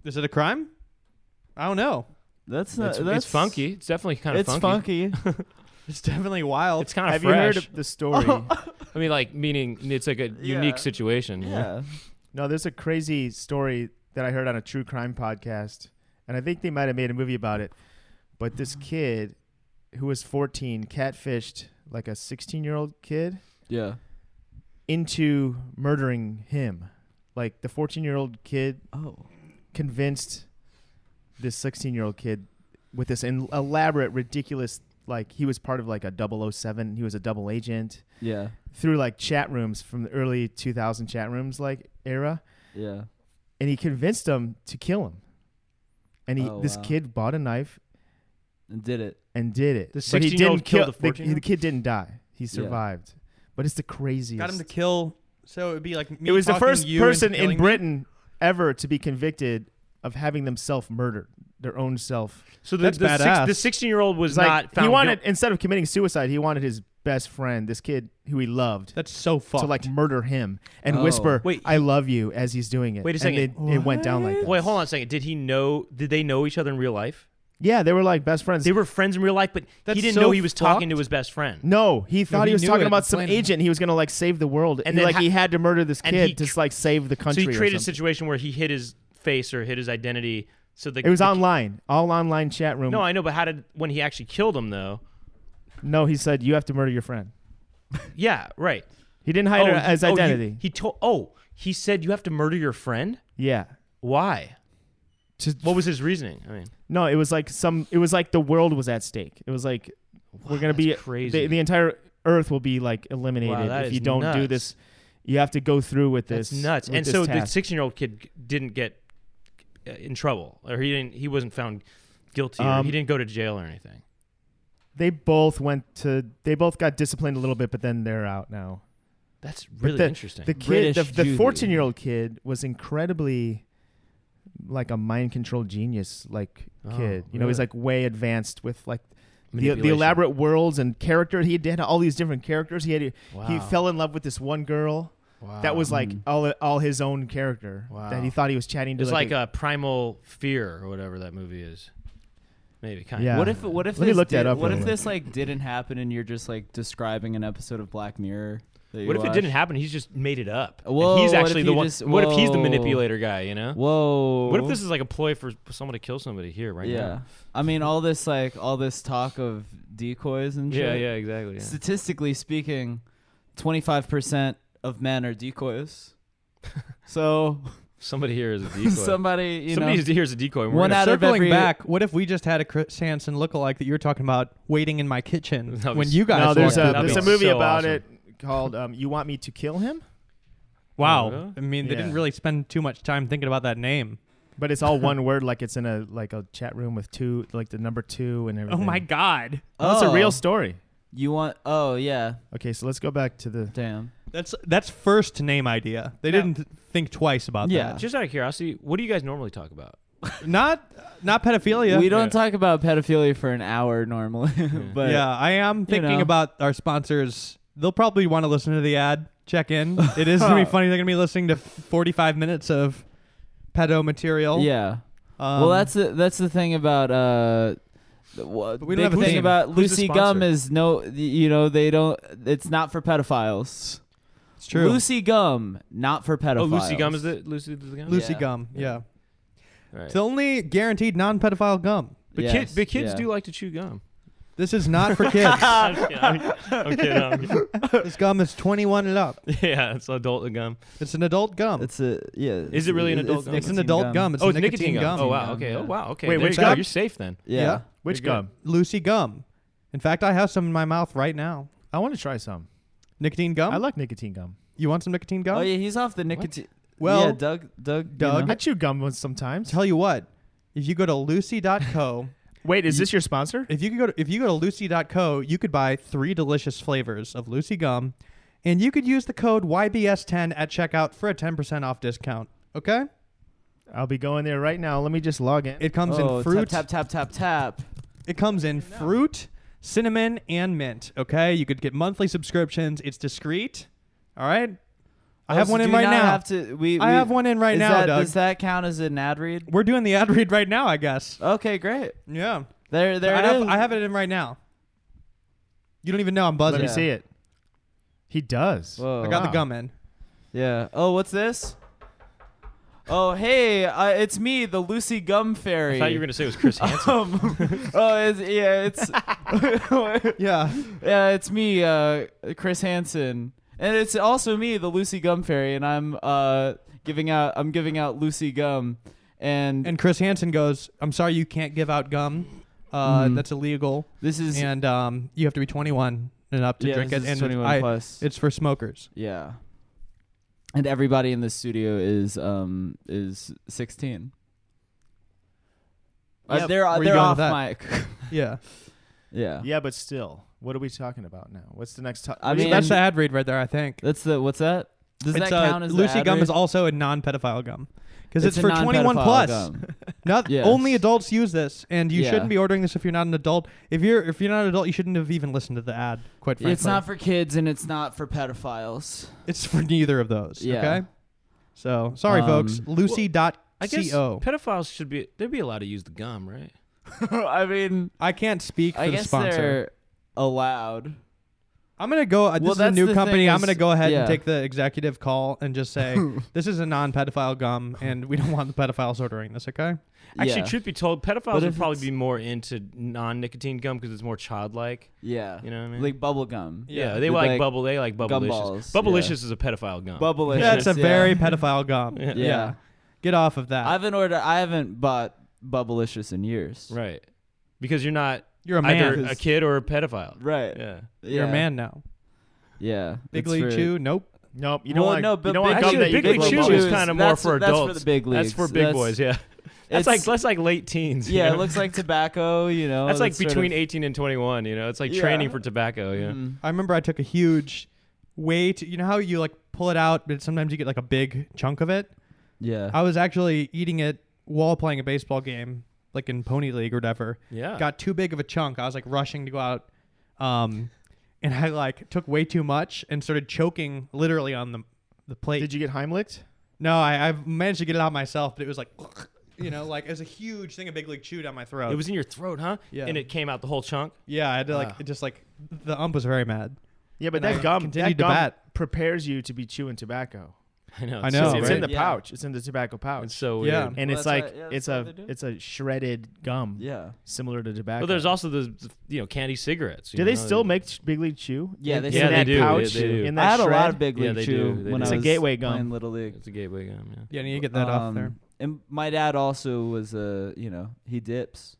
Speaker 1: Is it a crime? I don't know.
Speaker 2: that's not,
Speaker 4: It's,
Speaker 2: that's
Speaker 4: it's funky. It's definitely kind of
Speaker 2: It's funky.
Speaker 1: It's definitely wild.
Speaker 4: It's kind of
Speaker 3: Have
Speaker 4: fresh.
Speaker 3: you heard of the story?
Speaker 4: I mean, like meaning it's like a unique situation. you know?
Speaker 2: yeah,
Speaker 3: no, there's a crazy story that I heard on a true crime podcast, and I think they might have made a movie about it. But this kid, who was 14, catfished like a 16 year old kid
Speaker 2: yeah.
Speaker 3: into murdering him. Like the 14 year old kid
Speaker 2: Oh,
Speaker 3: convinced this 16 year old kid with this in- elaborate, ridiculous, like he was part of like a 007, he was a double agent
Speaker 2: yeah,
Speaker 3: through like chat rooms from the early 2000 chat rooms like era.
Speaker 2: yeah.
Speaker 3: And he convinced him to kill him. And he,
Speaker 2: Oh,
Speaker 3: this
Speaker 2: wow.
Speaker 3: kid bought a knife
Speaker 2: And did it.
Speaker 3: and did it.
Speaker 4: The
Speaker 3: But he
Speaker 4: 16-year-old
Speaker 3: didn't kill
Speaker 4: killed the
Speaker 3: the,
Speaker 4: 14-year-old?
Speaker 3: the kid didn't die. He
Speaker 2: Yeah.
Speaker 3: survived. But it's the craziest.
Speaker 1: Got him to kill. So it would be like me
Speaker 3: it was the
Speaker 1: talking
Speaker 3: first
Speaker 1: you
Speaker 3: person
Speaker 1: into killing
Speaker 3: in
Speaker 1: me?
Speaker 3: Britain ever to be convicted of having themselves murdered, their own self.
Speaker 4: So the
Speaker 1: That's
Speaker 4: the, six,
Speaker 1: badass.
Speaker 4: the sixteen year old was
Speaker 3: It's like,
Speaker 4: not found.
Speaker 3: he wanted
Speaker 4: guil-
Speaker 3: instead of committing suicide, he wanted his best friend, this kid who he loved,
Speaker 1: That's so fucked.
Speaker 3: to like murder him and
Speaker 2: Oh.
Speaker 3: whisper,
Speaker 4: Wait,
Speaker 3: "I love you" as he's doing it.
Speaker 4: Wait a
Speaker 3: And
Speaker 4: second.
Speaker 3: it, it went down like that.
Speaker 4: Wait, hold on a second. Did he know? Did they know each other in real life?
Speaker 3: Yeah, they were like best friends.
Speaker 4: They were friends in real life, but
Speaker 1: That's
Speaker 4: he didn't
Speaker 1: so
Speaker 4: know he was talking
Speaker 1: fucked.
Speaker 4: to his best friend.
Speaker 3: no, he thought
Speaker 1: he
Speaker 3: he was
Speaker 1: knew
Speaker 3: talking
Speaker 1: it.
Speaker 3: about
Speaker 1: He
Speaker 3: some
Speaker 1: planned it.
Speaker 3: agent. He was going to like save the world, and
Speaker 4: then
Speaker 3: like
Speaker 4: ha-
Speaker 3: he had to murder this
Speaker 4: and he
Speaker 3: kid to
Speaker 4: tr-
Speaker 3: like save the
Speaker 4: So
Speaker 3: country.
Speaker 4: he
Speaker 3: or
Speaker 4: created a
Speaker 3: something.
Speaker 4: situation where he hid his face or hid his identity. So the
Speaker 3: It was
Speaker 4: the-
Speaker 3: online, all online chat room.
Speaker 4: No, I know, but how did when he actually killed him though?
Speaker 3: no, he said you have to murder your friend.
Speaker 4: Yeah, right.
Speaker 3: He didn't hide her,
Speaker 4: he-
Speaker 3: his
Speaker 4: oh, you-
Speaker 3: identity.
Speaker 4: he told. Oh, he said you have to murder your friend.
Speaker 3: yeah,
Speaker 4: Why?
Speaker 3: to
Speaker 4: What was his reasoning? I mean,
Speaker 3: no, it was like some. It was like the world was at stake. It was like we're gonna
Speaker 4: that's
Speaker 3: be
Speaker 4: crazy.
Speaker 3: the, the entire Earth will be like eliminated
Speaker 4: that
Speaker 3: if
Speaker 4: is
Speaker 3: you don't do
Speaker 4: nuts.
Speaker 3: this. You have to go through with this.
Speaker 4: That's nuts.
Speaker 3: with
Speaker 4: And
Speaker 3: this
Speaker 4: so the
Speaker 3: task.
Speaker 4: 16 year old kid g- didn't get uh, in trouble, or he didn't. He wasn't found guilty. or
Speaker 3: Um,
Speaker 4: he didn't go to jail or anything.
Speaker 3: they both went to. They both got disciplined a little bit, but then they're out now.
Speaker 4: That's really
Speaker 3: the-
Speaker 4: interesting.
Speaker 3: The kid,
Speaker 2: British
Speaker 3: the- the
Speaker 2: Judy.
Speaker 3: fourteen-year-old kid, was incredibly like a mind-controlled genius, like
Speaker 4: Oh,
Speaker 3: kid. You know, he's
Speaker 4: really?
Speaker 3: like way advanced with like the, the
Speaker 4: Manipulation.
Speaker 3: elaborate worlds and character. He had all these different characters. He had
Speaker 4: Wow.
Speaker 3: he fell in love with this one girl
Speaker 4: Wow.
Speaker 3: that was like
Speaker 2: Mm.
Speaker 3: all all his own character
Speaker 4: Wow.
Speaker 3: that he thought he was chatting
Speaker 4: It
Speaker 3: to.
Speaker 4: was like, a primal fear or whatever that movie is. Maybe kind
Speaker 3: Yeah.
Speaker 4: of.
Speaker 2: What if what if
Speaker 3: Let me
Speaker 2: this
Speaker 3: look that
Speaker 2: did-
Speaker 3: up
Speaker 2: What
Speaker 3: real
Speaker 2: if
Speaker 3: quick.
Speaker 2: this like didn't happen and you're just like describing an episode of Black Mirror? that you
Speaker 4: What if it
Speaker 2: watch?
Speaker 4: didn't happen? He's just made it up. And
Speaker 2: Whoa,
Speaker 4: he's
Speaker 2: what
Speaker 4: actually
Speaker 2: if
Speaker 4: the
Speaker 2: you
Speaker 4: one.
Speaker 2: just-
Speaker 4: what if he's the
Speaker 2: whoa.
Speaker 4: manipulator guy? You know.
Speaker 2: Whoa.
Speaker 4: What if this is like a ploy for someone to kill somebody here right
Speaker 2: yeah.
Speaker 4: now?
Speaker 2: I mean, all this like all this talk of decoys and shit.
Speaker 4: Yeah. Yeah. Exactly. yeah.
Speaker 2: Statistically speaking, 25% of men are decoys. so
Speaker 4: Somebody here is a decoy.
Speaker 2: somebody, you
Speaker 4: somebody
Speaker 2: know,
Speaker 4: here is a decoy. and we're
Speaker 2: One
Speaker 4: gonna-
Speaker 2: out of
Speaker 1: Circling
Speaker 2: every-
Speaker 1: back, what if we just had a Chris Hansen lookalike that you were talking about waiting in my kitchen
Speaker 4: That
Speaker 1: when
Speaker 4: was-
Speaker 1: you guys?
Speaker 3: no, there's
Speaker 1: walked
Speaker 3: a
Speaker 1: through the
Speaker 3: there's a
Speaker 1: door?
Speaker 4: That'd be
Speaker 3: movie
Speaker 4: so
Speaker 3: about
Speaker 4: awesome.
Speaker 3: it called um, "You Want Me to Kill Him,"
Speaker 1: Wow,
Speaker 4: Oh, really?
Speaker 1: I mean, they
Speaker 3: Yeah.
Speaker 1: didn't really spend too much time thinking about that name.
Speaker 3: but it's all one word, like it's in a like a chat room with two, like the number two and
Speaker 1: Oh
Speaker 3: everything.
Speaker 1: my god,
Speaker 3: No, it's a
Speaker 2: Oh.
Speaker 3: real story.
Speaker 2: you want Oh, yeah.
Speaker 3: Okay, so let's go back to the.
Speaker 2: Damn.
Speaker 1: that's that's first name idea. They
Speaker 4: No.
Speaker 1: didn't think twice about
Speaker 2: Yeah.
Speaker 4: Just out of curiosity, what do you guys normally talk about?
Speaker 1: that. Not not pedophilia.
Speaker 2: We don't
Speaker 4: Oh, Yeah.
Speaker 2: talk about pedophilia for an hour normally, but
Speaker 1: yeah, I am thinking
Speaker 2: know.
Speaker 1: about our sponsors. They'll probably want to listen to the ad. Check in. It is gonna be funny. They're gonna be listening to 45 minutes of pedo material.
Speaker 2: yeah.
Speaker 1: Um,
Speaker 2: well, that's the, that's the thing about uh, what,
Speaker 1: we don't have a
Speaker 2: thing
Speaker 1: theme.
Speaker 2: about
Speaker 4: Who's the
Speaker 2: Lucy
Speaker 4: sponsor?
Speaker 2: Gum is no, you know, they don't. It's not for pedophiles.
Speaker 1: it's true.
Speaker 2: Lucy Gum, not for pedophiles.
Speaker 4: Oh, Lucy Gum is the Lucy the gum.
Speaker 1: Lucy
Speaker 2: Yeah.
Speaker 1: gum.
Speaker 4: Yeah.
Speaker 1: yeah.
Speaker 4: All right.
Speaker 1: It's the only guaranteed non-pedophile gum.
Speaker 4: but,
Speaker 2: Yes,
Speaker 4: kids, but kids
Speaker 2: yeah.
Speaker 4: do like to chew gum.
Speaker 1: This is not for kids.
Speaker 4: I'm kidding. I'm kidding. I'm kidding.
Speaker 1: this gum is 21 and up.
Speaker 4: yeah, it's adult gum.
Speaker 1: It's an adult gum. It's,
Speaker 2: It's a yeah.
Speaker 4: Is it really an adult gum?
Speaker 1: it's an
Speaker 2: nicotine
Speaker 1: adult gum. It's
Speaker 4: oh,
Speaker 1: a
Speaker 4: it's nicotine, gum. Oh wow.
Speaker 2: Gum,
Speaker 4: Okay.
Speaker 2: yeah.
Speaker 4: Oh wow. Okay.
Speaker 3: Wait,
Speaker 4: There
Speaker 3: which
Speaker 4: you go.
Speaker 3: gum?
Speaker 4: You're safe then.
Speaker 2: Yeah.
Speaker 1: Yeah.
Speaker 3: Which
Speaker 4: You're good.
Speaker 3: gum?
Speaker 1: Lucy gum. In fact, I have some in my mouth right now.
Speaker 3: I want to try some.
Speaker 1: Nicotine gum.
Speaker 3: I like nicotine gum.
Speaker 1: you want some nicotine gum?
Speaker 2: Oh yeah, he's off the nicotine.
Speaker 1: Well,
Speaker 2: yeah, Doug, Doug, you
Speaker 1: Doug-
Speaker 2: know.
Speaker 3: I chew gum once sometimes.
Speaker 1: tell you what. If you go to lucy.co,
Speaker 3: Wait, is this your sponsor?
Speaker 1: if you could go to, if you go to lucy.co, you could buy three delicious flavors of Lucy gum and you could use the code YBS10 at checkout for a 10% off discount, okay?
Speaker 3: I'll be going there right now. Let me just log in.
Speaker 1: It comes
Speaker 2: oh,
Speaker 1: in fruit,
Speaker 2: Tap tap tap tap tap.
Speaker 1: It comes in fruit, cinnamon, and mint. Okay, you could get monthly subscriptions. It's discreet. All right, I
Speaker 2: Oh,
Speaker 1: have
Speaker 2: so
Speaker 1: one
Speaker 2: do
Speaker 1: in
Speaker 2: you
Speaker 1: right
Speaker 2: not
Speaker 1: now.
Speaker 2: Have to, we,
Speaker 1: I
Speaker 2: we-
Speaker 1: have one in right
Speaker 2: is
Speaker 1: now,
Speaker 2: that-
Speaker 1: Doug.
Speaker 2: Does that count as an ad read?
Speaker 1: We're doing the ad read right now, I guess.
Speaker 2: Okay, great.
Speaker 1: Yeah,
Speaker 2: There, there
Speaker 1: I
Speaker 2: it
Speaker 1: have,
Speaker 2: is.
Speaker 1: I have it in right now. You don't even know I'm
Speaker 3: Let
Speaker 1: buzzing.
Speaker 3: me
Speaker 2: Yeah.
Speaker 3: see it. He does.
Speaker 2: Whoa.
Speaker 1: I got the
Speaker 3: Wow.
Speaker 1: gum in.
Speaker 2: Yeah. Oh, what's this? Oh, hey, uh, it's me, the Lucy Gum Fairy.
Speaker 4: I thought you were gonna say it was Chris
Speaker 2: Oh,
Speaker 4: Hansen.
Speaker 2: Um, oh, it's, yeah, it's
Speaker 1: Yeah,
Speaker 2: yeah, it's me, uh, Chris Hansen, and it's also me, the Lucy Gum Fairy, and I'm uh, giving out I'm giving out Lucy Gum, and,
Speaker 1: and Chris Hansen goes, "I'm sorry, you can't give out gum. Uh,
Speaker 2: Mhm.
Speaker 1: That's illegal,
Speaker 2: this is
Speaker 1: and um, you have to be 21 and up to
Speaker 2: yeah,
Speaker 1: drink
Speaker 2: this
Speaker 1: it.
Speaker 2: is
Speaker 1: and
Speaker 2: 21
Speaker 1: I-
Speaker 2: plus.
Speaker 1: it's for smokers.
Speaker 2: yeah, and everybody in the studio is um is 16. Uh,
Speaker 1: Yep.
Speaker 2: they're
Speaker 1: Where you
Speaker 2: they're
Speaker 1: going
Speaker 2: off
Speaker 1: with
Speaker 2: mic.
Speaker 1: Yeah,
Speaker 2: yeah.
Speaker 3: Yeah, but still, what are we talking about now? What's the next topic?
Speaker 2: I mean-
Speaker 1: that's the ad read right there. I think.
Speaker 2: That's the what's that? Does
Speaker 1: It's,
Speaker 2: that
Speaker 1: uh,
Speaker 2: count as the
Speaker 1: Lucy
Speaker 2: ad
Speaker 1: gum
Speaker 2: read?
Speaker 1: is also a non-pedophile gum because it's,
Speaker 2: a
Speaker 1: for 21
Speaker 2: non-pedophile
Speaker 1: plus.
Speaker 2: gum.
Speaker 1: Not
Speaker 2: Yes.
Speaker 1: only adults use this, and you
Speaker 2: Yeah.
Speaker 1: shouldn't be ordering this if you're not an adult. If you're if you're not an adult, you shouldn't have even listened to the ad. Quite frankly,
Speaker 2: It's not for kids and it's not for pedophiles.
Speaker 1: It's for neither of those.
Speaker 2: Yeah.
Speaker 1: Okay. So sorry,
Speaker 2: Um,
Speaker 1: folks. Lucy dot
Speaker 4: I guess
Speaker 1: co.
Speaker 4: pedophiles should be. They'd be allowed to use the gum, right?
Speaker 2: I mean,
Speaker 1: I can't speak for
Speaker 2: I
Speaker 1: the
Speaker 2: guess
Speaker 1: sponsor.
Speaker 2: they're allowed.
Speaker 1: I'm gonna go. Uh, this
Speaker 2: Well,
Speaker 1: is a
Speaker 2: that's
Speaker 1: new
Speaker 2: the
Speaker 1: company.
Speaker 2: thing
Speaker 1: I'm
Speaker 2: is-
Speaker 1: gonna go ahead
Speaker 2: yeah.
Speaker 1: and take the executive call and just say this is a non-pedophile gum, and we don't want the pedophiles ordering this. Okay.
Speaker 4: Actually,
Speaker 2: yeah.
Speaker 4: truth be told, pedophiles
Speaker 2: But
Speaker 4: would
Speaker 2: if
Speaker 4: probably
Speaker 2: it's-
Speaker 4: be more into non-nicotine gum because it's more childlike.
Speaker 2: yeah.
Speaker 4: You know what I mean?
Speaker 2: Like bubble gum.
Speaker 4: yeah,
Speaker 1: yeah.
Speaker 4: they
Speaker 2: Like
Speaker 4: like, bubble. They like bubble.
Speaker 2: gum balls, yeah.
Speaker 4: Bubblicious is a pedophile gum.
Speaker 2: Bubble
Speaker 1: That's a
Speaker 2: yeah.
Speaker 1: very pedophile gum.
Speaker 4: Yeah.
Speaker 2: Yeah.
Speaker 1: Get off of that.
Speaker 2: I haven't ordered. I haven't bought Bubblicious in years.
Speaker 4: Right. Because you're not
Speaker 1: You're a
Speaker 4: either
Speaker 1: man.
Speaker 4: a kid or a pedophile.
Speaker 2: Right.
Speaker 4: Yeah.
Speaker 1: You're a
Speaker 2: Yeah.
Speaker 1: man now.
Speaker 2: Yeah.
Speaker 1: Big
Speaker 2: it's
Speaker 1: League
Speaker 2: for-
Speaker 1: Chew? Nope.
Speaker 3: Nope, you don't
Speaker 2: Well,
Speaker 3: want.
Speaker 2: no,
Speaker 3: you
Speaker 2: but
Speaker 3: don't
Speaker 2: Big
Speaker 3: want gum
Speaker 2: Chew-
Speaker 3: that you
Speaker 4: Big
Speaker 3: get
Speaker 4: League
Speaker 3: from a
Speaker 4: Chew
Speaker 3: bubble.
Speaker 4: is
Speaker 2: Chew
Speaker 4: kind of more
Speaker 2: that's-
Speaker 4: for
Speaker 2: that's for
Speaker 4: adults.
Speaker 2: the big
Speaker 4: That's for
Speaker 2: leagues.
Speaker 4: big
Speaker 2: That's-
Speaker 4: boys. Yeah.
Speaker 2: it's-
Speaker 4: That's like that's like late teens. you
Speaker 2: Yeah, it
Speaker 4: know?
Speaker 2: looks like tobacco. You know,
Speaker 4: that's like
Speaker 2: sort
Speaker 4: between
Speaker 2: of-
Speaker 4: 18 and 21. You know, it's like
Speaker 2: Yeah.
Speaker 4: training for tobacco. Yeah.
Speaker 2: Mm.
Speaker 1: I remember I took a huge weight. You know how you like pull it out, but sometimes you get like a big chunk of it?
Speaker 2: Yeah.
Speaker 1: I was actually eating it while playing a baseball game, like in Pony League or whatever.
Speaker 4: Yeah.
Speaker 1: Got too big of a chunk. I was like rushing to go out. Um, and I like took way too much and started choking literally on the, the plate.
Speaker 3: Did you get Heimlicked?
Speaker 1: No, I, I've managed to get it out myself, but it was like, you know, like it was a huge thing of big league chew down my throat.
Speaker 4: It was in your throat, huh?
Speaker 1: Yeah.
Speaker 4: And it came out the whole chunk.
Speaker 1: yeah, I had to like it just like the ump was very mad.
Speaker 3: Yeah, but
Speaker 1: And I
Speaker 3: that gum, that
Speaker 1: continued to
Speaker 3: gum
Speaker 1: bat.
Speaker 3: prepares you to be chewing tobacco.
Speaker 4: I know.
Speaker 1: I
Speaker 4: it's
Speaker 1: know,
Speaker 4: So
Speaker 3: it's
Speaker 1: right?
Speaker 3: in the
Speaker 2: Yeah.
Speaker 3: pouch. It's in the tobacco pouch.
Speaker 4: It's so weird.
Speaker 1: Yeah.
Speaker 4: Yeah.
Speaker 3: and
Speaker 2: Well,
Speaker 3: it's
Speaker 2: that's
Speaker 3: like
Speaker 2: why- yeah,
Speaker 3: it's
Speaker 2: that's why they
Speaker 3: a
Speaker 2: do it.
Speaker 3: it's a shredded gum.
Speaker 2: Yeah.
Speaker 3: similar to tobacco.
Speaker 4: But there's also the the, you know candy cigarettes. you
Speaker 3: do they
Speaker 4: know,
Speaker 3: still make ch- Big League Chew?
Speaker 2: Yeah,
Speaker 3: in,
Speaker 2: they
Speaker 3: in
Speaker 2: still
Speaker 3: that
Speaker 2: make Big League
Speaker 3: pouch.
Speaker 4: Chew. Yeah, they
Speaker 3: In
Speaker 2: I
Speaker 3: that
Speaker 2: had a
Speaker 3: shred.
Speaker 2: lot of big league
Speaker 4: Yeah, they
Speaker 2: chew
Speaker 4: do. They
Speaker 2: when
Speaker 4: do.
Speaker 2: I was
Speaker 4: It's a
Speaker 3: gateway gum.
Speaker 2: playing little league.
Speaker 4: It's a gateway gum. Yeah.
Speaker 1: Yeah, you need to get that off there.
Speaker 2: Um, And my dad also was a, you know, he dips.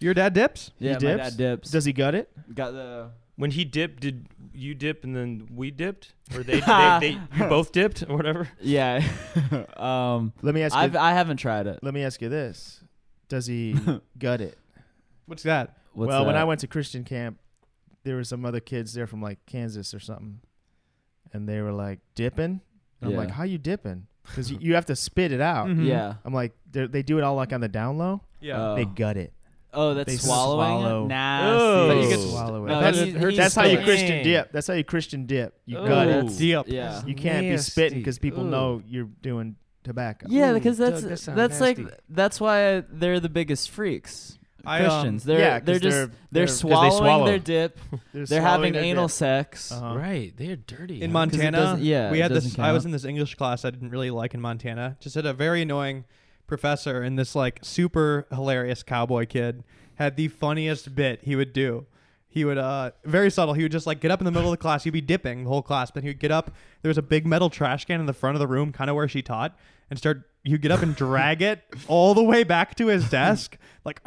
Speaker 1: Your dad dips?
Speaker 2: Yeah,
Speaker 3: dips?
Speaker 2: my dad dips.
Speaker 3: Does he gut it?
Speaker 2: got the
Speaker 4: When he dipped, did you dip and then we dipped, or they they, they you both dipped or whatever?
Speaker 2: yeah. um,
Speaker 3: Let me ask.
Speaker 2: I've
Speaker 3: You,
Speaker 2: I haven't tried it.
Speaker 3: let me ask you this: Does he gut it?
Speaker 1: What's that?
Speaker 2: What's
Speaker 3: well, when
Speaker 2: that?
Speaker 3: I went to Christian camp, there were some other kids there from like Kansas or something, and they were like dipping. And I'm like,
Speaker 2: Yeah.
Speaker 3: how you dipping? Because you, you have to spit it out.
Speaker 1: Mhm.
Speaker 2: yeah.
Speaker 3: I'm like, they're- they do it all like on the down low.
Speaker 1: Yeah.
Speaker 2: Uh,
Speaker 3: They
Speaker 2: Oh.
Speaker 3: gut it.
Speaker 2: Oh, that's
Speaker 3: They
Speaker 2: swallowing
Speaker 3: swallow.
Speaker 2: it.
Speaker 4: Oh.
Speaker 2: Nasty.
Speaker 4: But
Speaker 3: you
Speaker 4: get
Speaker 3: can swallow it.
Speaker 2: No,
Speaker 1: That's-
Speaker 2: he-
Speaker 1: hurts-
Speaker 2: he
Speaker 3: That's how you
Speaker 2: spits.
Speaker 3: Christian
Speaker 4: Dang.
Speaker 3: dip. That's how you Christian dip. You
Speaker 4: Oh.
Speaker 3: gut it.
Speaker 4: That's-
Speaker 1: Dip.
Speaker 2: Yeah.
Speaker 3: You can't be
Speaker 4: Nasty.
Speaker 3: spitting because people
Speaker 4: Ooh.
Speaker 3: know you're doing tobacco.
Speaker 2: Yeah,
Speaker 4: Ooh,
Speaker 2: because
Speaker 4: Doug,
Speaker 2: that's
Speaker 4: that sounds
Speaker 2: that's like
Speaker 4: nasty.
Speaker 2: that's why they're the biggest freaks.
Speaker 1: I, um,
Speaker 2: Christians, they're
Speaker 3: yeah, 'cause
Speaker 2: they're just
Speaker 3: they're-
Speaker 2: they're,
Speaker 3: they're- 'cause they
Speaker 2: swallowing
Speaker 4: swallow.
Speaker 2: their dip. They're having anal sex.
Speaker 3: Uh-huh.
Speaker 4: Right, they are dirty.
Speaker 1: in
Speaker 4: huh?
Speaker 2: it
Speaker 1: Montana,
Speaker 2: doesn't- yeah,
Speaker 1: we
Speaker 2: it
Speaker 1: had this.
Speaker 2: doesn't
Speaker 1: I was
Speaker 2: count.
Speaker 1: in this English class I didn't really like in Montana. Just had a very annoying professor, and this like super hilarious cowboy kid had the funniest bit he would do. He would uh very subtle. He would just like get up in the middle of the class. He'd be dipping the whole class, but he would get up. There was a big metal trash can in the front of the room, kind of where she taught, and start. You get up and drag it all the way back to his desk, like,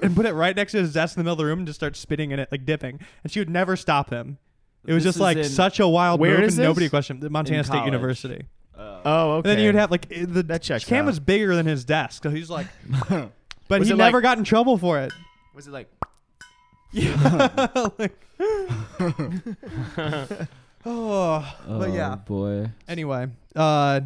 Speaker 1: and put it right next to his desk in the middle of the room, and just start spitting in it, like dipping. And she would never stop him. It was
Speaker 2: This
Speaker 1: just like
Speaker 2: is in-
Speaker 1: such a wild
Speaker 3: Where
Speaker 1: move,
Speaker 3: is
Speaker 1: and
Speaker 3: this?
Speaker 1: nobody questioned it. Montana
Speaker 2: In
Speaker 1: State
Speaker 2: college.
Speaker 1: University. And
Speaker 3: Oh, okay.
Speaker 1: then you'd have like i- the
Speaker 3: That checks
Speaker 1: can
Speaker 3: out.
Speaker 1: was bigger than his desk, so he's like, but
Speaker 3: Was
Speaker 1: he
Speaker 3: it like-
Speaker 1: never got in trouble for it.
Speaker 3: Was it like?
Speaker 1: Yeah. like, oh, but yeah.
Speaker 2: boy.
Speaker 1: Anyway, uh,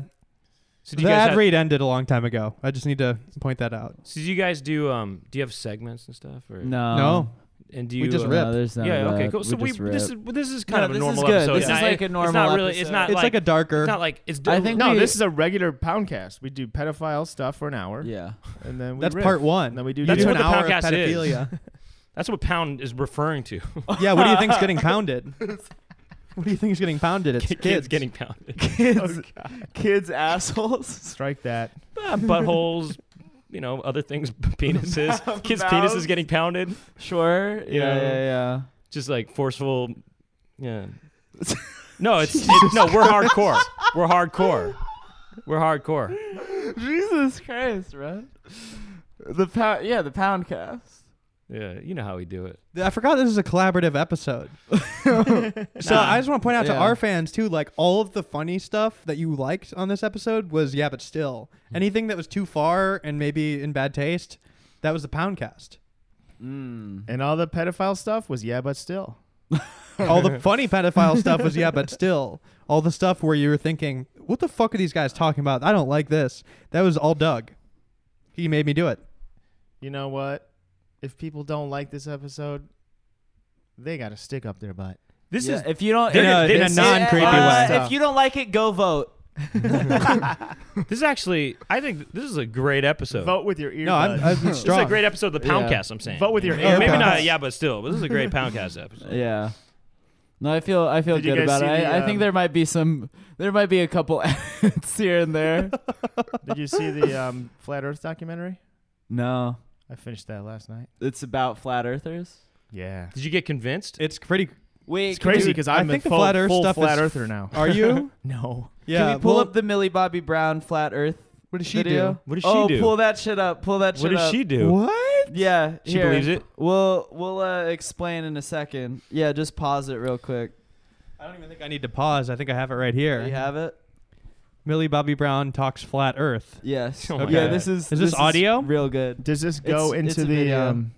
Speaker 4: So do
Speaker 1: the
Speaker 4: you guys
Speaker 1: ad
Speaker 4: have,
Speaker 1: read ended a long time ago. I just need to point that out.
Speaker 4: so do you guys do um do you have segments and stuff or
Speaker 2: No,
Speaker 1: no,
Speaker 4: and do you
Speaker 1: We just
Speaker 4: uh,
Speaker 1: rip.
Speaker 2: no, there's none
Speaker 4: yeah
Speaker 2: of
Speaker 4: okay
Speaker 2: that.
Speaker 4: cool so we,
Speaker 2: just
Speaker 4: this is
Speaker 2: rip.
Speaker 4: well, this is kind
Speaker 2: No,
Speaker 4: of a
Speaker 2: this is
Speaker 4: normal
Speaker 2: good.
Speaker 4: episode
Speaker 2: This
Speaker 4: It's
Speaker 2: is
Speaker 4: not-
Speaker 2: like a
Speaker 4: it's
Speaker 2: normal
Speaker 4: not really it's
Speaker 2: episode.
Speaker 4: not
Speaker 1: it's
Speaker 4: like,
Speaker 1: like, a darker.
Speaker 4: it's not like it's
Speaker 2: I think
Speaker 3: No,
Speaker 2: we-
Speaker 3: this is a regular poundcast. We do pedophile stuff for an hour,
Speaker 2: yeah.
Speaker 3: and then we
Speaker 1: that's
Speaker 3: riff.
Speaker 1: part one.
Speaker 3: And then we do.
Speaker 1: That's
Speaker 4: That's what
Speaker 1: an
Speaker 4: the
Speaker 1: hour of
Speaker 4: podcast is.
Speaker 1: pedophilia.
Speaker 4: that's what pound is referring to
Speaker 1: yeah, what do you think's getting pounded? What do you think is getting pounded? It's
Speaker 4: kids,
Speaker 1: kids,
Speaker 4: getting pounded
Speaker 2: Kids, kids, assholes.
Speaker 3: strike that.
Speaker 2: Ah,
Speaker 4: Uh, buttholes you know other things penises kids
Speaker 2: Mouths.
Speaker 4: penises getting pounded
Speaker 2: Sure. Yeah,
Speaker 4: Yeah.
Speaker 2: yeah, yeah.
Speaker 4: just like forceful yeah no it's, it's no we're hardcore we're hardcore we're hardcore
Speaker 2: Jesus Christ, right? The pound, yeah, the pound cast.
Speaker 4: yeah you know how we do it
Speaker 1: I forgot this is a collaborative episode. so I just want to point out to
Speaker 2: Yeah.
Speaker 1: our fans too, like all of the funny stuff that you liked on this episode was yeah, but still anything that was too far and maybe in bad taste, that was the Poundcast.
Speaker 2: Mm.
Speaker 3: And all the pedophile stuff was yeah, but still.
Speaker 1: All the funny pedophile stuff was yeah, but still all the stuff where you were thinking, what the fuck are these guys talking about? I don't like this. That was all Doug. He made me do it.
Speaker 3: You know what? If people don't like this episode, they got to stick up their butt.
Speaker 4: this
Speaker 2: Yeah,
Speaker 4: is
Speaker 2: if you don't,
Speaker 4: they're
Speaker 1: in a,
Speaker 4: gonna-
Speaker 1: in a
Speaker 4: this-
Speaker 1: non-creepy
Speaker 2: uh,
Speaker 1: way.
Speaker 2: If you don't like it, go vote.
Speaker 4: This is actually, I think this is a great episode.
Speaker 3: Vote with your ear.
Speaker 1: no, I'm, Oh, I'm
Speaker 4: This is
Speaker 1: strong.
Speaker 4: a great episode of the
Speaker 2: Yeah.
Speaker 4: Poundcast, I'm saying.
Speaker 3: Vote with your
Speaker 4: Or Maybe
Speaker 1: earbuds.
Speaker 4: not, yeah, but still. But this is a great Poundcast episode.
Speaker 2: Yeah. No, I feel I feel
Speaker 3: Did you
Speaker 2: good
Speaker 3: guys
Speaker 2: about it.
Speaker 3: see
Speaker 2: I,
Speaker 3: the,
Speaker 2: I think
Speaker 3: um,
Speaker 2: there might be some, there might be a couple ads here and there.
Speaker 3: Did you see the um, flat Earth documentary?
Speaker 2: no,
Speaker 3: I finished that last night.
Speaker 2: it's about flat earthers.
Speaker 3: Yeah.
Speaker 4: Did you get convinced?
Speaker 1: It's pretty
Speaker 2: Wait,
Speaker 3: It's crazy
Speaker 1: dude,
Speaker 3: because
Speaker 1: I
Speaker 3: I'm a
Speaker 1: think the
Speaker 3: full
Speaker 1: flat Earth
Speaker 3: full
Speaker 1: stuff
Speaker 3: flat
Speaker 1: is-
Speaker 3: earther now.
Speaker 1: Are you?
Speaker 3: No,
Speaker 1: Yeah.
Speaker 2: Can we pull
Speaker 1: well,
Speaker 2: up the Millie Bobby Brown flat Earth
Speaker 1: What does she
Speaker 2: video?
Speaker 1: do?
Speaker 4: What does she
Speaker 2: oh,
Speaker 4: do?
Speaker 2: pull that shit up. Pull that shit
Speaker 4: What does
Speaker 2: up.
Speaker 4: she do?
Speaker 1: What?
Speaker 2: Yeah,
Speaker 4: She
Speaker 2: here.
Speaker 4: believes it.
Speaker 2: We'll we'll uh, explain in a second. Yeah, just pause it real quick.
Speaker 1: I don't even think I need to pause. I think I have it right here.
Speaker 2: You have it?
Speaker 1: Millie Bobby Brown talks flat Earth.
Speaker 2: Yes.
Speaker 4: Oh my
Speaker 2: Yeah,
Speaker 4: God.
Speaker 2: this is
Speaker 1: Is this audio?
Speaker 2: real good.
Speaker 3: does this go
Speaker 2: It's- it's
Speaker 3: into
Speaker 2: a
Speaker 3: the?
Speaker 2: video.
Speaker 3: Um,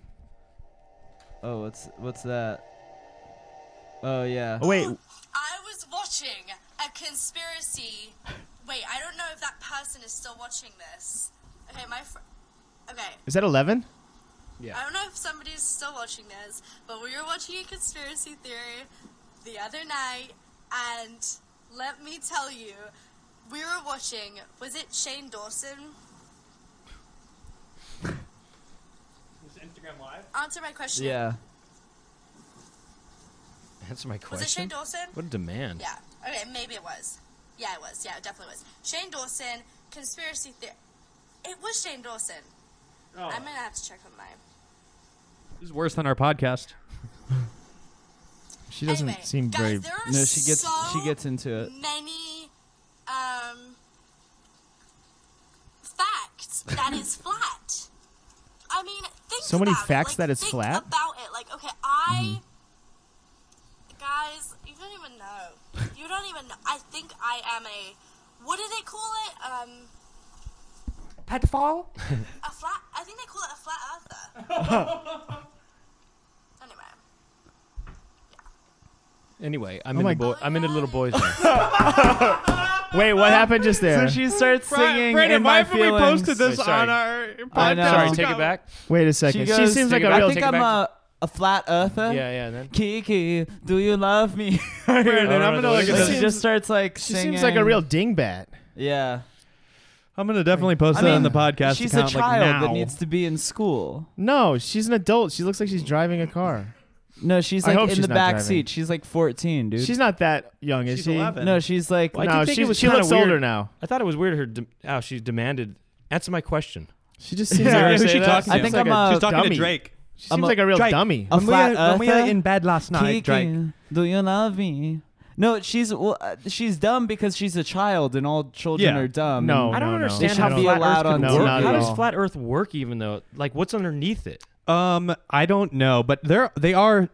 Speaker 2: Oh, what's what's that? Oh yeah.
Speaker 3: oh wait,
Speaker 5: I was watching a conspiracy. Wait, I don't know if that person is still watching this. Okay, my fr- okay.
Speaker 3: is that eleven?
Speaker 5: I don't know if somebody's still watching this, but we were watching a conspiracy theory the other night, and let me tell you, we were watching. Was it Shane Dawson?
Speaker 1: Instagram Live?
Speaker 5: Answer my question.
Speaker 2: Yeah.
Speaker 4: Answer my
Speaker 5: Was it Shane
Speaker 4: question.
Speaker 5: Dawson?
Speaker 4: What a demand.
Speaker 5: Yeah. Okay, maybe it was. Yeah, it was. Yeah, it definitely was. Shane Dawson, conspiracy theory. It was Shane Dawson. I'm gonna have to check on my.
Speaker 1: This is worse than our podcast.
Speaker 3: She doesn't
Speaker 5: Anyway,
Speaker 3: seem
Speaker 5: guys,
Speaker 3: very.
Speaker 5: There are
Speaker 2: No, she gets
Speaker 5: so
Speaker 2: she gets into it.
Speaker 5: many um facts that is flat. I mean, think
Speaker 3: So many
Speaker 5: about it,
Speaker 3: facts
Speaker 5: like,
Speaker 3: that it's
Speaker 5: think
Speaker 3: flat? Mm-hmm.
Speaker 5: About it, like okay, I guys, you don't even know. You don't even know. I think I am a. What do they call it? Um,
Speaker 4: Pedfall?
Speaker 5: a flat. I think they call it a flat earther. anyway.
Speaker 4: Anyway, I'm
Speaker 3: Oh
Speaker 4: in
Speaker 3: my
Speaker 4: the boy. I'm in the little boys. room.
Speaker 3: Wait, what happened just there?
Speaker 2: So she starts singing.
Speaker 1: Brandon,
Speaker 2: in
Speaker 1: why
Speaker 2: my
Speaker 1: haven't we posted
Speaker 2: Feelings.
Speaker 1: this
Speaker 4: Wait, sorry.
Speaker 1: on our
Speaker 2: I know.
Speaker 1: podcast?
Speaker 4: Sorry,
Speaker 2: Um,
Speaker 4: take it back.
Speaker 3: Wait a second.
Speaker 2: She,
Speaker 3: She,
Speaker 2: goes,
Speaker 3: seems like
Speaker 4: it
Speaker 3: a
Speaker 4: back,
Speaker 3: real.
Speaker 2: I think
Speaker 4: take it
Speaker 2: I'm
Speaker 4: back.
Speaker 2: a, uh, a flat earther.
Speaker 4: Yeah, yeah. Then
Speaker 2: Kiki, do you love me?
Speaker 1: Brandon,
Speaker 4: I don't
Speaker 1: I'm
Speaker 4: know
Speaker 1: gonna
Speaker 4: what
Speaker 1: look
Speaker 2: Like,
Speaker 4: it
Speaker 1: at this.
Speaker 3: is.
Speaker 2: she just starts like
Speaker 3: she
Speaker 2: singing.
Speaker 3: seems like a real dingbat.
Speaker 2: Yeah.
Speaker 1: I'm gonna definitely post
Speaker 2: I
Speaker 1: that
Speaker 2: mean,
Speaker 1: on the podcast.
Speaker 2: She's
Speaker 1: account,
Speaker 2: a child
Speaker 1: like, now.
Speaker 2: that needs to be in school.
Speaker 3: No, she's an adult. She looks like she's driving a car.
Speaker 2: No, she's
Speaker 3: I
Speaker 2: like
Speaker 3: hope
Speaker 2: in
Speaker 3: she's
Speaker 2: the
Speaker 3: not
Speaker 2: back
Speaker 3: driving.
Speaker 2: seat. She's like 14, dude.
Speaker 3: She's not that young, is
Speaker 1: She's
Speaker 3: she?
Speaker 1: 11.
Speaker 2: no, she's like
Speaker 4: Well, I
Speaker 3: no,
Speaker 4: did think
Speaker 3: she,
Speaker 4: it was
Speaker 3: she
Speaker 4: kinda
Speaker 3: looks
Speaker 4: weird.
Speaker 3: older now.
Speaker 4: I thought it was weird. Her de- how she demanded answer my question.
Speaker 3: She just seems
Speaker 1: Yeah,
Speaker 3: like
Speaker 1: who's
Speaker 3: say
Speaker 1: she
Speaker 3: that?
Speaker 1: talking
Speaker 2: I
Speaker 1: to?
Speaker 2: think
Speaker 3: Like
Speaker 2: I'm a-
Speaker 1: She's talking
Speaker 3: dummy.
Speaker 1: to Drake.
Speaker 3: She
Speaker 2: I'm
Speaker 3: seems
Speaker 2: a-
Speaker 3: like a real
Speaker 1: Drake.
Speaker 3: dummy.
Speaker 2: A
Speaker 1: when, we
Speaker 2: flat
Speaker 1: were, when we were
Speaker 2: earther?
Speaker 1: in bed last night,
Speaker 2: Kiki,
Speaker 1: Drake.
Speaker 2: do you love me? No, she's well, uh, she's dumb because she's a child and all children
Speaker 1: Yeah.
Speaker 2: are dumb.
Speaker 3: No,
Speaker 4: I don't
Speaker 3: no, no.
Speaker 4: understand
Speaker 2: It
Speaker 4: how
Speaker 2: should be
Speaker 4: flat
Speaker 2: allowed
Speaker 4: Earth
Speaker 2: on
Speaker 4: can
Speaker 3: No,
Speaker 4: work.
Speaker 3: not at
Speaker 4: How does
Speaker 3: all.
Speaker 4: flat Earth work? Even though, like, what's underneath it?
Speaker 1: Um, I don't know, but they're they are.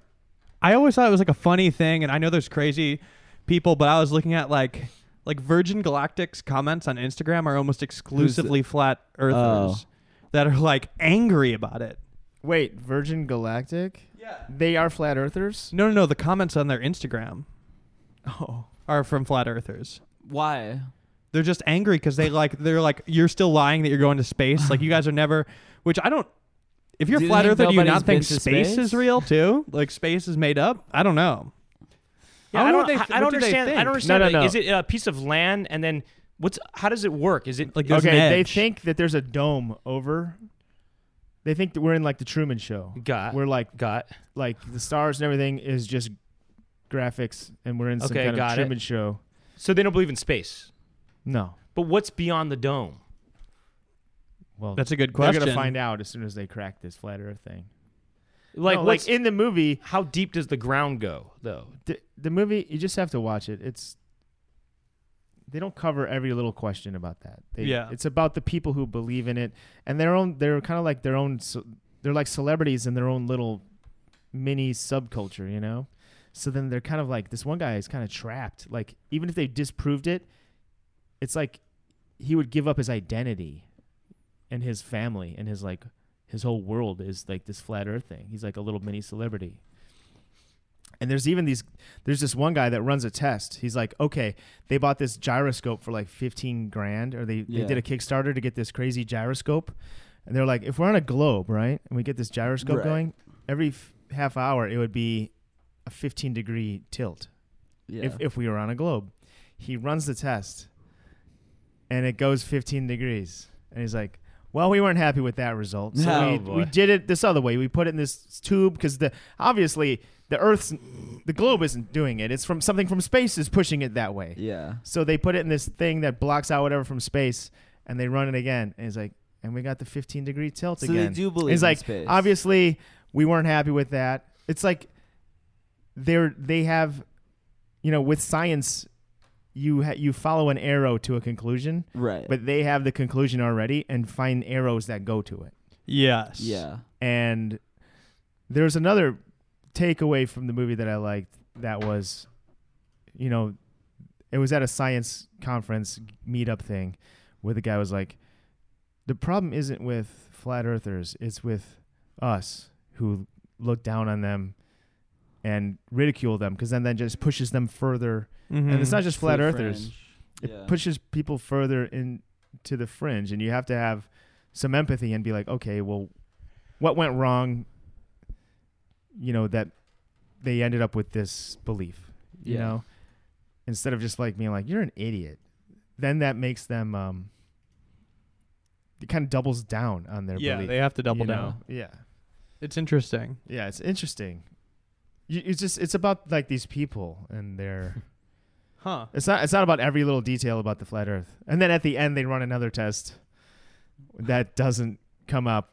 Speaker 1: I always thought it was like a funny thing, and I know there's crazy people, but I was looking at like like Virgin Galactic's comments on Instagram are almost exclusively flat
Speaker 2: Oh.
Speaker 1: earthers that are like angry about it.
Speaker 3: Wait, Virgin Galactic? Yeah. They are flat earthers?
Speaker 1: No, no, no. The comments on their Instagram
Speaker 3: Oh.
Speaker 1: are from flat earthers.
Speaker 2: Why?
Speaker 1: They're just angry because they like they're like you're still lying that you're going to space. Like you guys are never. Which I don't. If you're
Speaker 2: Do
Speaker 1: a
Speaker 2: you
Speaker 1: flat
Speaker 2: think
Speaker 1: earther, do you
Speaker 2: nobody's
Speaker 1: not think
Speaker 2: been to
Speaker 1: space,
Speaker 2: space?
Speaker 1: is real too? Like space is made up? I don't know.
Speaker 4: Yeah, I
Speaker 1: wonder
Speaker 4: don't.
Speaker 1: what they
Speaker 4: I-
Speaker 1: th-
Speaker 4: I don't
Speaker 1: what do they
Speaker 4: understand. I
Speaker 1: think.
Speaker 4: don't
Speaker 3: No,
Speaker 4: understand.
Speaker 3: no,
Speaker 4: like,
Speaker 3: no.
Speaker 4: Is it a piece of land and then what's? How does it work? Is it
Speaker 1: Like,
Speaker 4: like?
Speaker 1: there's an
Speaker 3: okay, they
Speaker 1: edge.
Speaker 3: think that there's a dome over. They think that we're in like the Truman Show.
Speaker 4: Got.
Speaker 3: We're like
Speaker 4: Got.
Speaker 3: like the stars and everything is just graphics, and we're in some
Speaker 4: Okay,
Speaker 3: kind
Speaker 4: got
Speaker 3: of
Speaker 4: it.
Speaker 3: Truman Show.
Speaker 4: So they don't believe in space.
Speaker 3: No.
Speaker 4: But what's beyond the dome?
Speaker 3: Well,
Speaker 1: That's a good
Speaker 3: We're
Speaker 1: question.
Speaker 3: gonna find out as soon as they crack this flat Earth thing.
Speaker 4: Like,
Speaker 3: No,
Speaker 4: like
Speaker 3: like in the movie,
Speaker 4: how deep does the ground go though?
Speaker 3: the, the movie you just have to watch it. It's they don't cover every little question about that. They,
Speaker 1: Yeah.
Speaker 3: it's about the people who believe in it and their own. They're kind of like their own. ce- They're like celebrities in their own little mini subculture, you know. So then they're kind of like this one guy is kind of trapped. Like even if they disproved it, it's like he would give up his identity and his family and his like his whole world is like this flat earth thing. He's like a little mini celebrity. And there's even these there's this one guy that runs a test. He's like, okay, they bought this gyroscope for like 15 grand, or they,
Speaker 2: Yeah.
Speaker 3: they did a Kickstarter to get this crazy gyroscope. And they're like, if we're on a globe, right, and we get this gyroscope
Speaker 2: Right.
Speaker 3: going, every f- half hour it would be a 15 degree tilt
Speaker 2: Yeah.
Speaker 3: if, if we were on a globe. He runs the test and it goes 15 degrees. And he's like, well, we weren't happy with that result. So
Speaker 2: No.
Speaker 3: we,
Speaker 4: Oh, boy.
Speaker 3: we did it this other way. We put it in this tube because the obviously the Earth's the globe isn't doing it. It's from something from space is pushing it that way.
Speaker 2: yeah.
Speaker 3: So they put it in this thing that blocks out whatever from space, and they run it again. And he's like, and we got the 15 degree tilt
Speaker 2: So they
Speaker 3: again.
Speaker 2: do believe
Speaker 3: He's
Speaker 2: in
Speaker 3: like,
Speaker 2: space.
Speaker 3: obviously, we weren't happy with that. It's like they're they have, you know, with science, you ha- you follow an arrow to a conclusion,
Speaker 2: Right.
Speaker 3: but they have the conclusion already and find arrows that go to it.
Speaker 1: Yes.
Speaker 2: yeah.
Speaker 3: And there's another takeaway from the movie that I liked that was, you know, it was at a science conference meetup thing where the guy was like, the problem isn't with flat earthers, it's with us who look down on them and ridicule them because then that just pushes them further.
Speaker 1: Mm-hmm.
Speaker 3: And it's not just flat
Speaker 2: Free
Speaker 3: earthers
Speaker 2: fringe.
Speaker 3: it
Speaker 2: Yeah.
Speaker 3: pushes people further into the fringe and you have to have some empathy and be like okay well what went wrong you know that they ended up with this belief you
Speaker 2: Yeah.
Speaker 3: know instead of just like being like you're an idiot then that makes them um it kind of doubles down on their
Speaker 1: yeah,
Speaker 3: belief
Speaker 1: they have to double
Speaker 3: you know?
Speaker 1: down.
Speaker 3: yeah
Speaker 1: It's interesting.
Speaker 3: yeah it's interesting you, it's just it's about like these people and their
Speaker 1: Huh.
Speaker 3: It's not. It's not about every little detail about the flat Earth. And then at the end, they run another test that doesn't come up,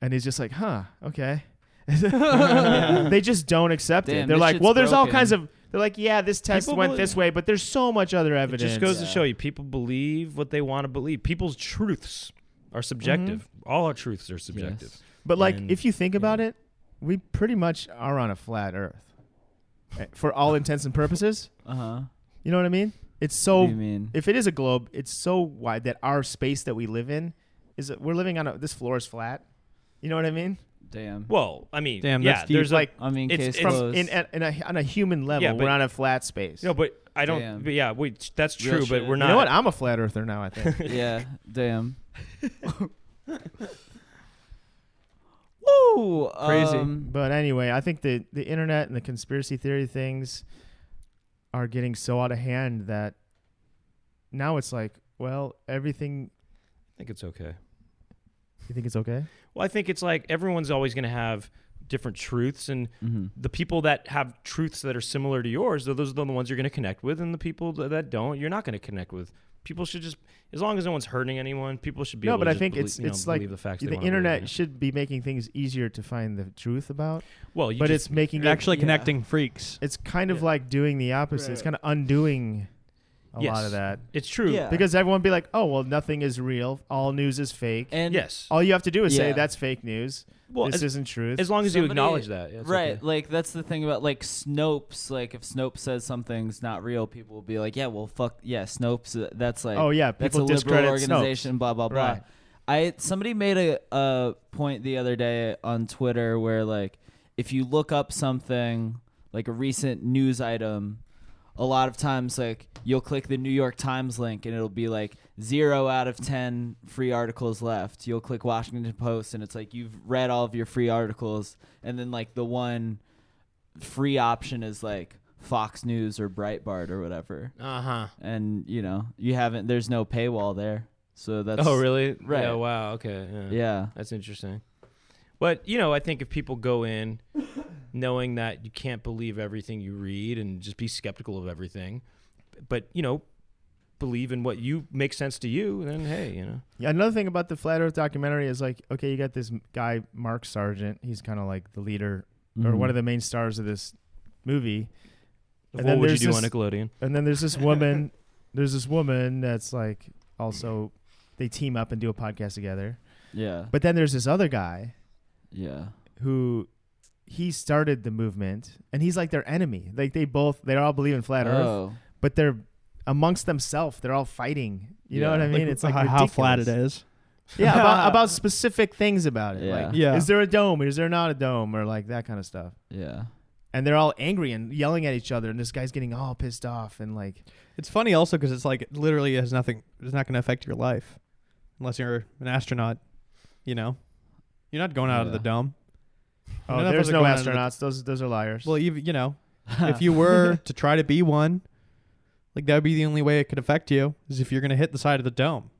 Speaker 3: and he's just like, "Huh, okay."
Speaker 2: Uh-huh.
Speaker 3: they just don't accept it.
Speaker 2: Damn,
Speaker 3: They're
Speaker 2: this
Speaker 3: like,
Speaker 2: shit's
Speaker 3: "Well, there's all
Speaker 2: broken."
Speaker 3: kinds of." They're like, "Yeah, this test
Speaker 4: People
Speaker 3: went
Speaker 4: believe-
Speaker 3: this way, but there's so much other
Speaker 4: It
Speaker 3: evidence."
Speaker 4: just goes
Speaker 2: Yeah.
Speaker 4: to show you people believe what they want to believe. People's truths are subjective.
Speaker 3: Mm-hmm.
Speaker 4: All our truths are subjective.
Speaker 2: Yes.
Speaker 3: but like,
Speaker 4: and-
Speaker 3: if you think
Speaker 4: yeah.
Speaker 3: about it, we pretty much are on a flat Earth, eh, for all intents and purposes.
Speaker 2: Uh-huh.
Speaker 3: You know what I mean? It's
Speaker 2: What
Speaker 3: so
Speaker 2: do you mean?
Speaker 3: if it is a globe, it's so wide that our space that we live in is we're living on a, this floor is flat. You know what I mean?
Speaker 2: Damn.
Speaker 4: Well, I mean,
Speaker 1: Damn,
Speaker 4: yeah,
Speaker 1: that's deep.
Speaker 4: there's
Speaker 3: like
Speaker 4: a,
Speaker 2: I mean,
Speaker 4: it's-
Speaker 2: case
Speaker 4: it's
Speaker 3: from
Speaker 2: closed.
Speaker 3: in, at- in a, on a human level,
Speaker 4: Yeah, but-
Speaker 3: we're on a flat space.
Speaker 4: no, but I don't.
Speaker 2: Damn.
Speaker 4: But yeah, wait, that's
Speaker 2: Real
Speaker 4: true. But
Speaker 2: shit.
Speaker 4: we're
Speaker 2: You
Speaker 4: not.
Speaker 3: you know what? I'm a flat earther now. I think.
Speaker 2: yeah. Damn. Woo.
Speaker 1: Crazy.
Speaker 2: um,
Speaker 3: but anyway, I think the the internet and the conspiracy theory things are getting so out of hand that now it's like, well, everything.
Speaker 4: I think it's okay.
Speaker 3: You think it's okay?
Speaker 4: Well, I think it's like everyone's always going to have different truths, and
Speaker 2: mhm.
Speaker 4: the people that have truths that are similar to yours, tho- those are the ones you're going to connect with, and the people tha- that don't, you're not going to connect with. People should just, as long as no one's hurting anyone, people should be.
Speaker 3: no, but
Speaker 4: able to
Speaker 3: I
Speaker 4: just
Speaker 3: think
Speaker 4: belie-
Speaker 3: it's
Speaker 4: you know,
Speaker 3: it's like
Speaker 4: believe the facts. they
Speaker 3: the
Speaker 4: wanna believe,
Speaker 3: internet
Speaker 4: you know?
Speaker 3: should be making things easier to find the truth about,
Speaker 4: Well, you
Speaker 3: but
Speaker 4: just-
Speaker 3: it's making
Speaker 1: You're
Speaker 3: it
Speaker 1: actually
Speaker 2: yeah.
Speaker 1: connecting freaks.
Speaker 3: it's kind of
Speaker 4: Yeah.
Speaker 3: like doing the opposite. It's kind of undoing a lot
Speaker 4: Yes.
Speaker 3: of that
Speaker 4: it's true.
Speaker 2: Yeah.
Speaker 3: because everyone be like, "Oh, well, nothing is real. All news is fake."
Speaker 2: And
Speaker 4: Yes.
Speaker 3: All you have to do is say
Speaker 2: Yeah.
Speaker 3: that's fake news.
Speaker 4: Well,
Speaker 3: this
Speaker 4: as,
Speaker 3: isn't truth.
Speaker 4: as long as you
Speaker 2: Somebody-
Speaker 4: acknowledge that, yeah, it's
Speaker 2: right,
Speaker 4: okay.
Speaker 2: like that's the thing about like Snopes. Like if Snopes says something's not real, people will be like, "Yeah, well, fuck, yeah, Snopes." uh, That's like,
Speaker 3: oh yeah,
Speaker 2: that's
Speaker 3: people
Speaker 2: a liberal
Speaker 3: discredit
Speaker 2: organization." Blah blah blah.
Speaker 3: Right.
Speaker 2: I somebody made a, a point the other day on Twitter where like if you look up something like a recent news item, a lot of times like you'll click the New York Times link and it'll be like zero out of ten free articles left. You'll click Washington Post and it's like you've read all of your free articles and then like the one free option is like Fox News or Breitbart or whatever.
Speaker 3: Snopes. Uh huh.
Speaker 4: Uh-huh.
Speaker 2: And you know, you haven't there's no paywall there. So that's
Speaker 4: Oh, really?
Speaker 2: Right.
Speaker 4: Yeah, wow. Okay. Yeah.
Speaker 2: Yeah.
Speaker 4: That's interesting. But you know, I think if people go in knowing that you can't believe everything you read and just be skeptical of everything, but you know, believe in what you makes sense to you, then hey, you know,
Speaker 3: Yeah, another thing about the flat Earth documentary is like, okay, you got this m- guy Mark Sargent. He's kind of like the leader or one
Speaker 4: Mm-hmm.
Speaker 3: of
Speaker 2: Mm-hmm.
Speaker 3: the main stars of this movie. And
Speaker 4: what
Speaker 3: then
Speaker 4: would you
Speaker 3: there's
Speaker 4: do on
Speaker 3: this-
Speaker 4: Nickelodeon?
Speaker 3: And then there's this woman. there's this woman that's like also they team up and do a podcast together.
Speaker 2: Yeah.
Speaker 3: But then there's this other guy
Speaker 2: yeah.
Speaker 3: who he started the movement and he's like their enemy. Like they both they all believe in flat earth,
Speaker 2: oh.
Speaker 3: but they're amongst themselves. They're all fighting. You know
Speaker 2: Yeah.
Speaker 3: what I mean? it's like
Speaker 1: how, how flat it
Speaker 3: ridiculous.
Speaker 1: is.
Speaker 3: Yeah, about, about specific things about it. Like
Speaker 1: Yeah.
Speaker 3: is there a dome? Is there not a dome or like that kind of stuff.
Speaker 2: Yeah.
Speaker 3: And they're all angry and yelling at each other and this guy's getting all pissed off and like
Speaker 1: It's funny also because it's like it literally has nothing. It's not going to affect your life unless you're an astronaut. You know, you're not going out of the
Speaker 2: Yeah.
Speaker 1: dome.
Speaker 3: oh,
Speaker 1: None of
Speaker 3: there's
Speaker 1: us are
Speaker 3: no
Speaker 1: going out of the-
Speaker 3: astronauts. Those those are liars.
Speaker 1: Well, you you know, if you were to try to be one, like that would be the only way it could affect you is if you're going to hit the side of the dome.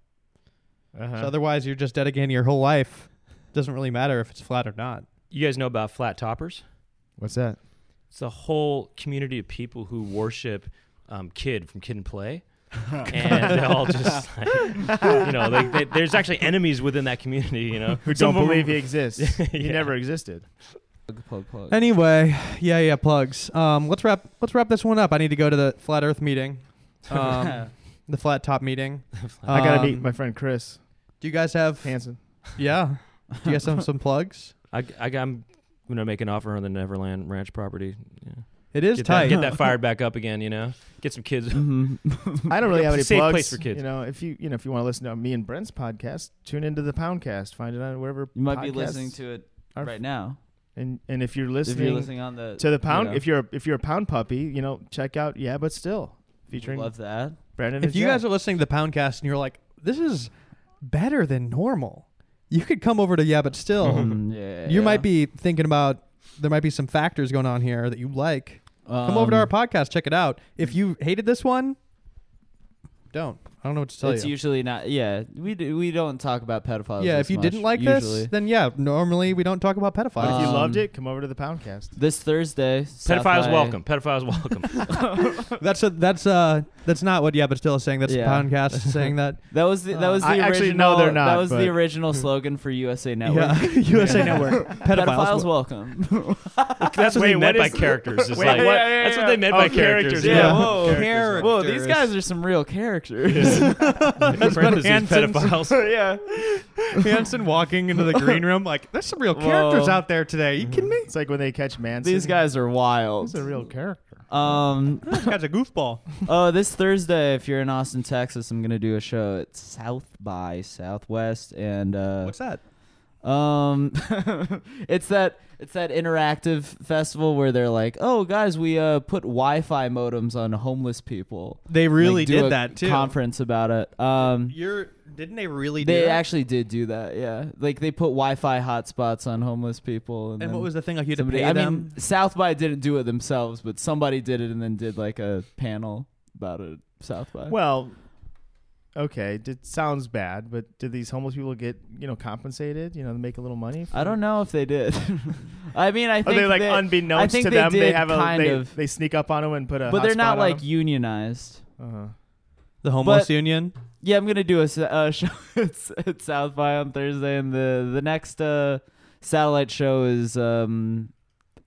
Speaker 3: uh-huh.
Speaker 1: So otherwise, you're just dedicating your whole life. Doesn't really matter if it's flat or not.
Speaker 4: You guys know about flat toppers?
Speaker 3: What's that?
Speaker 4: It's a whole community of people who worship um, Kid from Kid and Play. and they all just, like, you know, they, they, there's actually enemies within that community, you know,
Speaker 3: Who
Speaker 4: Some
Speaker 3: don't
Speaker 4: of them-
Speaker 3: believe he exists. He
Speaker 4: Yeah.
Speaker 3: never existed.
Speaker 2: Plug, plug, plug.
Speaker 1: Anyway, yeah, yeah, plugs. Um, let's wrap. Let's wrap this one up. I need to go to the flat Earth meeting, um, the flat top meeting.
Speaker 3: I gotta meet
Speaker 1: Um,
Speaker 3: my friend Chris
Speaker 1: Do you guys have?
Speaker 3: Hansen.
Speaker 1: Yeah. Do you guys have some plugs?
Speaker 4: Uh, I, am gonna make an offer on the Neverland Ranch property. Yeah.
Speaker 1: It is
Speaker 4: Get,
Speaker 1: tight.
Speaker 4: that, get that fired back up again. You know, get some kids.
Speaker 2: Mhm.
Speaker 3: I don't really have any
Speaker 4: Safe
Speaker 3: plugs.
Speaker 4: place for kids.
Speaker 3: You know, if you you know if you want to listen to me and Brent's podcast, tune into the Poundcast. Find it on wherever
Speaker 2: you might be
Speaker 3: podcasts
Speaker 2: listening to it
Speaker 3: are-
Speaker 2: right now.
Speaker 3: And and if you're
Speaker 2: If
Speaker 3: listening,
Speaker 2: you're listening on the
Speaker 3: to the pound,
Speaker 2: you know,
Speaker 3: if you're a, if you're a pound puppy, you know check out yeah, but still featuring
Speaker 2: love that.
Speaker 3: Brandon.
Speaker 1: if you guys are listening to the Poundcast and you're like, this is better than normal, you could come over to Yeah, but still,
Speaker 2: Mm, yeah, yeah.
Speaker 1: you might be thinking about there might be some factors going on here that you like. Come over to
Speaker 2: Um,
Speaker 1: our podcast, check it out. If you hated this one, don't. I don't know what to tell
Speaker 2: it's
Speaker 1: you.
Speaker 2: usually not. Yeah, we do, we don't talk about pedophiles.
Speaker 1: yeah,
Speaker 2: this
Speaker 1: if you
Speaker 2: much,
Speaker 1: didn't like
Speaker 2: usually.
Speaker 1: this, then yeah, normally we don't talk about pedophiles.
Speaker 3: But if you
Speaker 2: Um,
Speaker 3: loved it, come over to the Poundcast.
Speaker 2: this Thursday, South
Speaker 4: Pedophiles
Speaker 2: by-
Speaker 4: welcome. Pedophiles welcome.
Speaker 1: that's a, that's uh that's not what yeah, but still is saying. That's
Speaker 2: Yeah.
Speaker 1: Poundcast is saying that.
Speaker 2: That was the, that was the
Speaker 3: I
Speaker 2: original.
Speaker 3: actually- no, they're not,
Speaker 2: That was
Speaker 3: but-
Speaker 2: the original slogan for USA Network.
Speaker 1: Yeah, USA Network. Pedophiles.
Speaker 2: Pedophiles
Speaker 1: wel-
Speaker 2: welcome.
Speaker 4: That's what
Speaker 3: Wait,
Speaker 4: they meant
Speaker 3: what
Speaker 4: by
Speaker 3: is-
Speaker 4: characters. Is
Speaker 3: Wait,
Speaker 4: like
Speaker 3: yeah,
Speaker 4: what?
Speaker 3: yeah,
Speaker 4: that's what
Speaker 3: yeah.
Speaker 4: they meant
Speaker 3: Oh,
Speaker 4: by
Speaker 3: characters,
Speaker 4: characters.
Speaker 2: yeah. Whoa.
Speaker 1: Characters.
Speaker 2: Whoa, these guys are some real characters.
Speaker 4: That's parentheses,
Speaker 1: Hansen's-
Speaker 4: pedophiles.
Speaker 3: yeah,
Speaker 1: Hanson walking into the green room like there's some real characters
Speaker 2: Whoa.
Speaker 1: out there today. You kidding me?
Speaker 3: it's like when they catch Manson.
Speaker 2: these guys are
Speaker 3: He's
Speaker 2: wild.
Speaker 3: a real character.
Speaker 2: Um,
Speaker 1: This guy's a goofball.
Speaker 2: oh, this Thursday, if you're in Austin, Texas, I'm gonna do a show at South by Southwest, and uh,
Speaker 1: What's that?
Speaker 2: Um, it's that it's that interactive festival where they're like, "Oh, guys, we uh put Wi-Fi modems on homeless people."
Speaker 1: They really
Speaker 2: Like, do
Speaker 1: did
Speaker 2: a
Speaker 1: that too.
Speaker 2: Conference about it. Um,
Speaker 1: You're didn't they really do
Speaker 2: they
Speaker 1: that?
Speaker 2: actually did do that. Yeah, like they put Wi-Fi hotspots on homeless people. And,
Speaker 1: and
Speaker 2: then
Speaker 1: what was the thing like you had
Speaker 2: somebody-
Speaker 1: to pay
Speaker 2: I
Speaker 1: them?
Speaker 2: mean, South by didn't do it themselves, but somebody did it and then did like a panel about it. at South by.
Speaker 3: Well, okay, it sounds bad, but did these homeless people get you know compensated? You know, make a little money.
Speaker 2: I don't know if they did. I mean, I
Speaker 3: Are
Speaker 2: think
Speaker 3: they like
Speaker 2: they- I
Speaker 3: unbeknownst
Speaker 2: think
Speaker 3: to them? They
Speaker 2: did
Speaker 3: have a
Speaker 2: kind
Speaker 3: they,
Speaker 2: of,
Speaker 3: they sneak up on them and put a.
Speaker 2: but they're
Speaker 3: hotspot
Speaker 2: not
Speaker 3: on
Speaker 2: like
Speaker 3: 'em?
Speaker 2: unionized.
Speaker 3: Uh-huh.
Speaker 1: the homeless
Speaker 2: but-
Speaker 1: union.
Speaker 2: Yeah, I'm gonna do a s- uh, show at, s- at South by on Thursday, and the the next uh, satellite show is um,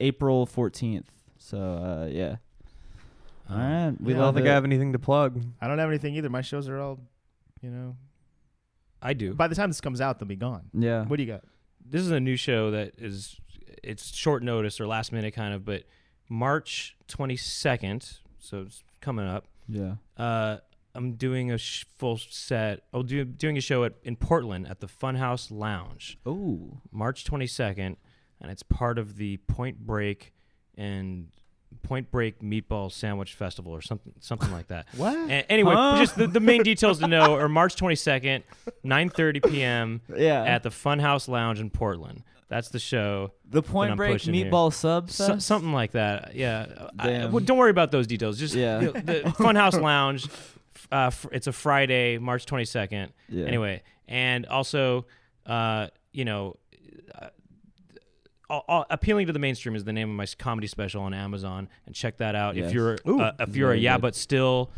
Speaker 2: April 14th. So uh, yeah,
Speaker 1: Oh.
Speaker 2: all right, we
Speaker 3: Yeah,
Speaker 1: I don't
Speaker 2: love
Speaker 1: think
Speaker 2: it.
Speaker 1: I have anything to plug.
Speaker 3: I don't have anything either. My shows are all, you know.
Speaker 4: I do.
Speaker 3: By the time this comes out, they'll be gone.
Speaker 2: yeah,
Speaker 3: What do you got?
Speaker 4: This is a new show that is it's short notice or last minute kind of, but March 22nd, so it's coming up.
Speaker 2: yeah.
Speaker 4: Uh, I'm doing a sh- full set. I'll do doing a show at in Portland at the Funhouse Lounge,
Speaker 2: Oh,
Speaker 4: March 22nd, and it's part of the Point Break and Point Break Meatball Sandwich Festival or something something like that.
Speaker 3: What?
Speaker 4: A- anyway,
Speaker 2: Huh?
Speaker 4: just the, the main details to know are March 22nd, 9:30 p.m.
Speaker 2: yeah.
Speaker 4: at the Funhouse Lounge in Portland. That's the show.
Speaker 2: the
Speaker 4: that
Speaker 2: Point
Speaker 4: I'm
Speaker 2: Break
Speaker 4: pushing here.
Speaker 2: meatball sub
Speaker 4: So, something like that. Yeah. I-
Speaker 2: Damn.
Speaker 4: well, don't worry about those details. Just
Speaker 2: Yeah.
Speaker 4: you know, the Funhouse Lounge. Uh, fr- it's a Friday, March 22nd.
Speaker 2: Yeah.
Speaker 4: Anyway, and also, uh, you know, uh, all, all- appealing to the mainstream is the name of my s- comedy special on Amazon, and check that out
Speaker 2: Yes.
Speaker 4: if you're uh, if you're a
Speaker 2: very
Speaker 4: yeah
Speaker 2: good.
Speaker 4: but still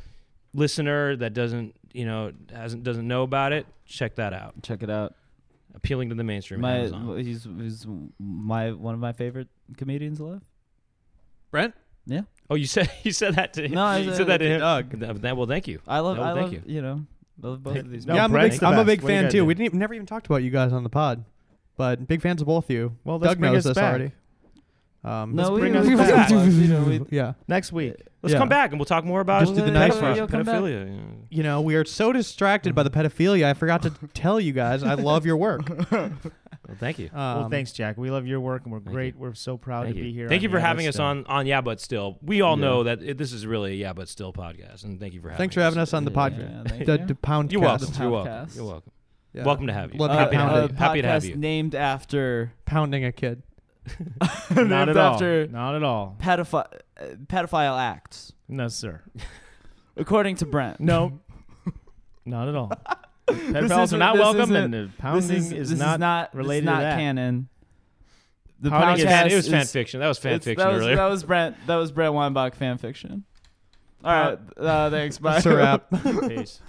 Speaker 4: listener that doesn't you know hasn't doesn't know about it. Check that out.
Speaker 2: Check it out.
Speaker 4: Appealing to the mainstream.
Speaker 2: My
Speaker 4: Amazon.
Speaker 2: he's he's my one of my favorite comedians. Left.
Speaker 1: Brent,
Speaker 2: Yeah,
Speaker 4: Oh, you said you said that to him.
Speaker 2: No, I
Speaker 4: you
Speaker 2: said
Speaker 4: said that
Speaker 2: it
Speaker 4: to him.
Speaker 1: Doug.
Speaker 4: Th- that- well, thank you.
Speaker 2: I love
Speaker 4: No,
Speaker 2: I
Speaker 4: thank
Speaker 2: love you,
Speaker 4: you.
Speaker 2: know I love both of these.
Speaker 3: No,
Speaker 1: yeah, I'm a big,
Speaker 3: Brent's the
Speaker 1: I'm a
Speaker 3: best.
Speaker 1: big
Speaker 3: What do you
Speaker 1: fan
Speaker 3: gotta
Speaker 1: too.
Speaker 3: do?
Speaker 1: We didn't even, never even talked about you guys on the pod, but big fans of both of you.
Speaker 3: Well, let's
Speaker 1: Doug
Speaker 3: bring
Speaker 1: knows
Speaker 3: us
Speaker 1: this
Speaker 3: back.
Speaker 1: already. Um,
Speaker 2: No,
Speaker 3: Let's
Speaker 2: we,
Speaker 3: bring us
Speaker 2: we-
Speaker 3: back.
Speaker 2: you know, we-
Speaker 1: yeah.
Speaker 3: Next week.
Speaker 4: Let's
Speaker 1: Yeah.
Speaker 4: come back and we'll talk more about
Speaker 1: Just do the nice
Speaker 4: pedophilia.
Speaker 1: one.
Speaker 2: You'll come back.
Speaker 4: pedophilia, yeah.
Speaker 1: You know, we are so distracted by the
Speaker 3: Mm-hmm.
Speaker 1: pedophilia. I forgot to tell you guys. I love your work. Um,
Speaker 4: Well, thank you.
Speaker 2: Uh, um,
Speaker 3: well, thanks, Jack. We love your work, and we're
Speaker 4: Thank
Speaker 3: great.
Speaker 4: you.
Speaker 3: We're so proud
Speaker 4: Thank
Speaker 3: to
Speaker 4: you.
Speaker 3: be here.
Speaker 4: Thank you
Speaker 3: on
Speaker 4: for
Speaker 3: Yeah, But
Speaker 4: having us
Speaker 3: Still.
Speaker 4: on on Yeah But Still. We all
Speaker 2: Yeah.
Speaker 4: know that it, this is really a Yeah But Still podcast, and thank you for having.
Speaker 1: Thanks for having us on the
Speaker 2: Yeah,
Speaker 1: podcast.
Speaker 2: thank
Speaker 1: the,
Speaker 2: you.
Speaker 1: the pound.
Speaker 4: You're
Speaker 1: cast.
Speaker 4: welcome. You're welcome.
Speaker 2: Podcast.
Speaker 4: You're welcome.
Speaker 1: Yeah.
Speaker 4: Welcome to have you.
Speaker 1: Love
Speaker 2: uh,
Speaker 1: happy,
Speaker 4: happy, to-
Speaker 1: to pound
Speaker 2: a
Speaker 1: it.
Speaker 4: happy to have
Speaker 2: podcast
Speaker 4: you.
Speaker 2: Named after
Speaker 1: pounding a kid.
Speaker 3: Not
Speaker 2: Named
Speaker 3: at all.
Speaker 2: after-
Speaker 3: Not at all.
Speaker 2: pedophi- uh, pedophile acts,
Speaker 3: No, sir.
Speaker 2: according to Brent.
Speaker 3: No. not at all. Pedophiles are
Speaker 2: isn't-
Speaker 3: not
Speaker 2: this
Speaker 3: welcome,
Speaker 2: isn't-
Speaker 3: and the pounding
Speaker 2: this is,
Speaker 3: is,
Speaker 2: this
Speaker 3: not,
Speaker 2: is not this
Speaker 3: related
Speaker 2: is not
Speaker 3: to that.
Speaker 2: canon. The
Speaker 3: Pounding
Speaker 4: It was
Speaker 3: is-
Speaker 4: fan-
Speaker 2: podcast
Speaker 4: it was fan
Speaker 2: is-
Speaker 4: fiction. That was fan
Speaker 2: it's-
Speaker 4: fiction
Speaker 2: that was,
Speaker 4: earlier.
Speaker 2: That was Brent. That was Brent Weinbach fan fiction. All right. Uh, thanks. Bye.
Speaker 1: That's a wrap.
Speaker 3: Peace.